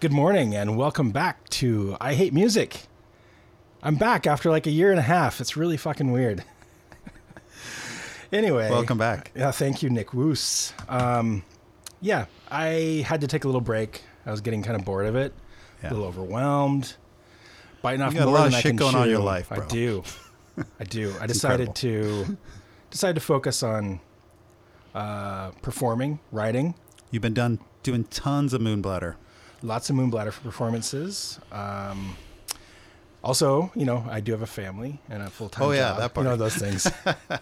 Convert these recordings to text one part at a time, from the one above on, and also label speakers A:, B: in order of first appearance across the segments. A: Good morning and welcome back to I Hate Music. I'm back after like a year and a half. It's really fucking weird. anyway,
B: Welcome back.
A: Yeah, thank you, Nick Woos. Um, yeah, I had to take a little break. I was getting kind of bored of it, a
B: Yeah.
A: little overwhelmed, biting off
B: got a
A: more
B: lot
A: than
B: of
A: I
B: shit
A: can
B: going on in your
A: chew.
B: life,
A: I
B: bro.
A: do, I do. I decided to decided to focus on uh, performing, writing,
B: You've been done doing tons of Moonbladder.
A: lots of Moonbladder for performances. Um, also, you know, I do have a family and a full time.
B: Oh, yeah,
A: job.
B: that
A: You know
B: part.
A: those things.
B: Damn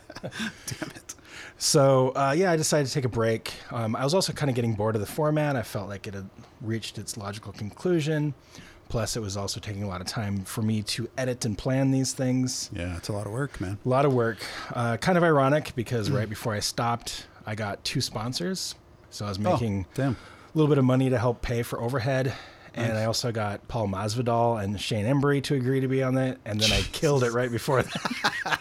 B: it.
A: so uh, yeah, I decided to take a break. Um, I was also kind of getting bored of the format. I felt like it had reached its logical conclusion. Plus, it was also taking a lot of time for me to edit and plan these things.
B: Yeah, it's a lot of work, man. Oh,
A: A lot of work. Uh, kind of ironic because
B: Mm.
A: right before I stopped, I got two sponsors. So
B: Oh,
A: I was making
B: Damn.
A: a little bit of money to help pay for overhead. And I also got Paul Masvidal and Shane Embry to agree to be on it. And then I killed it right before that.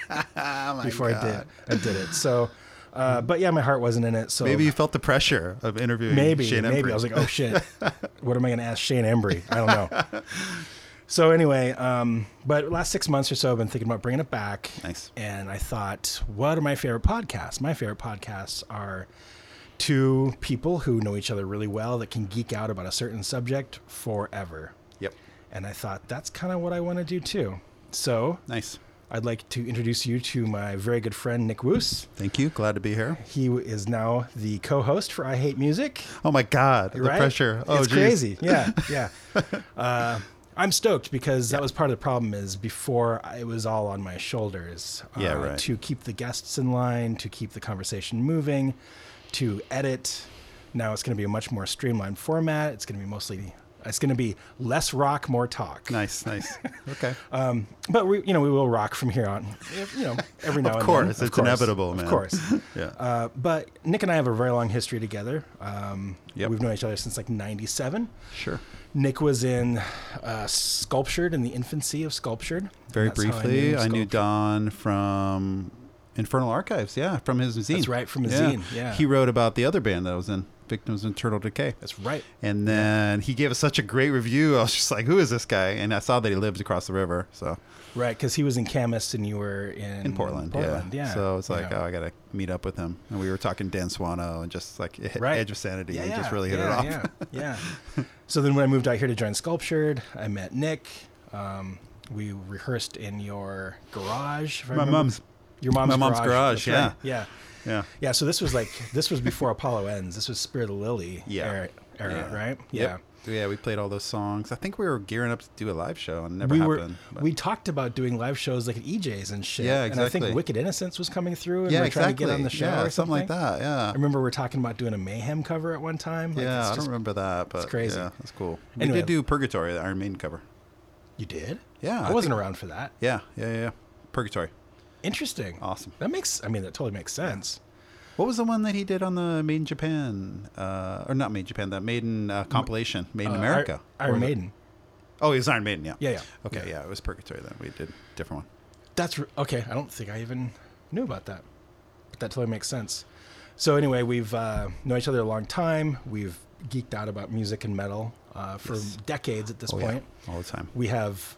A: before I did, I did it. So, uh, but yeah, my heart wasn't in it. So
B: Maybe you felt the pressure of interviewing
A: maybe,
B: Shane
A: maybe
B: Embry.
A: I was like, oh shit, what am I going to ask Shane Embry? I don't know. so anyway, um, but last six months or so, I've been thinking about bringing it back.
B: Nice.
A: And I thought, what are my favorite podcasts? My favorite podcasts are two people who know each other really well that can geek out about a certain subject forever.
B: yep.
A: And I thought that's kind of what I want to do too. So
B: Nice.
A: I'd like to introduce you to my very good friend Nick Woos.
B: Thank you. Glad to be here.
A: He is now the co-host for I Hate Music.
B: Oh my God, the
A: right?
B: pressure. Oh,
A: it's
B: geez.
A: crazy. Yeah, yeah. uh, I'm stoked because that was part of the problem. Is before I- it was all on my shoulders. Uh,
B: Yeah, right.
A: To keep the guests in line, to keep the conversation moving, to edit. Now it's going to be a much more streamlined format. It's going to be mostly. It's going to be less rock, more talk.
B: Nice, nice. Okay.
A: Uh, But we, you know, we will rock from here on. if- You know, every now and
B: course,
A: then.
B: it's inevitable, man.
A: Of course.
B: yeah.
A: Uh, but Nick and I have a very long history together. Um,
B: Yep.
A: We've known each other since like '97.
B: sure.
A: Nick was in uh, Sculptured in the infancy of Sculptured.
B: Very
A: That's how
B: briefly, I knew,
A: Sculptured.
B: Don from Infernal Archives. Yeah, from his zine.
A: That's right, from his zine, yeah.
B: He wrote about the other band that I was in, Victims of Turtle Decay.
A: That's right.
B: And then he gave us such a great review. I was just like, "Who is this guy?" And I saw that he lives across the river, so
A: Right, because he was in Camas and you were in,
B: in Portland,
A: Hmm. yeah.
B: So it's like,
A: yeah.
B: "Oh, I gotta meet up with him." And we were talking Dan Swano and just like it hit
A: Right.
B: Edge of Sanity.
A: Yeah,
B: and
A: yeah,
B: just really hit
A: yeah,
B: it off.
A: Yeah, yeah. so then when I moved out here to join Sculptured, I met Nick. Um, we rehearsed in your garage. If I
B: My
A: remember-
B: mom's.
A: Your mom's
B: My mom's
A: garage.
B: garage,
A: That's right, Yeah.
B: Yeah.
A: Yeah, so this was like this was before Apollo ends. This was Spirit of Lily
B: Yeah.
A: era, era right?
B: Yep. Yeah, we played all those songs. I think we were gearing up to do a live show and it never
A: we were
B: happened. but-
A: we talked about doing live shows like at EJ's and shit.
B: Yeah,
A: And I
B: exactly.
A: think Wicked Innocence was coming through, and
B: yeah,
A: we are
B: exactly.
A: trying to get on the show
B: yeah,
A: or
B: something like that. Yeah.
A: I remember we are talking about doing a Mayhem cover at one time. Like,
B: yeah,
A: it's
B: I don't
A: just-
B: remember that, but
A: crazy.
B: Yeah, that's cool.
A: Anyway.
B: We did do Purgatory, the Iron Maiden cover.
A: you did.
B: Yeah,
A: I,
B: I
A: wasn't around for that.
B: Yeah, yeah, yeah. yeah. Purgatory.
A: Interesting.
B: Awesome.
A: That makes. I mean, that totally makes sense.
B: What was the one that he did on the Made in Japan, uh, or not Made in Japan, that Made in uh, compilation, Made in
A: Uh,
B: America?
A: Iron,
B: Or
A: Iron
B: was it-
A: Maiden.
B: Oh, it was Iron Maiden. Yeah.
A: Yeah, yeah.
B: Okay. Yeah. it was Purgatory then. We did a different one.
A: That's r- okay. I don't think I even knew about that, but that totally makes sense. So anyway, we've uh, known each other a long time. We've geeked out about music and metal uh, for decades at this
B: Oh,
A: point.
B: yeah. All the time.
A: We have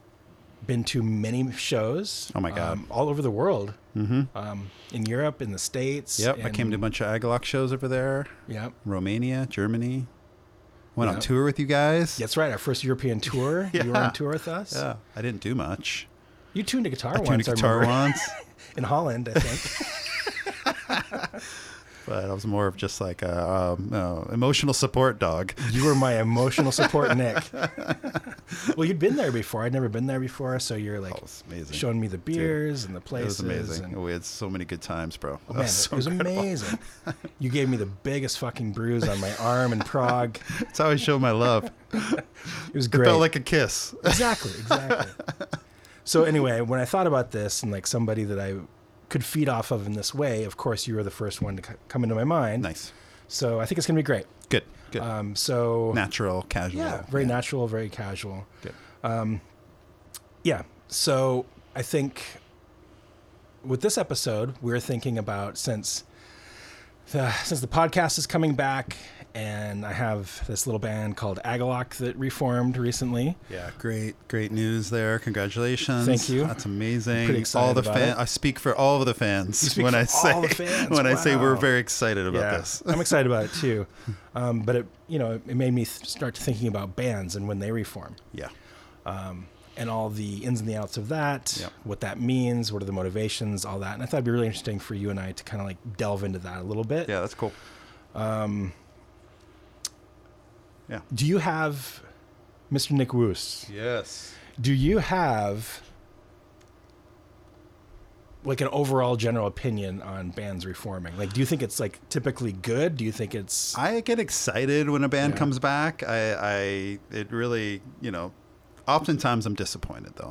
A: been to many shows.
B: Oh my God.
A: um, all over the world, mm-hmm. um, in Europe, in the states.
B: Yep. I came to a
A: in-
B: bunch of Agalock shows over there,
A: Yeah,
B: Romania, Germany. Went
A: Yeah.
B: on tour with you guys.
A: that's right. Our first European tour. You were
B: Yeah.
A: on tour with us.
B: Yeah. I didn't do much.
A: You tuned a guitar
B: I tuned
A: once.
B: a guitar
A: remember.
B: once,
A: in Holland, I think.
B: but I was more of just like a um, uh, emotional support dog.
A: you were my emotional support, Nick. well, you'd been there before. I'd never been there before, so you're like
B: That was Oh, amazing.
A: showing me the beers and the
B: it
A: places.
B: was amazing.
A: and- Oh,
B: We had so many good times, bro. That
A: Man,
B: was so
A: it was
B: incredible.
A: amazing. You gave me the biggest fucking bruise on my arm in Prague.
B: That's how I show my love.
A: It was great.
B: Felt like a kiss.
A: exactly exactly so anyway when i thought about this and like somebody that i could feed off of in this way of course you were the first one to c- come into my mind
B: Nice. Uh,
A: so i think it's going to be great
B: Good. Good.
A: um, so
B: Natural, casual.
A: yeah very natural very casual
B: Good.
A: yeah so i think with this episode we're thinking about since the, since the podcast is coming back and I have this little band called Agalock that reformed recently.
B: Yeah, great, great news there. Congratulations.
A: Thank you.
B: That's amazing.
A: pretty excited
B: all the
A: about it.
B: I speak for all of the fans
A: speak
B: when
A: for
B: I
A: all
B: say
A: the fans.
B: when I say we're
A: Wow.
B: very excited about this.
A: I'm excited about it too. Um, but it, you know, it made me th- start thinking about bands and when they reform
B: Yeah.
A: and all the ins and the outs of that,
B: Yep.
A: what that means, what are the motivations, all that. And I thought it'd be really interesting for you and I to kind of like delve into that a little bit.
B: Yeah, that's cool. Um Yeah.
A: Do you have Mr. Nick Woos?
B: Yes.
A: Do you have like an overall general opinion on bands reforming? Like, do you think it's like typically good? Do you think it's
B: I get excited when a band
A: Yeah.
B: comes back. I, I it really, you know, oftentimes I'm disappointed though,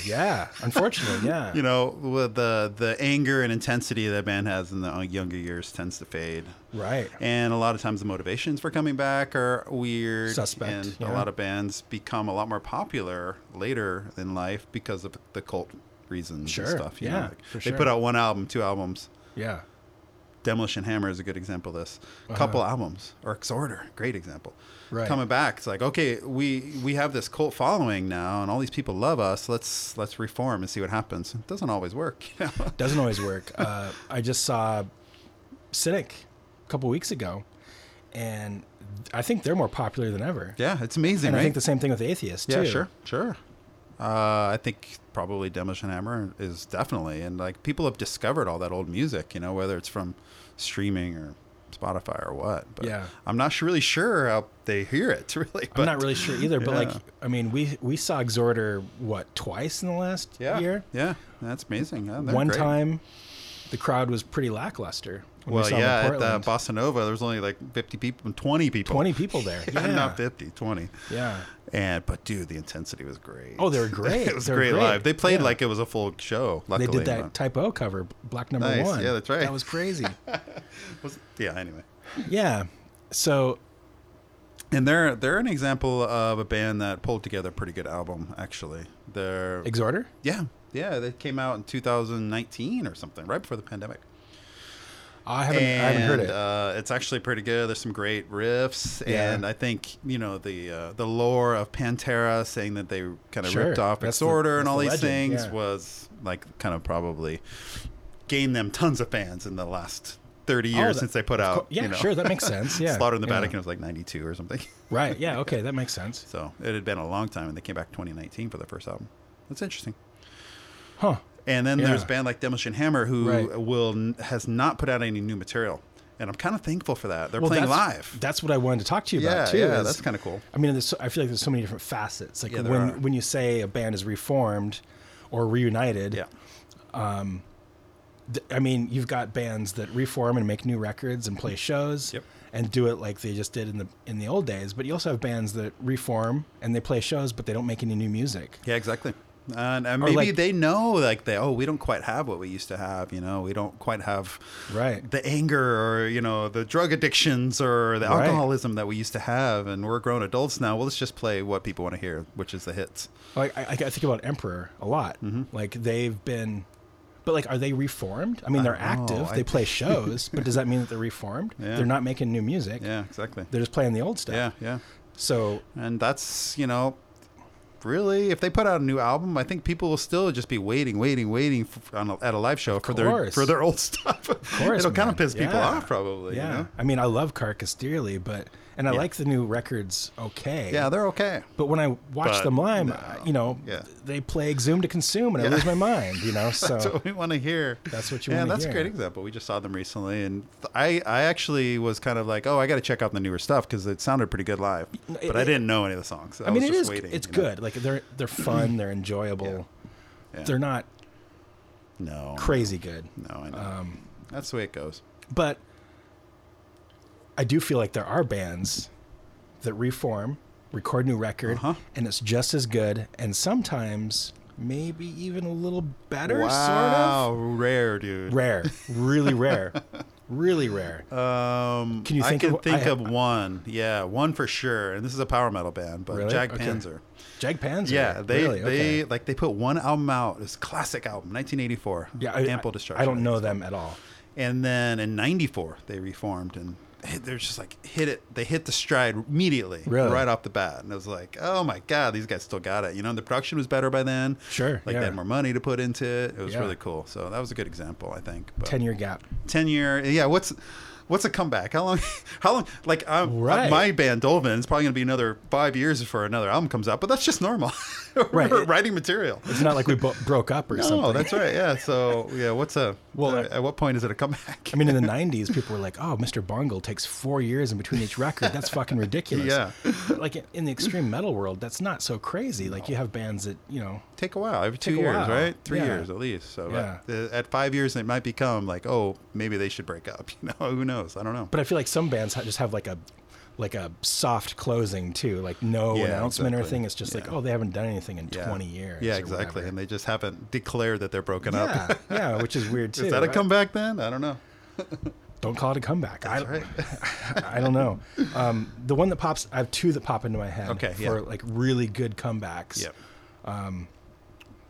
A: sure? Yeah, unfortunately, yeah.
B: You know, with the the anger and intensity that a band has in the younger years tends to fade.
A: right.
B: And a lot of times the motivations for coming back are weird.
A: Suspect,
B: And
A: yeah.
B: a lot of bands become a lot more popular later in life because of the cult reasons
A: Sure,
B: and stuff. you
A: yeah,
B: know, like,
A: for
B: They
A: sure.
B: put out one album, two albums.
A: Yeah.
B: Demolition Hammer is a good example of this. Couple albums, or Exhorter, great example.
A: Uh-huh. Right.
B: Coming back, it's like okay, we we have this cult following now, and all these people love us. Let's let's reform and see what happens. It doesn't always work. You know?
A: Doesn't always work. Uh, I just saw Cynic a couple weeks ago, and I think they're more popular than ever.
B: yeah, it's amazing,
A: And
B: right?
A: I think the same thing with Atheist,
B: yeah,
A: too.
B: sure, sure. Uh, I think probably Demolition Hammer is definitely, and like people have discovered all that old music, you know, whether it's from streaming or Spotify or what. But
A: Yeah.
B: I'm not su- really sure how they hear it, really. But
A: I'm not really sure either, but like,
B: Yeah.
A: I mean, we we saw Exhorter, what, twice in the last
B: yeah,
A: year?
B: yeah, that's amazing. Yeah, they're
A: One
B: great.
A: time, the crowd was pretty lackluster. When we
B: Well,
A: saw them in
B: yeah, at uh, the
A: Portland.
B: Bossa Nova, there was only like 50 people, 20 people.
A: 20 people there. Yeah.
B: Not 50, 20.
A: yeah.
B: And, but dude, the intensity was great.
A: Oh, they were great.
B: it was
A: They were
B: great,
A: great.
B: live. They played
A: Yeah.
B: like it was a full show,
A: They
B: luckily.
A: did that
B: but-
A: typo cover, Black Number
B: Nice.
A: One.
B: Yeah, that's right.
A: That was crazy.
B: was- yeah, anyway.
A: yeah. So,
B: And they're, they're an example of a band that pulled together a pretty good album, actually. They're,
A: Exhorter?
B: yeah, yeah, they came out in 2019 or something, right before the pandemic.
A: I haven't, I haven't heard
B: And,
A: it.
B: Uh, it's actually pretty good. There's some great riffs,
A: Yeah.
B: and I think you know the uh, the lore of Pantera saying that they kind of
A: Sure.
B: ripped off
A: That's the-
B: Exhorter
A: that's
B: and all
A: the
B: these
A: legend,
B: things
A: yeah.
B: was like kind of probably gained them tons of fans in the last thirty years
A: Oh, that-
B: since they put
A: of
B: out.
A: cour- yeah,
B: you know,
A: sure, that makes sense, yeah,
B: Slaughter in the
A: yeah.
B: Vatican was like ninety two or something,
A: Right. Yeah. Okay. That makes sense.
B: so it had been a long time, and they came back twenty nineteen for their first album. That's interesting.
A: Huh.
B: And then
A: Yeah.
B: there's a band like Demolition Hammer who
A: Right.
B: will has not put out any new material, and I'm kind of thankful for that. They're playing
A: that's,
B: live.
A: That's what I wanted to talk to you
B: Yeah,
A: about too.
B: yeah,
A: is-
B: that's kinda cool.
A: I mean, there's, so- I feel like there's so many different facets. Like
B: Yeah, there
A: when
B: are.
A: when you say a band is reformed or reunited, um,
B: Yeah.
A: th- I mean, you've got bands that reform and make new records and play shows
B: Yep.
A: and do it like they just did in the in the old days. But you also have bands that reform and they play shows, but they don't make any new music.
B: Yeah, exactly. And, and maybe
A: like-
B: they know, like, they, oh, we don't quite have what we used to have. You know, we don't quite have
A: Right.
B: the anger or, you know, the drug addictions or the
A: Right.
B: alcoholism that we used to have. And we're grown adults now. Well, let's just play what people want to hear, which is the hits.
A: Like I, I think about Emperor a lot.
B: Mm-hmm.
A: Like they've been, but like, are they reformed? I mean, they're
B: don't know.
A: active.
B: I-
A: They play shows, but does that mean that they're reformed?
B: Yeah.
A: They're not making new music.
B: Yeah, exactly.
A: They're just playing the old stuff.
B: Yeah, yeah.
A: So
B: And that's, you know, really, if they put out a new album, I think people will still just be waiting, waiting, waiting for, on a, at a live show for their
A: course.
B: for their old stuff. Of
A: course,
B: It'll kind
A: man.
B: of piss people
A: Yeah.
B: off, probably.
A: yeah,
B: You know?
A: I mean, I love Carcass dearly, but and I
B: Yeah.
A: like the new records. Okay.
B: Yeah, they're okay.
A: But when I watch
B: But
A: them live,
B: no.
A: I- you know,
B: Yeah.
A: they play Exhumed to Consume, and
B: Yeah.
A: I lose my mind. You know, so
B: That's what we want to hear.
A: That's what you
B: Yeah,
A: wanna
B: that's a great
A: hear.
B: example. We just saw them recently, and th- I I actually was kind of like, oh, I got to check out the newer stuff because it sounded pretty good live, but
A: it-
B: I
A: it-
B: didn't know any of the songs. I,
A: I mean,
B: was
A: it
B: just
A: is.
B: Waiting,
A: it's
B: you know?
A: good. Like they're they're fun. They're enjoyable.
B: Yeah.
A: They're not
B: No,
A: crazy good.
B: No, I know.
A: Um,
B: that's the way it goes.
A: but I do feel like there are bands that reform, record new record,
B: Uh-huh.
A: and it's just as good, and sometimes maybe even a little better. Sort
B: wow, rare, dude.
A: of rare, really rare, really rare.
B: Um,
A: Can you think
B: I can
A: of-
B: think
A: I-
B: of one. Yeah, one for sure. And this is a power metal band, but
A: Really?
B: Jag
A: Okay.
B: Panzer.
A: Jag Panzer.
B: Yeah, they
A: really?
B: they
A: Okay.
B: like they put one album out. It's a classic album, 1984.
A: yeah, I,
B: Ample
A: I-
B: Destruction.
A: I don't know them at all.
B: And then in '94 they reformed and hit- they're just like hit it. They hit the stride immediately,
A: Really?
B: right off the bat, and it was like, oh my god, these guys still got it. You know, and the production was better by then.
A: Sure,
B: like
A: yeah.
B: they had more money to put into it. It was
A: Yeah.
B: really cool. So that was a good example, I think. But
A: Ten year gap.
B: ten year, yeah. What's What's a comeback? How long? How long? Like, I'm,
A: Right.
B: my band Dolvin is probably going to be another five years before another album comes out, but that's just normal.
A: Right.
B: We're writing material.
A: It's not like we bo- broke up or
B: Oh,
A: something.
B: that's right. Yeah. So yeah, what's a
A: Well,
B: well?
A: uh,
B: at what point is it a comeback?
A: I mean, in the '90s, people were like, "Oh, Mr. Bungle takes four years in between each record. That's fucking ridiculous."
B: Yeah.
A: But like in the extreme metal world, that's not so crazy. Like you have bands that you know,
B: take a while every two
A: Take a
B: years,
A: while.
B: right? Three
A: Yeah.
B: years at least. So
A: Yeah.
B: at, the- at five years, it might become like, oh, maybe they should break up. You know, who knows? I don't know.
A: but I feel like some bands ha- just have like a like a soft closing too, like no
B: Yeah,
A: announcement or
B: exactly.
A: anything. It's just like,
B: Yeah.
A: oh, they haven't done anything in
B: Yeah.
A: 20 years.
B: Yeah,
A: or
B: exactly.
A: whatever.
B: And they just haven't declared that they're broken
A: Yeah,
B: up.
A: yeah, which is weird too.
B: Is that
A: I-
B: a comeback then? I don't know.
A: Don't call it a comeback. I,
B: right.
A: I don't know. Um, the one that pops, I have two that pop into my head
B: Okay,
A: for
B: yeah.
A: like really good comebacks,
B: Yep.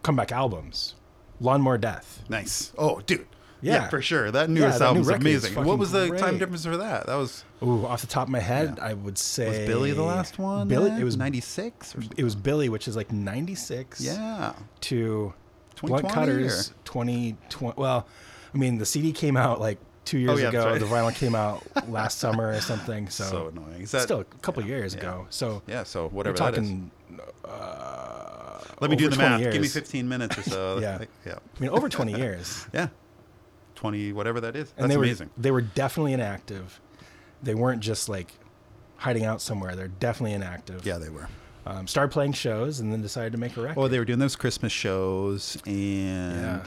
A: comeback albums. Lawnmower Death.
B: Nice. Oh, dude.
A: Yeah.
B: Yeah. for sure. That
A: the
B: newest
A: new
B: album's
A: record's
B: amazing.
A: fucking
B: What was the
A: great.
B: time difference for that? That was
A: Ooh, off the top of my head, I would say
B: was Billy the last one?
A: Eh, Billy,
B: then?
A: it was
B: 96 or
A: it was Billy, which is like '96.
B: Yeah.
A: To Blunt
B: 2020
A: Cutters 2020. Well, I mean, the CD came out like two years
B: Oh, yeah,
A: ago.
B: that's right.
A: The vinyl came out last summer or something. So,
B: So annoying. Is that
A: still a couple years ago. So
B: Yeah, so
A: we're
B: whatever that is.
A: talking. Uh,
B: Let me do
A: over
B: the
A: 20
B: math. Give me
A: years.
B: 15 minutes or so.
A: Yeah.
B: Yeah.
A: I mean, over 20 years.
B: Yeah. 20, whatever that is. That's
A: and they
B: amazing.
A: were they were definitely inactive. They weren't just like hiding out somewhere. They're definitely inactive.
B: yeah, they were.
A: um, started playing shows and then decided to make a record.
B: Oh, they were doing those Christmas shows and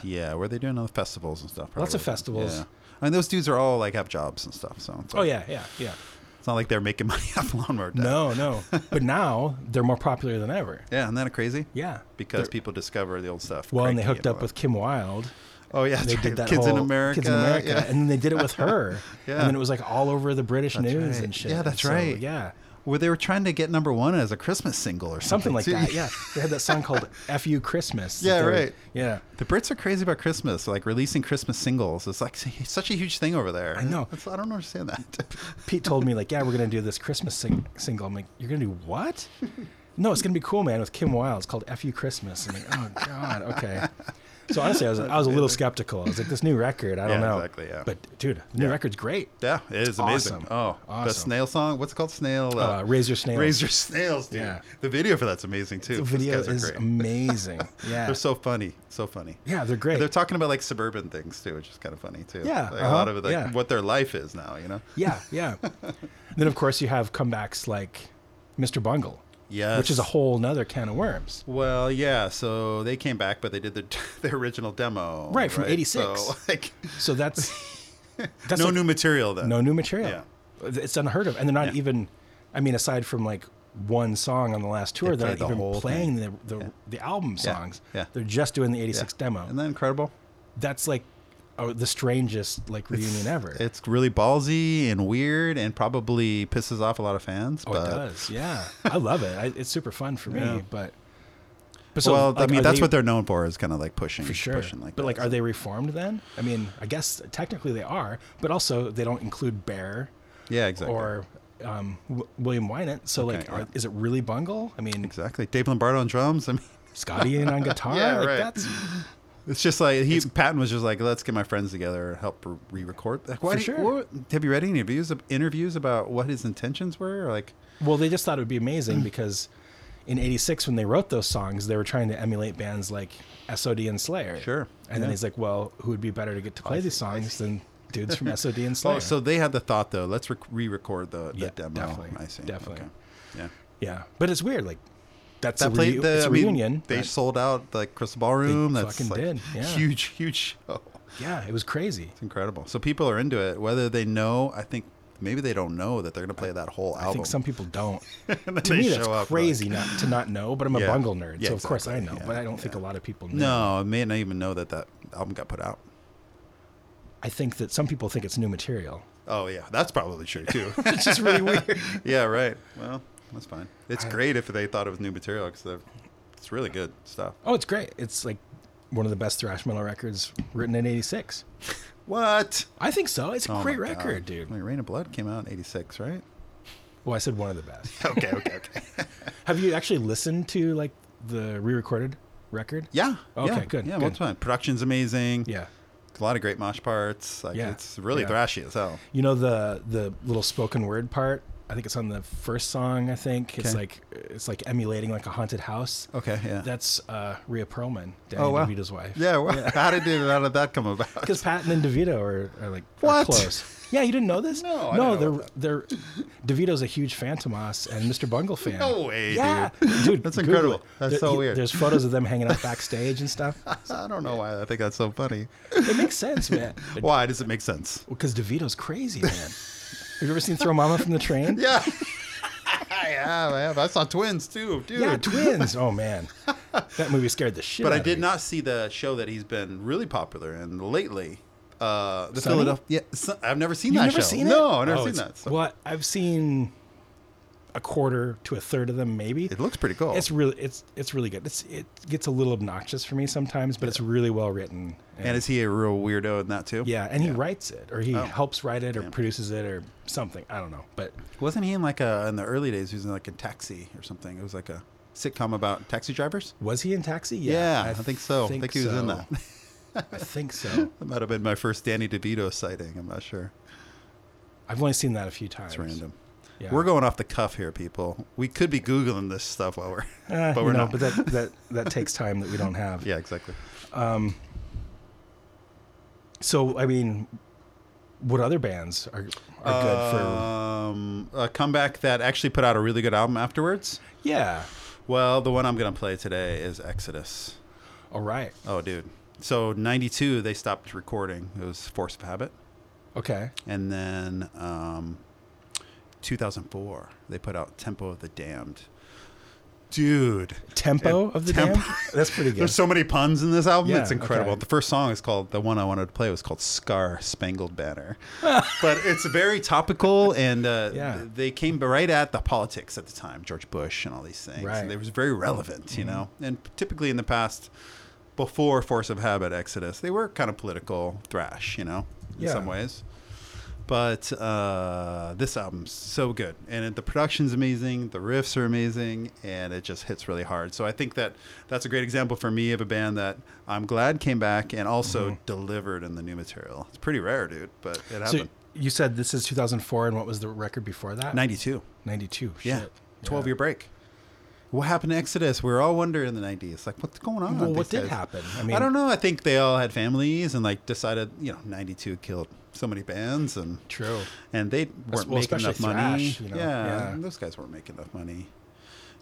A: Yeah.
B: yeah, were they doing all the festivals and stuff?
A: Lots of
B: probably.
A: festivals.
B: Yeah. I mean, those dudes are all like have jobs and stuff. So it's,
A: oh
B: like-
A: yeah, yeah, yeah.
B: it's not like they're making money off lawnmower. Death.
A: No, no. but now they're more popular than ever.
B: Yeah, isn't that crazy?
A: Yeah.
B: Because people discover the old stuff.
A: Well, and they
B: Cranky
A: hooked up
B: all
A: with Kim Wilde.
B: that. Oh yeah,
A: They
B: that's
A: did
B: right.
A: that
B: Kids in
A: whole
B: America.
A: Kids in America,
B: Yeah.
A: and then they did it with her.
B: Yeah.
A: And then it was like all over the British news
B: right.
A: and shit.
B: Yeah, that's
A: So,
B: right.
A: Yeah.
B: Where they were trying to get number one as a Christmas single or something,
A: Something like that.
B: too.
A: Yeah. They had that song called "Fu Christmas." that
B: Yeah,
A: they were-
B: right.
A: Yeah.
B: The Brits are crazy about Christmas, like releasing Christmas singles. It's like such a huge thing over there. I
A: know.
B: I don't understand that.
A: Pete told me like, "Yeah, we're gonna do this Christmas sing- single." I'm like, "You're gonna do what?" no, it's gonna be cool, man. With Kim Wilde, it's called "Fu Christmas." I'm like, "Oh God, okay." So honestly, I was I was a little skeptical. I was like, "This new record, I don't
B: Yeah,
A: know."
B: exactly, yeah.
A: But dude, the new record's great.
B: Yeah, it is amazing.
A: Awesome.
B: Oh, the
A: Awesome.
B: snail song. What's it called? Snail.
A: Uh, Raise Your Snails.
B: Raise your snails, dude.
A: Yeah.
B: The video for that's amazing too.
A: The
B: Those
A: video
B: guys are
A: is
B: great.
A: amazing. Yeah,
B: They're so funny. So funny.
A: yeah, they're great.
B: They're talking about like suburban things too, which is kind of funny too.
A: Yeah,
B: Like, a
A: uh-huh,
B: lot of it, like
A: yeah.
B: what their life is now. You know.
A: yeah, yeah. then of course you have comebacks like Mr. Bungle,
B: Yes.
A: which is a whole nother can of worms.
B: Well, yeah. So they came back, but they did their their original demo.
A: Right, from 86.
B: So like,
A: So that's that's
B: no
A: like-
B: new material then.
A: No new material.
B: Yeah.
A: It's unheard of. And they're not
B: Yeah.
A: even, I mean, aside from like one song on the last tour, they are not
B: play the
A: even
B: whole
A: playing the, the, the album
B: Yeah.
A: songs.
B: Yeah.
A: They're just doing the
B: Yeah.
A: 86 demo.
B: Isn't that incredible?
A: That's like oh, the strangest like reunion ever.
B: It's really ballsy and weird, and probably pisses off a lot of fans.
A: oh,
B: but
A: it does. Yeah. I love it. I, it's super fun for me,
B: Yeah.
A: but. But so,
B: well,
A: like,
B: I mean,
A: are
B: that's
A: they-
B: what they're known for is kind of like pushing,
A: for sure.
B: pushing like
A: but
B: that.
A: like, are they reformed then? I mean, I guess technically they are, but also they don't include Bear
B: yeah, exactly.
A: or um, w- William Wynant. So like,
B: yeah.
A: are, is it really Bungle? I mean,
B: exactly. Dave Lombardo on drums. I mean,
A: Scotty in on guitar.
B: Yeah,
A: like
B: right.
A: That's
B: it's just like he Patton was just like, let's get my friends together, and help re-record. Like, why
A: For
B: do you-
A: sure.
B: what- have you read any interviews interviews about what his intentions were? Or like,
A: well, they just thought it would be amazing
B: Mm.
A: because in '86 when they wrote those songs, they were trying to emulate bands like SOD and Slayer.
B: Sure,
A: And then
B: yeah.
A: he's like, "Well, who would be better to get to play these songs than dudes from SOD and Slayer?"
B: oh, so they had the thought though, let's rec- re-record the, the
A: Yeah,
B: demo.
A: definitely,
B: I see.
A: definitely.
B: Okay. Yeah.
A: yeah, but it's weird. Like that's
B: That
A: a,
B: played
A: reu-
B: the
A: it's a
B: I mean,
A: reunion.
B: They
A: but
B: sold out the Crystal Ballroom. That's
A: fucking
B: like
A: did, yeah.
B: huge, huge show.
A: yeah, it was crazy.
B: It's incredible. So people are into it, whether they know. I think maybe they don't know that they're going to play that whole album.
A: I think some people don't.
B: And then
A: to
B: they
A: me, that's
B: show up,
A: crazy not to not know. But I'm a
B: Yeah.
A: bungle nerd,
B: Yeah,
A: so of course I
B: exactly.
A: know.
B: Yeah,
A: But I don't think a lot of people know.
B: No, I may not even know that that album got put out.
A: I think that some people think it's new material.
B: Oh yeah, that's probably true too.
A: It's just really weird.
B: yeah, right. Well, that's fine. It's great if they thought it was new material because it's really good stuff.
A: Oh, it's great. It's like one of the best thrash metal records written in '86.
B: What?
A: I think so. It's a
B: Oh my
A: great
B: God.
A: record, dude.
B: Like Rain of Blood came out in '86, right?
A: Well, I said one of the best.
B: Okay, okay, okay.
A: Have you actually listened to like the re-recorded record?
B: yeah.
A: Okay,
B: yeah,
A: good,
B: Yeah,
A: good.
B: multiple times. Production's amazing.
A: Yeah.
B: a lot of great mosh parts. Like
A: Yeah,
B: it's really
A: yeah.
B: thrashy as hell.
A: You know the the little spoken word part. I think it's on the first song. I think it's
B: Okay.
A: like it's like emulating like a haunted house.
B: Okay, yeah. Oh,
A: That's uh, Rhea Perlman, Danny DeVito's wife.
B: Yeah, well, how did it, how did that come about?
A: Because Patton and DeVito are, are like are
B: What?
A: close. Yeah, you didn't know this?
B: No, I
A: no,
B: didn't know
A: they're they're DeVito's a huge Fantomas and Mr. Bungle fan.
B: No way,
A: yeah,
B: dude.
A: dude,
B: That's
A: Google it.
B: incredible. That's so weird.
A: There's photos of them hanging out backstage and stuff.
B: I don't know why I think that's so funny.
A: It makes sense, man.
B: Why does it make sense?
A: Because DeVito's crazy, man. Have you ever seen Throw Mama from the Train?
B: Yeah. I have, I have. I saw twins too, dude.
A: Yeah, twins. Oh man, that movie scared the shit.
B: but I
A: out of
B: did
A: me.
B: not see the show that he's been really popular in lately. Uh, the
A: Sunny?
B: Philadelphia. Yeah, Sun- I've never seen
A: You've
B: that
A: never
B: show.
A: seen it?
B: No, I've never
A: Oh,
B: seen
A: it's-
B: that. So
A: Well, I've seen a quarter to a third of them, maybe.
B: it looks pretty cool.
A: It's really it's it's really good. It's it gets a little obnoxious for me sometimes, but it's really well written.
B: and is he a real weirdo in that too?
A: yeah, and he writes it or
B: Oh.
A: he helps write it or produces it or something. I don't know, but
B: Wasn't he in like a in the early days? He was in like a taxi or something. It was like a sitcom about taxi drivers.
A: was he in Taxi?
B: Yeah, I, think so. I think he was in
A: so.
B: that.
A: I think so.
B: That might have been my first Danny DeVito sighting. I'm not sure.
A: I've only seen that a few times.
B: It's random.
A: Yeah.
B: We're going off the cuff here, people. We could be googling this stuff while we're,
A: Eh,
B: but we're
A: no,
B: not.
A: But that that that takes time that we don't have.
B: yeah, exactly.
A: So I mean, what other bands are are good
B: Um, a comeback that actually put out a really good album afterwards.
A: for? Yeah.
B: Well, the one I'm gonna play today is Exodus.
A: All right.
B: Oh, dude. So '92 they stopped recording. It was Force of Habit,
A: Okay.
B: and then um, 2004 they put out Tempo of the Damned. Dude,
A: Tempo
B: And
A: of the
B: tempo-
A: Damned? That's pretty good.
B: There's so many puns in this album.
A: Yeah,
B: it's incredible.
A: okay.
B: The first song is called the one I wanted to play was called "Scar Spangled Banner," but it's very topical and uh,
A: Yeah.
B: th- they came right at the politics at the time, George Bush and all these things.
A: Right. Mm-hmm.
B: And they was very relevant, you know. And typically in the past, before Force of Habit, Exodus, they were kind of political thrash, you know, in
A: Yeah.
B: some ways. But uh, this album's so good, and it, the production's amazing, the riffs are amazing, and it just hits really hard. So I think that that's a great example for me of a band that I'm glad came back and also delivered in the new material. It's pretty rare, dude, but it happened.
A: Mm-hmm. So you said this is 2004, and what was the record before that?
B: 92,
A: 92.
B: yeah,
A: Shit.
B: 12 year break. What happened to Exodus? We were all wondering in the 90s, like what's going on?
A: Well,
B: with
A: what
B: these
A: did
B: guys?
A: happen? I
B: I,
A: mean,
B: don't know. I think they all had families and like decided, you know, 92 killed so many bands and
A: True.
B: and they weren't
A: well,
B: making enough
A: especially
B: money.
A: thrash, you know,
B: yeah,
A: yeah.
B: and those guys weren't making enough money.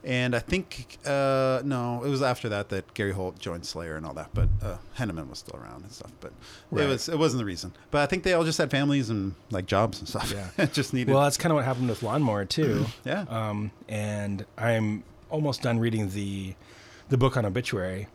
B: And I think uh, no, it was after that that Gary Holt joined Slayer and all that, but uh, Henneman was still around and stuff. But
A: Right.
B: it was it wasn't the reason. But I think they all just had families and like jobs and stuff.
A: Yeah.
B: just needed. Mm-hmm.
A: Well, that's kind of what happened with Lawnmower too.
B: Yeah.
A: Um, and I'm almost done reading the the book on obituary,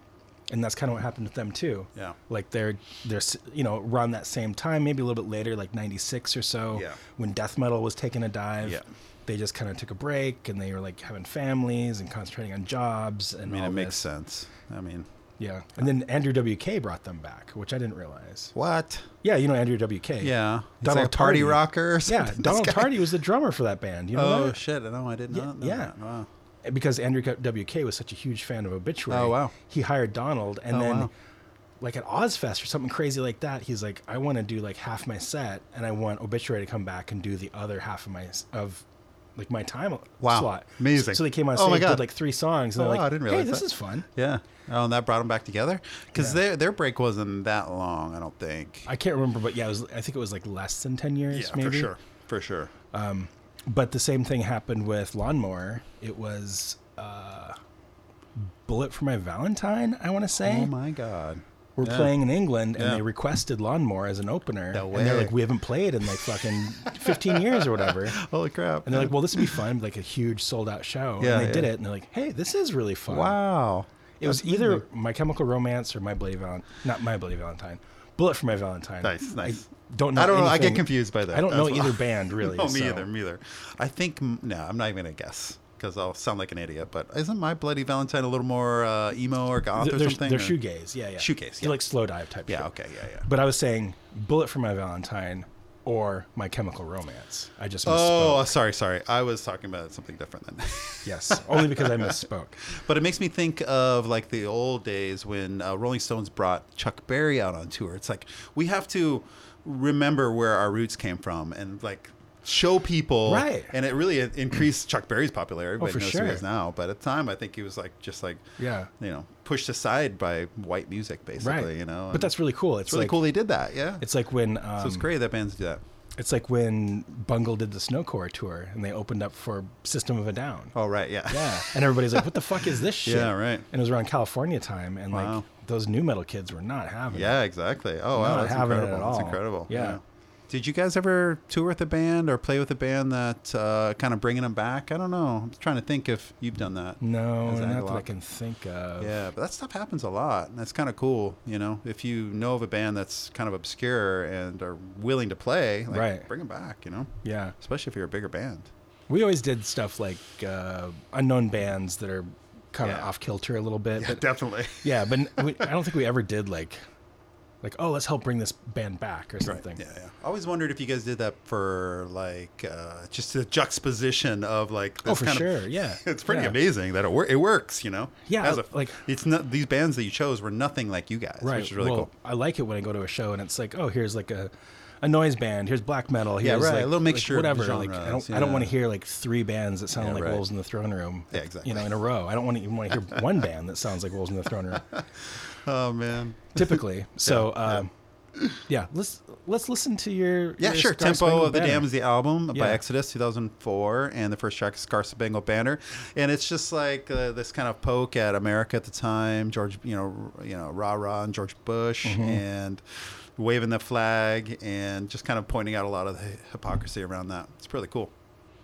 A: and that's kind of what happened with them too.
B: Yeah.
A: Like they're they're s- you know around that same time, maybe a little bit later, like '96 or so,
B: Yeah.
A: when death metal was taking a dive.
B: Yeah.
A: They just kind of took a break, and they were like having families and concentrating on jobs and
B: I mean,
A: all
B: it makes
A: this.
B: sense. I mean,
A: Yeah. And then Andrew WK brought them back, which I didn't realize.
B: what?
A: Yeah, you know Andrew WK.
B: Yeah, he's
A: Donald
B: like a party
A: Tardy.
B: rocker. Or something.
A: Yeah,
B: This
A: Donald
B: guy-
A: Tardy was the drummer for that band. You know
B: Oh
A: that?
B: shit! No, I did not. know
A: yeah.
B: that. Wow.
A: because Andrew WK was such a huge fan of Obituary.
B: Oh, wow.
A: He hired Donald, and
B: Oh,
A: then,
B: wow.
A: like at Ozfest or something crazy like that, he's like, "I want to do like half my set, and I want Obituary to come back and do the other half of my s- of." Like my time
B: Wow.
A: slot,
B: Amazing.
A: So they came on stage,
B: Oh, my
A: did
B: God.
A: like three songs, and
B: Oh,
A: they're like,
B: wow, I didn't
A: "Hey,
B: realize
A: this
B: that."
A: is fun."
B: Yeah. Oh, and that brought them back together because their their break wasn't that long. I don't think.
A: I can't remember, but yeah, it was, I think it was like less than ten years, maybe.
B: for sure.
A: But the same thing happened with Lawnmower. It was uh, Bullet for My Valentine, I want to say.
B: oh my god.
A: We're
B: Yeah.
A: playing in England, and
B: Yeah.
A: they requested Lawnmower as an opener.
B: No
A: And they're
B: way.
A: like, we haven't played in like fucking 15 years or whatever. And
B: Holy crap!
A: they're like, well, this would be fun, like a huge sold out show.
B: Yeah,
A: and they did
B: yeah.
A: it, and they're like, hey, this is really fun.
B: wow.
A: It was either My Chemical Romance or My Bloody Valentine. Not My Bloody Valentine. Bullet for My Valentine.
B: Nice, nice.
A: I don't know.
B: I don't know. I
A: anything-
B: get confused by that.
A: I don't know
B: That's why.
A: either band, really.
B: mm, no, me
A: so-
B: either. Me either. I think. No, I'm not even gonna guess. because I'll sound like an idiot. But isn't my Bloody Valentine a little more uh, emo or goth or
A: they're,
B: something?
A: they're
B: or-
A: shoegaze. Yeah, yeah.
B: Shoegaze,
A: They're
B: yeah.
A: like slow dive type.
B: Yeah.
A: shit.
B: Okay. Yeah. Yeah.
A: But I was saying Bullet for My Valentine or My Chemical Romance. I just
B: Oh,
A: misspoke.
B: sorry, sorry. I was talking about something different then.
A: Yes, only because I misspoke.
B: but it makes me think of like the old days when uh, Rolling Stones brought Chuck Berry out on tour. It's like we have to remember where our roots came from and like show people.
A: Right. Oh,
B: And it really increased Chuck Berry's popularity. Everybody
A: for
B: knows who he is
A: sure.
B: now. But at the time, I think he was like just like
A: Yeah.
B: you know pushed aside by white music basically.
A: Right.
B: You know.
A: But
B: And
A: that's really cool. It's,
B: it's really
A: like,
B: cool they did that. Yeah.
A: It's like when um,
B: so it's great that bands do that.
A: it's like when Bungle did the Snowcore tour and they opened up for System of a Down.
B: Oh right. Yeah.
A: Yeah, and everybody's like, "What the fuck is this shit?"
B: Yeah, right.
A: And it was around California time, and
B: Wow.
A: like those new metal kids were not having. it.
B: Yeah, exactly. Oh wow,
A: Not
B: that's
A: having it
B: incredible.
A: at
B: That's
A: all.
B: incredible.
A: Yeah.
B: Did you guys ever tour with a band or play with a band that uh, kind of bringing them back? I don't know. I'm trying to think if you've done that.
A: No,
B: As an
A: not that I
B: analog.
A: can think of.
B: Yeah, but that stuff happens a lot, and that's kind of cool. You know, if you know of a band that's kind of obscure and are willing to play, like,
A: Right.
B: Bring them back. You know,
A: Yeah.
B: especially if you're a bigger band.
A: We always did stuff like uh, unknown bands that are kind of
B: Yeah.
A: off kilter a little bit. but,
B: definitely.
A: yeah, but n- we, I don't think we ever did like, like oh, let's help bring this band back or something. Oh,
B: Yeah, yeah. I always wondered if you guys did that for like uh, just the juxtaposition of like.
A: Oh, for
B: kind
A: sure.
B: Of,
A: yeah,
B: it's pretty
A: Yeah.
B: amazing that it wor- it works. You know.
A: Yeah,
B: As a,
A: like-
B: like it's not these bands that you chose were nothing like you guys, which is really
A: well,
B: cool.
A: I like it when I go to a show and it's like, oh, here's like a, a noise band. Here's black metal. Here's
B: right,
A: Like,
B: a little
A: like
B: mixture of
A: whatever. like I don't,
B: genres,
A: I don't
B: yeah.
A: want to hear like three bands that sound
B: Yeah,
A: like
B: right.
A: Wolves in the Throne Room.
B: Yeah,
A: You know, in a row. I don't want to even want to hear one band that sounds like Wolves in the Throne Room.
B: Oh man.
A: Typically. So, um, yeah. let's let's listen to your
B: Yeah,
A: your
B: sure.
A: Star
B: Tempo
A: Spangled
B: of the
A: Banner.
B: Dam is the album
A: Yeah.
B: by Exodus, 2004, and the first track is "Scar Spangled Banner," and it's just like uh, this kind of poke at America at the time, George, you know, r- you know, rah rah, and George Bush,
A: Mm-hmm.
B: and waving the flag, and just kind of pointing out a lot of the hypocrisy around that. It's pretty cool.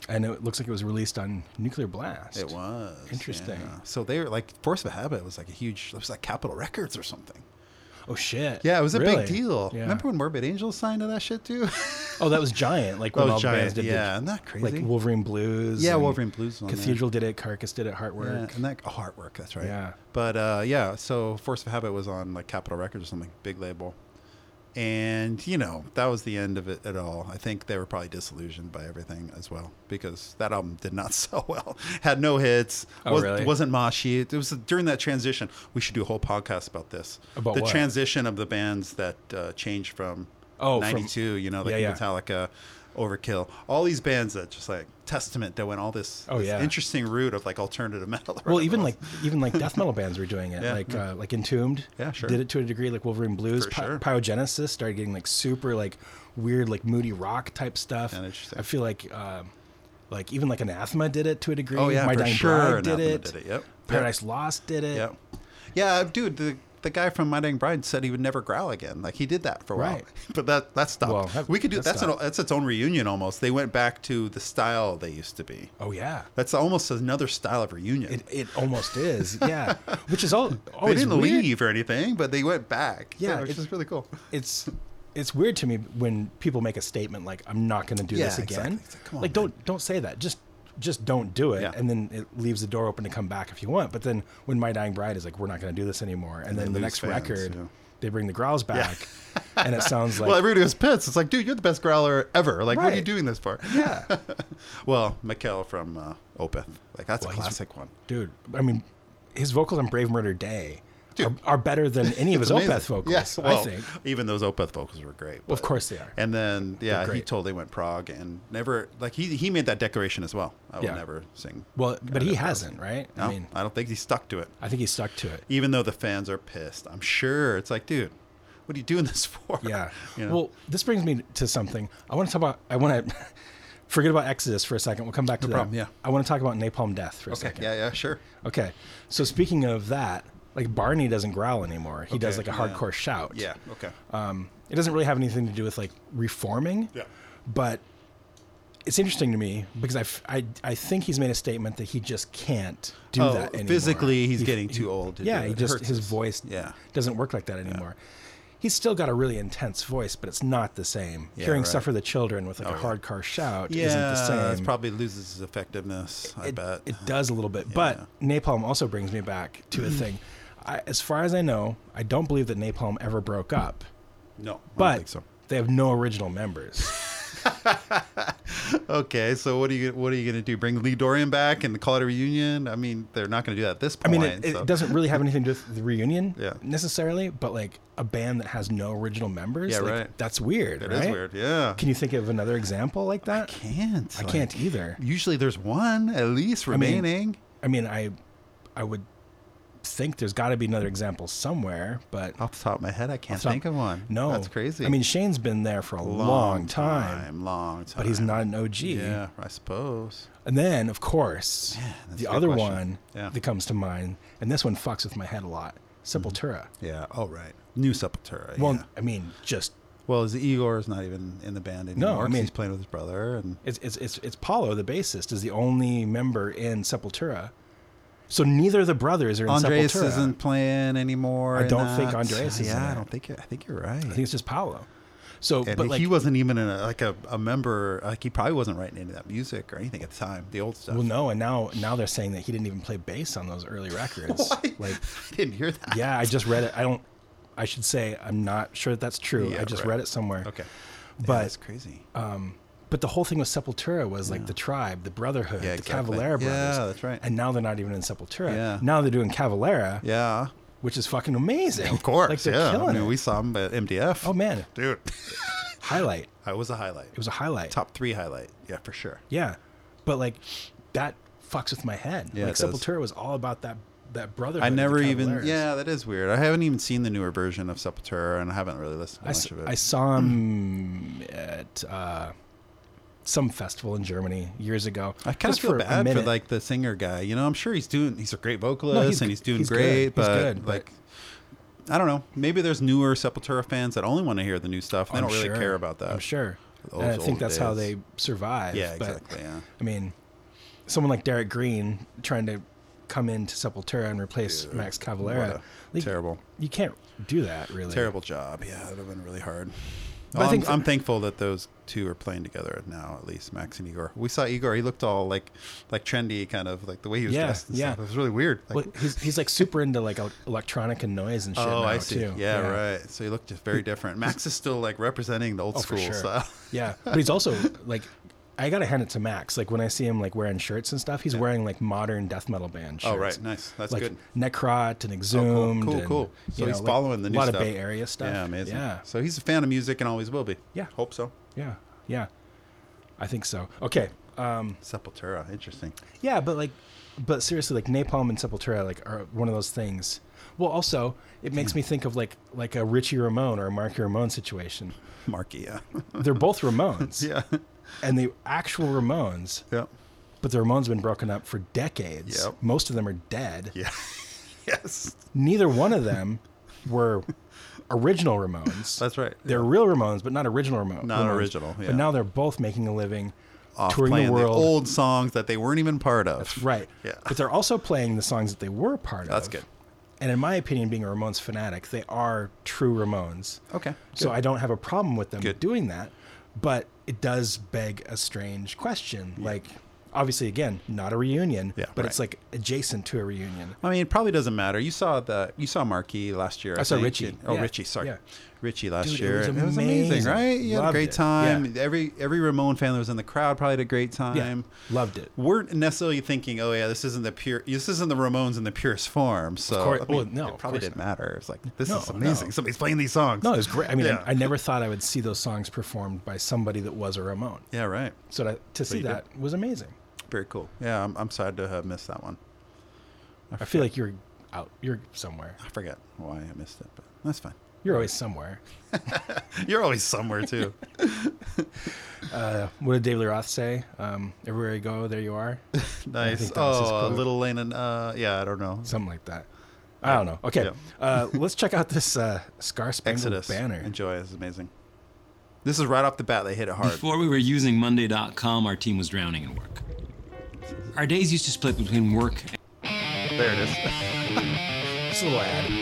A: and it looks like it was released on Nuclear Blast.
B: It was
A: Interesting.
B: yeah. So they were like Force of Habit was like a huge. It was like Capitol Records or something.
A: Oh shit!
B: Yeah, it was a
A: Really?
B: big deal.
A: Yeah.
B: Remember when Morbid Angel signed to that shit too?
A: Oh, that was giant. Like
B: That
A: when
B: was
A: all the bands
B: giant.
A: did the-
B: Yeah, isn't that crazy?
A: like Wolverine Blues.
B: Yeah,
A: and
B: Wolverine Blues. was on there.
A: Cathedral did it. Carcass did it. Heartwork.
B: Yeah, and that oh, artwork. That's right.
A: Yeah.
B: But uh, yeah, so Force of Habit was on like Capitol Records or something, big label, and you know that was the end of it at all. I think they were probably disillusioned by everything as well because that album did not sell well, had no hits,
A: Oh,
B: was,
A: really?
B: wasn't moshy. It was during that transition. We should do a whole podcast about this.
A: About
B: the
A: what?
B: transition of the bands that uh, changed from
A: Oh, from-
B: 92. you know, like
A: Yeah, yeah.
B: Metallica. Overkill, all these bands that just like Testament that went all this,
A: Oh,
B: this
A: yeah.
B: interesting route of like alternative metal. or
A: Well, even
B: whatever
A: like
B: it
A: even like death metal bands were doing it,
B: Yeah,
A: like Uh, like Entombed.
B: Yeah, sure.
A: Did it to a degree, like Wolverine Blues.
B: For sure.
A: Pyogenesis started getting like super like weird like moody rock type stuff.
B: Yeah, interesting.
A: I feel like um like even like Anathema did it to a degree.
B: Oh, yeah,
A: My
B: for
A: Dying
B: sure
A: Bride did
B: Anathema
A: it.
B: did it, yep.
A: Paradise Lost did it.
B: Yeah. Yeah, dude, the the guy from My Dying Bride said he would never growl again. Like he did that for a
A: Right.
B: while, but that that stopped.
A: Well, that-
B: we could do
A: that
B: that's an,
A: stopped.
B: that's its own reunion almost. They went back to the style they used to be.
A: Oh yeah.
B: That's almost another style of reunion.
A: It, it almost is. Yeah. Which is all
B: they
A: always
B: didn't
A: weird.
B: leave or anything, but they went back.
A: Yeah,
B: which
A: it's-
B: is really cool.
A: it's it's weird to me when people make a statement like I'm not going to do
B: Yeah,
A: this again.
B: exactly. It's like, come on,
A: like don't don't say that. Just just don't do it
B: Yeah.
A: and then it leaves the door open to come back if you want. But then when My Dying Bride is like we're not going to do this anymore and, then
B: they
A: the
B: lose
A: next
B: fans,
A: record
B: yeah.
A: they bring the growls back and it sounds like
B: well, everybody was pissed. It's like, dude, you're the best growler ever. Like, what are you
A: Right.
B: doing this for?
A: yeah.
B: well, Mikkel from uh, Opeth. Like, that's a
A: he's-
B: classic one.
A: Dude, I mean his vocals on Brave Murder Day are,
B: Dude.
A: are better than any of his
B: It's amazing.
A: Opeth vocals,
B: Yeah, well,
A: I think.
B: Even those Opeth vocals were great.
A: Well, of
B: but-
A: course they are.
B: And then yeah, he
A: great.
B: totally went Prague and never like he he made that declaration as well. I
A: Yeah.
B: will never sing.
A: Well, but he
B: Opeth.
A: hasn't, right?
B: No,
A: I mean,
B: I don't think he stuck to it.
A: I think he stuck to it.
B: Even though the fans are pissed, I'm sure it's like, dude, what are you doing this for?
A: Yeah.
B: You know?
A: Well, this brings me to something. I want to talk about. I want to forget about Exodus for a second. We'll come back to that.
B: problem, yeah.
A: I want to talk about Napalm Death for a
B: okay.
A: second.
B: Yeah, yeah, sure.
A: Okay. So speaking of that, like Barney doesn't growl anymore. He does like
B: Okay,
A: a
B: yeah.
A: hardcore shout.
B: Yeah. Okay.
A: Um, it doesn't really have anything to do with like reforming.
B: Yeah.
A: But it's interesting to me because I, f- I, I think he's made a statement that he just can't do
B: Oh,
A: that anymore.
B: physically, he's
A: He-
B: getting too old to
A: yeah,
B: do
A: he
B: it. It
A: just
B: hurts
A: his
B: his-
A: voice
B: yeah.
A: doesn't work like that anymore. he's still got a really intense voice, but it's not the same.
B: Yeah,
A: Hearing
B: right.
A: "Suffer the Children" with like
B: Oh,
A: a
B: yeah.
A: hardcore shout
B: Yeah,
A: isn't the same.
B: it probably loses its effectiveness. I
A: it,
B: bet.
A: it does a little bit. But Napalm also brings me back to a thing. I, as far as I know, I don't believe that Napalm ever broke up,
B: no, I don't
A: but
B: think so.
A: they have no original members.
B: Okay, so what are you what are you going to do? Bring Lee Dorian back and call it a reunion? I mean, they're not going to do that at this
A: I
B: point.
A: mean, it,
B: so-
A: it doesn't really have anything to do with the reunion
B: Yeah.
A: necessarily, but like a band that has no original members,
B: Yeah,
A: like,
B: right.
A: that's weird,
B: That
A: right?
B: is weird. Yeah,
A: Can you think of another example like that?
B: can't.
A: I can't either.
B: Usually, there's one at least
A: mean-
B: remaining.
A: I mean, I, I would think there's got to be another example somewhere, but
B: Off the top of my head, I can't
A: so-
B: think of one.
A: No,
B: that's crazy.
A: I mean, Shane's been there for a long, time,
B: long time.
A: but he's not an OG.
B: Yeah, I suppose.
A: And then, of course,
B: that's
A: the
B: a good
A: other
B: question.
A: one
B: Yeah.
A: that comes to mind, and this one fucks with my head a lot: Sepultura.
B: Yeah. Oh, right. New Sepultura.
A: Well,
B: yeah.
A: I mean, just
B: well, is Igor is not even in the band anymore.
A: I
B: 'cause
A: mean-
B: he's playing with his brother, and
A: It's it's it's, it's Paulo, the bassist, is the only member in Sepultura. So neither of the brothers are in
B: Andreas
A: Sepultura.
B: isn't playing anymore.
A: I
B: in
A: don't think
B: that.
A: Andreas is
B: Yeah,
A: in
B: I
A: it.
B: don't think. I think you're right.
A: I think it's just Paulo. So,
B: and
A: but
B: he-
A: like,
B: he wasn't even in a, like a, a member. Like he probably wasn't writing any of that music or anything at the time. The old stuff.
A: well, no, and now now they're saying that he didn't even play bass on those early records.
B: Why?
A: Like,
B: I didn't hear that.
A: yeah, I just read it. I don't. I should say I'm not sure that that's true.
B: Yeah,
A: I just
B: right.
A: read it somewhere.
B: Okay. yeah,
A: but
B: that's crazy.
A: Uh, but the whole thing with Sepultura was like the tribe, the brotherhood,
B: Yeah,
A: the
B: exactly.
A: Cavalera brothers.
B: Yeah, that's right.
A: And now they're not even in Sepultura.
B: Yeah.
A: Now they're doing Cavalera,
B: yeah.
A: which is fucking amazing.
B: Of course.
A: like they're
B: yeah.
A: killing
B: I mean,
A: it.
B: we saw him at MDF.
A: oh man,
B: dude.
A: highlight.
B: I was a highlight.
A: It was a highlight.
B: top three highlight. Yeah, for sure.
A: Yeah, but like that fucks with my head.
B: Yeah,
A: like
B: it does.
A: Sepultura was all about that that brotherhood.
B: I
A: of the
B: never even.
A: Cavaleros.
B: Yeah, that is weird. I haven't even seen the newer version of Sepultura, and I haven't really listened to
A: I,
B: much
A: s-
B: of it.
A: I saw him at uh, some festival in Germany years ago.
B: I kind of
A: Just
B: feel
A: a
B: bad for
A: minute.
B: like the singer guy. You know, I'm sure he's doing. He's a great vocalist,
A: he's
B: and
A: g-
B: he's doing
A: he's good.
B: great.
A: He's
B: But
A: good, but-
B: like, I don't know. Maybe there's newer Sepultura fans that only want to hear the new stuff. They
A: I'm
B: don't really
A: sure.
B: care about that.
A: I'm sure.
B: Those
A: and I think
B: old
A: that's how
B: days.
A: they survive.
B: Yeah,
A: but,
B: exactly. Yeah.
A: I mean, someone like Derek Green trying to come into Sepultura and replace Max
B: What
A: Cavalera.
B: a
A: Like,
B: terrible,
A: You can't do that, really.
B: terrible job. Yeah, that would have been really hard.
A: But I
B: I
A: think
B: think
A: for-
B: I'm, thankful that those two are playing together now, at least Max and Igor. We saw Igor; he looked all like, like trendy, kind of like the way he was
A: Yeah,
B: dressed. And
A: yeah.
B: stuff. it was really weird. Like,
A: Well, he's, he's like super into like el- electronic and noise and shit.
B: oh,
A: now,
B: I see.
A: Too.
B: Yeah, right. So he looked just very different. Max is still like representing the old
A: Oh, for
B: school
A: sure.
B: style.
A: Yeah, but he's also like, I gotta hand it to Max. Like when I see him like wearing shirts and stuff, he's wearing like modern death metal band shirts.
B: Oh, right. Nice. That's
A: like
B: good. Oh,
A: Necrot and
B: Cool,
A: Exhumed.
B: cool,
A: and,
B: cool. So
A: you
B: he's
A: know, like,
B: following the new
A: a lot
B: stuff.
A: of Bay Area stuff.
B: Yeah, amazing.
A: Yeah,
B: So he's a fan of music and always will be.
A: Yeah.
B: Hope so.
A: yeah, yeah. I think so. Okay. Um,
B: Sepultura. Interesting.
A: yeah, but like, but seriously, like Napalm and Sepultura, like, are one of those things. Well, also, it makes me think of like like a Richie Ramone or a Marky Ramone situation.
B: Marky. E, Yeah.
A: They're both Ramones.
B: yeah.
A: and the actual Ramones,
B: Yeah.
A: but the Ramones have been broken up for decades.
B: Yep.
A: Most of them are dead.
B: Yeah. yes.
A: Neither one of them were original Ramones.
B: That's right.
A: They're real Ramones, but not original Ramones.
B: Not
A: Ramones.
B: original, yeah.
A: But now they're both making a living
B: Off
A: touring
B: playing
A: the world.
B: old songs that they weren't even part of. That's
A: Right.
B: Yeah.
A: But they're also playing the songs that they were part of.
B: That's good.
A: And in my opinion, being a Ramones fanatic, they are true Ramones.
B: Okay.
A: So I don't have a problem with them
B: Good.
A: doing that, but it does beg a strange question. Like, obviously, again, not a reunion,
B: Yeah,
A: but
B: right.
A: it's like adjacent to a reunion.
B: I mean, it probably doesn't matter. You saw the you saw Marquee last year. I,
A: saw
B: think.
A: Richie.
B: Oh,
A: Yeah.
B: Richie, sorry,
A: Yeah.
B: Richie last
A: Dude, it
B: year.
A: was
B: It was amazing,
A: amazing.
B: right? You had a
A: Loved
B: great
A: it.
B: time. Every every Ramon fan that was in the crowd probably had a great time.
A: Loved it.
B: Weren't necessarily thinking, oh yeah, this isn't the pure, this isn't the Ramones in the purest form. So
A: course-
B: I mean,
A: well, no,
B: it
A: of
B: probably
A: course
B: didn't matter. It's like this
A: No,
B: is amazing. Somebody's playing these songs.
A: No, it was great. I mean,
B: Yeah.
A: I, I never thought I would see those songs performed by somebody that was a Ramon.
B: yeah, right.
A: So to, to see
B: you did.
A: that was amazing.
B: Very cool. Yeah, I'm, I'm sad to have missed that one.
A: I feel like you're out. You're somewhere.
B: I forget why I missed it, but that's fine.
A: You're always somewhere.
B: You're always somewhere too.
A: What did David Lee Roth say? Um, Everywhere you go, there you are.
B: nice.
A: think that was his
B: Oh, a
A: quote.
B: little Lane and uh, yeah, I don't know.
A: Something like that. I don't know. Okay.
B: Yeah.
A: Uh, let's check out this uh, Scar Spangled
B: Exodus.
A: Banner.
B: Enjoy. This is amazing. This is right off the bat. They hit it hard.
C: Before we were using Monday.com, our team was drowning in work. Our days used to split between work
B: there it is.
A: Just a little ad.
D: oh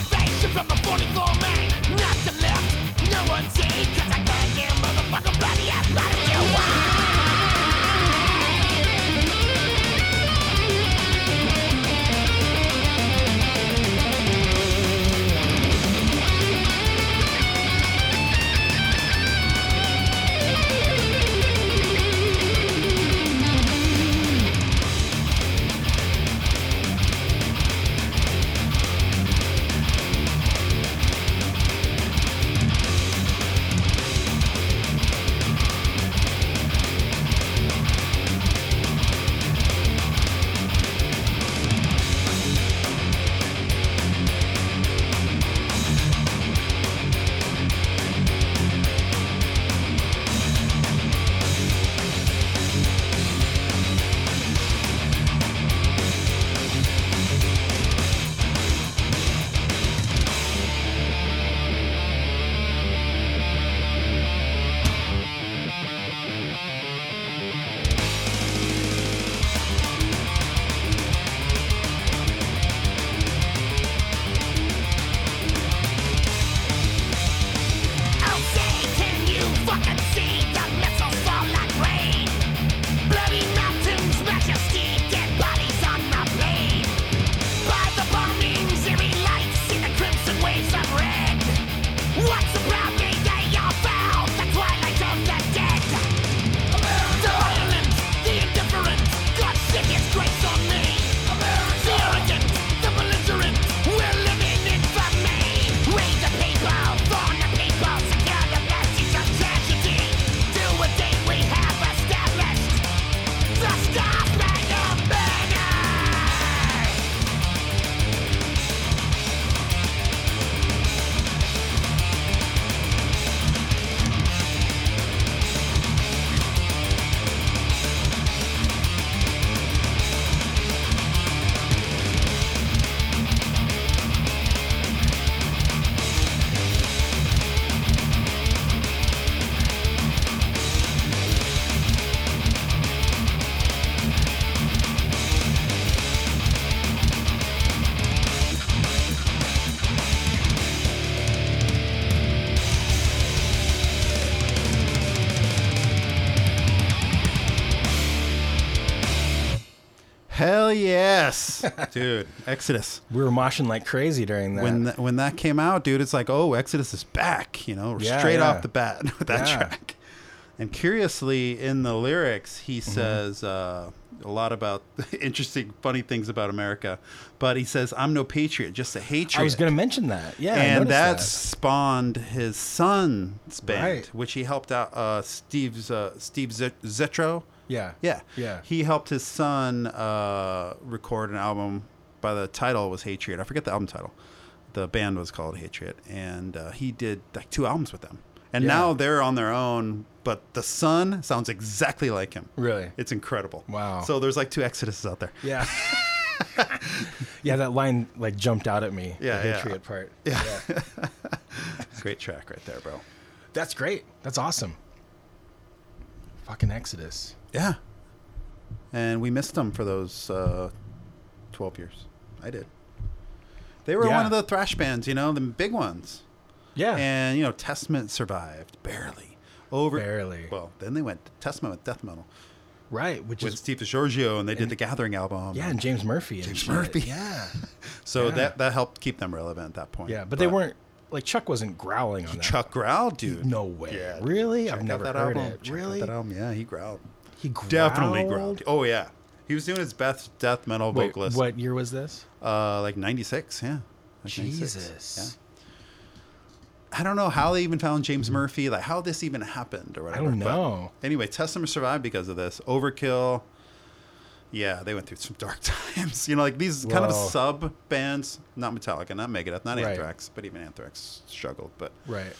D: for me not to live. No one see, cause I got you, motherfucker, bloody ass, bloody you are. I'll say, can you fucking see the missiles fall like rain? Bloody mountains, majesty, dead bodies on my blade. By the bombings, eerie lights see the crimson waves of red. What's the proud day they are foul? The twilight of the dead. The violent, the indifferent, God sick his grace on me. The arrogant, the belligerent, we're living in infamy. Raise the people, form the people, secure the message of tragedy. Do what they we have established. The stars made of banners.
B: Hell yes, dude. Exodus.
A: We were moshing like crazy during that.
B: When that, when that came out, dude, it's like, oh, Exodus is back. You know, we're
A: Yeah,
B: straight
A: yeah.
B: off the bat with that
A: Yeah.
B: track. And curiously, in the lyrics, he
A: Mm-hmm.
B: says uh, a lot about interesting, funny things about America. But he says, "I'm no patriot, just a hatred."
A: I was going to mention that. Yeah, I
B: and
A: noticed
B: that,
A: that.
B: spawned his son's band,
A: Right.
B: which he helped out. Uh, Steve's uh, Steve Zet- Zetro.
A: Yeah.
B: yeah,
A: Yeah.
B: He helped his son uh, record an album. By the title was Hatred. I forget the album title. The band was called Hatred, and uh, he did like two albums with them. And
A: Yeah.
B: now they're on their own, but the son sounds exactly like him.
A: Really?
B: it's incredible.
A: Wow.
B: So there's like two Exoduses out there.
A: Yeah. yeah, that line like jumped out at me.
B: Yeah,
A: the
B: yeah.
A: Patriot part.
B: Great track right there, bro.
A: That's great. That's awesome. Fucking Exodus.
B: Yeah. And we missed them for those uh, 12 years. I did. They were
A: Yeah.
B: one of the thrash bands, you know, the big ones.
A: Yeah.
B: And, you know, Testament survived barely. Over
A: Barely.
B: Well, then they went to Testament with death metal
A: right, which
B: with
A: is
B: Steve DiGiorgio, and they did the Gathering album.
A: yeah, and James Murphy. and shit.
B: Murphy.
A: Yeah.
B: so that that helped keep them relevant at that point.
A: Yeah, but, they weren't like Chuck wasn't growling on that.
B: Chuck growl, dude.
A: No way.
B: Yeah, dude.
A: really?
B: Check
A: I've
B: out
A: never
B: that
A: heard
B: album.
A: it.
B: Check out
A: really?
B: that album. Yeah, he growled.
A: He growled?
B: Definitely growled. Oh yeah, he was doing his best death metal
A: Wait,
B: vocalist.
A: what year was this?
B: Uh, like 96, yeah. Like 96,
A: Jesus.
B: Yeah. I don't know how they even found James Murphy, like how this even happened or whatever.
A: don't
B: but
A: know.
B: anyway, Testament survived because of this. Overkill. Yeah, they went through some dark times. You know, like these kind of
A: Well-
B: sub bands, not Metallica, not Megadeth, not
A: Right.
B: Anthrax, but even Anthrax struggled, but
A: Right.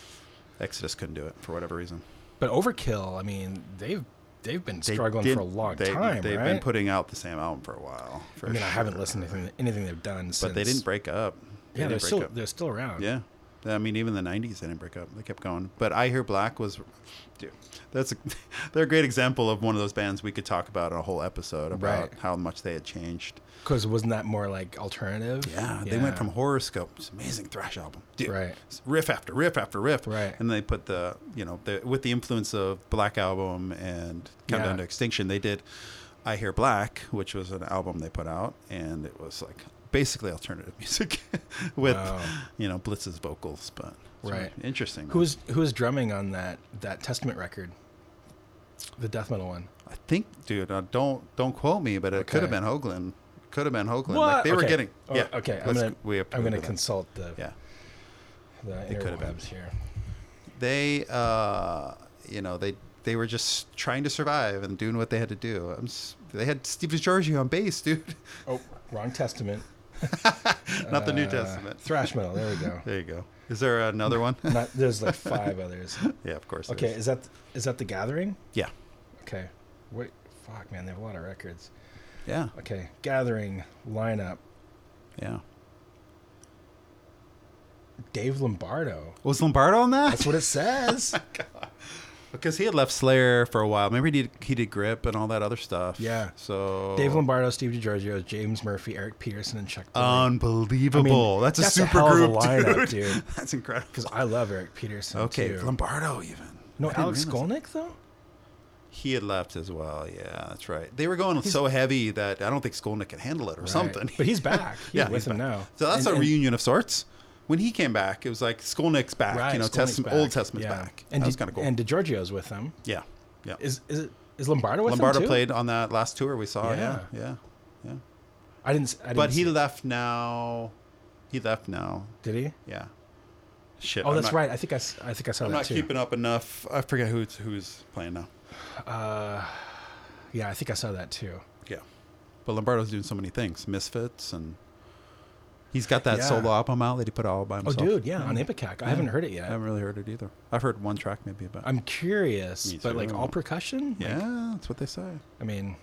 B: Exodus couldn't do it for whatever reason.
A: But Overkill, I mean, they've they've been
B: They
A: struggling
B: did-
A: for a long
B: they,
A: time,
B: They've
A: right?
B: been putting out the same album for a while. For
A: I mean, I haven't
B: sure.
A: listened to anything, anything they've done since.
B: But they didn't break up. They
A: Yeah, they're
B: didn't break
A: still
B: up.
A: they're still around.
B: Yeah. I mean, even the '90s they didn't break up; they kept going. But I Hear Black was, dude, that's a, they're a great example of one of those bands we could talk about in a whole episode about
A: Right.
B: how much they had changed.
A: Because wasn't that more like alternative?
B: Yeah, they went from Horoscope, it's an amazing thrash album, dude,
A: Right.
B: it's riff after riff after riff,
A: Right.
B: And they put the you know the, with the influence of Black Album and Countdown
A: Yeah.
B: to Extinction, they did I Hear Black, which was an album they put out, and it was like basically alternative music with
A: Wow.
B: you know Blitz's vocals, but it's
A: Right.
B: interesting. man.
A: Who's who's drumming on that that Testament record? The death metal one.
B: I think, dude, uh, don't don't quote me, but it could have
A: Okay.
B: been Hoagland. Could have been Hoagland. Like they were
A: Okay.
B: getting.
A: Oh,
B: yeah.
A: Okay. I'm
B: let's-
A: gonna
B: we
A: I'm
B: approve
A: gonna
B: of that.
A: consult the
B: Yeah.
A: the
B: could've been.
A: interwebs here.
B: They, uh, you know, they they were just trying to survive and doing what they had to do. I'm s- they had Steve DiGiorgio on bass, dude.
A: Oh, wrong Testament.
B: Not the New
A: Uh,
B: Testament.
A: Thrash metal. There we go.
B: There you go. Is there another one?
A: Not, there's like five others.
B: yeah, of course. there
A: Okay,
B: is.
A: is that is that the Gathering?
B: Yeah.
A: Okay. Wait, fuck, man, they have a lot of records.
B: Yeah.
A: Okay, Gathering lineup.
B: Yeah.
A: Dave Lombardo.
B: Was Lombardo on that?
A: That's what it says.
B: Oh. Because he had left Slayer for a while. Maybe he did, he did Grip and all that other stuff.
A: Yeah.
B: So
A: Dave Lombardo, Steve DiGiorgio, James Murphy, Eric Peterson, and Chuck.
B: Unbelievable.
A: I mean,
B: that's a
A: that's a
B: super
A: hell of a
B: group,
A: lineup,
B: dude.
A: dude.
B: That's incredible.
A: Because I love Eric Peterson.
B: Okay,
A: too.
B: Lombardo even.
A: no,
B: I didn't
A: Alex
B: realize-
A: Skolnick though.
B: He had left as well. Yeah, that's right. They were going so heavy that I don't think Skolnick could handle it or something.
A: But he's back. He's
B: yeah,
A: with
B: he's
A: him
B: back.
A: now.
B: So that's
A: And-
B: a
A: and-
B: reunion of sorts. When he came back, it was like Skolnick's back.
A: right,
B: you know,
A: Skolnick's
B: Testament,
A: back.
B: Old Testament's
A: Yeah.
B: back.
A: And
B: that was
A: Di-
B: kind of cool.
A: And DiGiorgio's with him.
B: yeah, yeah.
A: Is is it is Lombardo with him
B: Lombardo
A: too?
B: played on that last tour we saw. Yeah,
A: Yeah.
B: yeah, yeah.
A: I didn't. s- I didn't
B: But he
A: see-
B: left now. He left now.
A: did he?
B: Yeah. Shit.
A: Oh,
B: I'm
A: that's
B: not-
A: right. I think I, s- I think I saw
B: I'm
A: that
B: not
A: too.
B: keeping up enough. I forget who's who's playing now.
A: Yeah, I think I saw that too.
B: Yeah. But Lombardo's doing so many things, Misfits, and he's got that
A: Yeah.
B: solo album out that he put all by
A: Oh,
B: himself.
A: dude, yeah,
B: Mm.
A: on Ipecac. I haven't heard it
B: I
A: yet.
B: haven't really heard it either. I've heard one track maybe about.
A: I'm curious,
B: Me
A: but like
B: too.
A: all percussion. Like,
B: yeah, that's what they say.
A: I mean,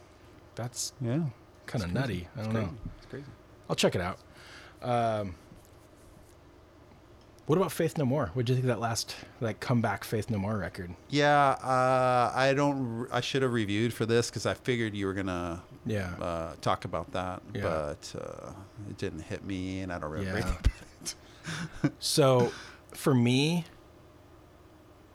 A: that's
B: Yeah.
A: kind of nutty. I don't
B: Crazy.
A: know.
B: It's crazy.
A: I'll check it out. Um, what about Faith No More? What do you think of that last that comeback Faith No More record?
B: Yeah, uh, I don't. re- I should have reviewed for this because I figured you were gonna
A: Yeah.
B: uh, talk about that,
A: Yeah.
B: but uh, it didn't hit me, and I don't remember
A: Yeah.
B: anything about it.
A: So, for me,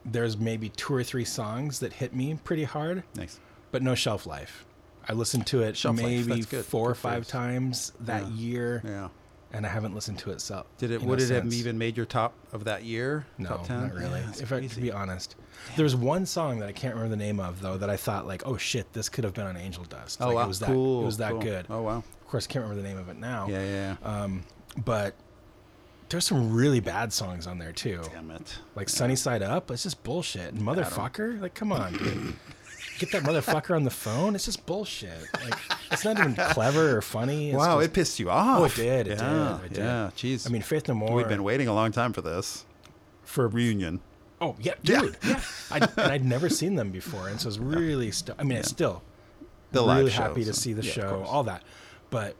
A: there's maybe two or three songs that hit me pretty hard,
B: Nice.
A: but no shelf life. I listened to it
B: Shelf life,
A: maybe
B: that's good.
A: four or
B: Good for
A: five
B: us.
A: times that
B: Yeah.
A: year,
B: Yeah.
A: and I haven't listened to it. So,
B: Did it?
A: you know,
B: would it have
A: since.
B: even made your top of that year?
A: No,
B: top ten?
A: not really.
B: Yeah, it's
A: if I, to
B: crazy.
A: be honest, there's one song that I can't remember the name of though that I thought like, oh shit, this could have been on Angel Dust.
B: Oh
A: like,
B: wow,
A: it was that,
B: cool.
A: It was that
B: cool.
A: good.
B: Oh wow.
A: Of course, I can't remember the name of it now.
B: Yeah, yeah. yeah.
A: Uh, But there's some really bad songs on there too.
B: Damn it.
A: Like Sunny Side Up, it's just bullshit. And motherfucker, like come on, dude. Get that motherfucker on the phone. It's just bullshit. Like it's not even clever or funny. It's
B: Wow,
A: just-
B: it pissed you off.
A: Oh, it did, it did,
B: yeah,
A: it did.
B: yeah. Jeez.
A: I mean, Faith No More.
B: we've been waiting a long time for this
A: for
B: reunion.
A: Oh yeah,
B: Yeah.
A: dude. Yeah, I, and I'd never seen them before, and so it's really. Stu- I mean, it's still
B: The
A: really
B: live
A: happy
B: shows
A: to
B: and-
A: see the
B: yeah, of
A: show,
B: course.
A: all that. But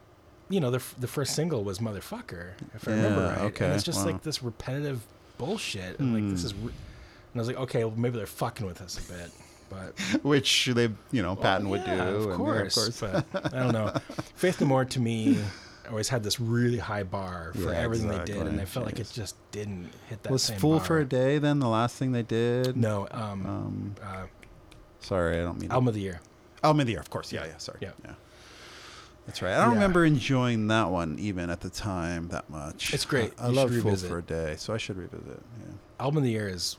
A: you know, the f- the first single was "Motherfucker," if I remember
B: Yeah,
A: right.
B: okay,
A: and it's just
B: wow. Hmm.
A: like this repetitive bullshit, and like this is. Re- and I was like, okay, well, maybe they're fucking with us a bit, but
B: Which they, you know, Patton would do.
A: Oh, yeah,
B: and- yeah,
A: Of course, But I don't know. Faith No More to me always had this really high bar for
B: Yeah,
A: everything they did, and
B: exactly.
A: I felt like it
B: Jeez.
A: just didn't hit that.
B: Was
A: same
B: Fool for
A: bar.
B: a Day then the last thing they did?
A: No, um, uh,
B: Sorry, I don't mean.
A: album of the year.
B: Album of the Year, of course. Yeah, yeah, sorry.
A: Yeah.
B: That's right. I don't
A: Yeah.
B: remember enjoying that one even at the time that much.
A: It's great.
B: I, I
A: You should
B: love Fool
A: revisit.
B: for a Day, so I should revisit. Yeah.
A: album of the year is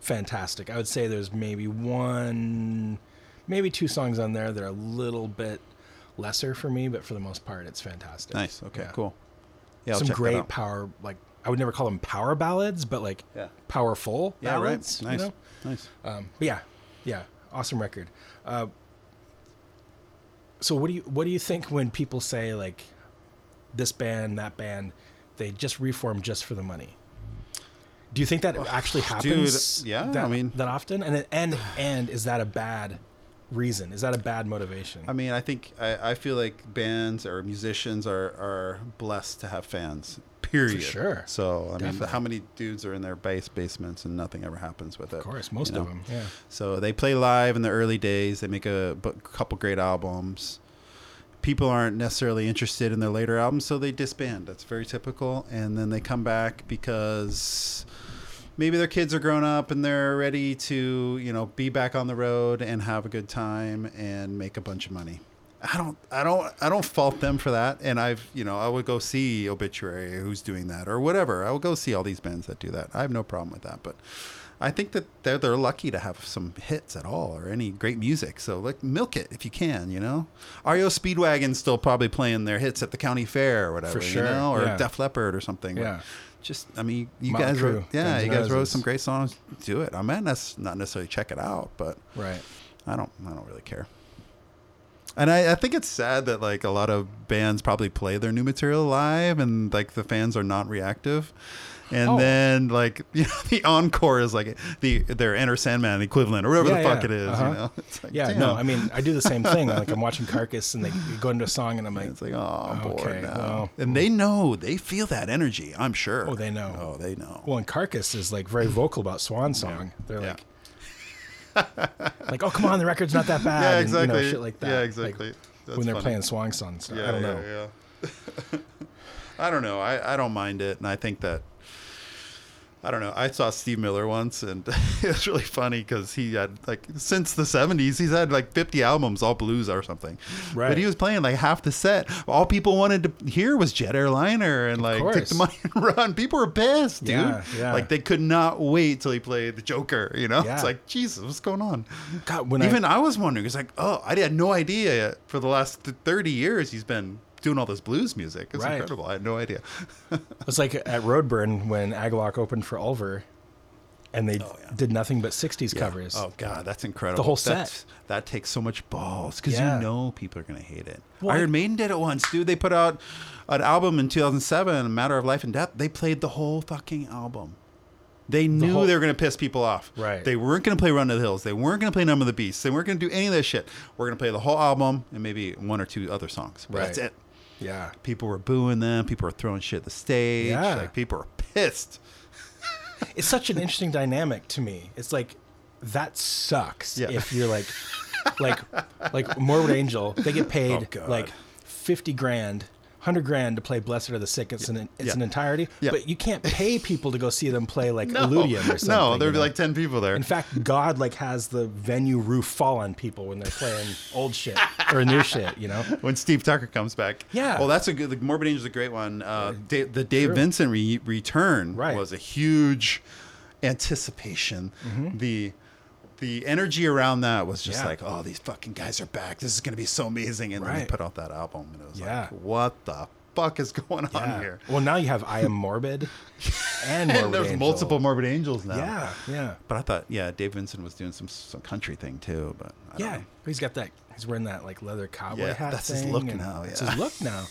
A: fantastic. I would say there's maybe one, maybe two songs on there that are a little bit lesser for me, but for the most part, it's fantastic.
B: Nice. Okay,
A: Yeah.
B: cool. Yeah, I'll
A: Some
B: check that
A: great
B: out.
A: power, like I would never call them power ballads, but like
B: Yeah.
A: powerful
B: Yeah, right.
A: ballads.
B: Nice.
A: you know?
B: Nice.
A: Um, but yeah, yeah, awesome record. Uh, so what do you what do you think when people say like this band that band they just reform just for the money? Do you think that actually happens?
B: yeah, I
A: that,
B: mean-
A: that often. And and and is that a bad reason? Is that a bad motivation?
B: I mean, I think I, I feel like bands or musicians are, are blessed to have fans. period.
A: sure.
B: So I mean,
A: Definitely.
B: how many dudes are in their base basements and nothing ever happens with it? Of
A: course, most of them, yeah.
B: So they play live in the early days. They make a bu- couple great albums. People aren't necessarily interested in their later albums, so they disband. That's very typical. And then they come back because maybe their kids are grown up and they're ready to you know be back on the road and have a good time and make a bunch of money i don't i don't i don't fault them for that and i've you know i would go see obituary who's doing that or whatever i will go see all these bands that do that i have no problem with that but i think that they're they're lucky to have some hits at all or any great music so like milk it if you can you know REO speedwagon's still probably playing their hits at the county fair or whatever
A: sure,
B: you know or
A: yeah.
B: def leppard or something but
A: Yeah.
B: just i mean you
A: Motley
B: guys wrote
A: Crue,
B: yeah
A: Guns
B: you
A: N'
B: guys wrote
A: Roses.
B: some great songs do it i might nes- not necessarily check it out but
A: Right.
B: i don't i don't really care and I, I think it's sad that like a lot of bands probably play their new material live and like the fans are not reactive and
A: Oh.
B: then like you know, the encore is like the their enter sandman equivalent or whatever
A: Yeah,
B: the fuck
A: yeah,
B: it is
A: uh-huh.
B: you know it's like,
A: Yeah,
B: damn.
A: no, I mean, I do the same thing. Like, I'm watching Carcass and they go into a song and I'm like,
B: it's like oh i'm
A: Okay,
B: bored now
A: well.
B: and they know they feel that energy i'm sure
A: Oh, they know.
B: oh they know
A: well, and Carcass is like very vocal about Swan Song. They're
B: yeah
A: like, like, oh, come on, the record's not that bad.
B: Yeah,
A: And, you
B: exactly.
A: know, shit like that.
B: Yeah,
A: Like,
B: exactly. That's
A: when they're
B: funny.
A: playing Swan Song and stuff.
B: Yeah,
A: I don't
B: yeah,
A: know.
B: Yeah. I don't know. I, I don't mind it, and I think that I don't know. I saw Steve Miller once, and it was really funny because he had like since the '70s, he's had like 50 albums, all blues or something.
A: Right.
B: But he was playing like half the set. All people wanted to hear was Jet Airliner, and like take
A: course.
B: the money and run. People were pissed, dude.
A: Yeah, yeah.
B: Like they could not wait till he played the Joker. You know,
A: Yeah.
B: it's like Jesus, what's going on?
A: God, when
B: Even
A: I,
B: I was wondering. It's like, oh, I had no idea yet. for the last th- 30 years he's been doing all this blues music. It's
A: Right.
B: incredible. I had no idea.
A: It's like at Roadburn when Agalock opened for Ulver, and they
B: Oh, yeah.
A: did nothing but '60s covers.
B: Oh god, that's incredible.
A: The whole
B: That's-
A: set.
B: that takes so much balls because
A: Yeah.
B: you know people are gonna hate it.
A: Well,
B: Iron
A: I-
B: Maiden did it once, dude. They put out an album in 2007, A Matter of Life and Death. They played the whole fucking album. They knew
A: whole-
B: they were gonna piss people off.
A: Right.
B: They weren't gonna play Run to the Hills. They weren't gonna play Numb of the Beast. They weren't gonna do any of that shit. We're gonna play the whole album and maybe one or two other songs. But That's
A: Right.
B: it.
A: yeah,
B: people were booing them. People were throwing shit at the stage.
A: Yeah.
B: Like people were pissed.
A: it's such an interesting dynamic to me. It's like that sucks
B: Yeah.
A: if you're like, like, like Morbid Angel. They get paid
B: Oh, God.
A: like fifty grand. Hundred grand to play "Blessed Are the Sick" it's an it's
B: Yeah.
A: an entirety,
B: Yeah.
A: but you can't pay people to go see them play like Illudium or something.
B: no,
A: you
B: there'd be
A: know?
B: like ten people there.
A: In fact, God like has the venue roof fall on people when they're playing old shit or new shit, you know?
B: when Steve Tucker comes back,
A: Yeah.
B: Well, that's a good. The Morbid Angel is a great one. Uh, Da- the Dave Vincent re- return
A: Right.
B: was a huge anticipation. The the energy around that was just
A: Mm-hmm. Yeah.
B: like, oh, these fucking guys are back. This is gonna be so amazing. And then they
A: Right.
B: put out that album, and it was
A: Yeah.
B: like, what the fuck is going on
A: Yeah.
B: here?
A: Well, now you have I am morbid and morbid.
B: And there's
A: Angel.
B: multiple Morbid Angels now.
A: Yeah, yeah,
B: But I thought, yeah, Dave Vincent was doing some some country thing too. But I don't
A: yeah.
B: know.
A: He's got that. He's wearing that like leather cowboy
B: Um, Yeah,
A: hat.
B: that's his
A: thing,
B: look
A: and
B: now,
A: It's
B: yeah.
A: his look now.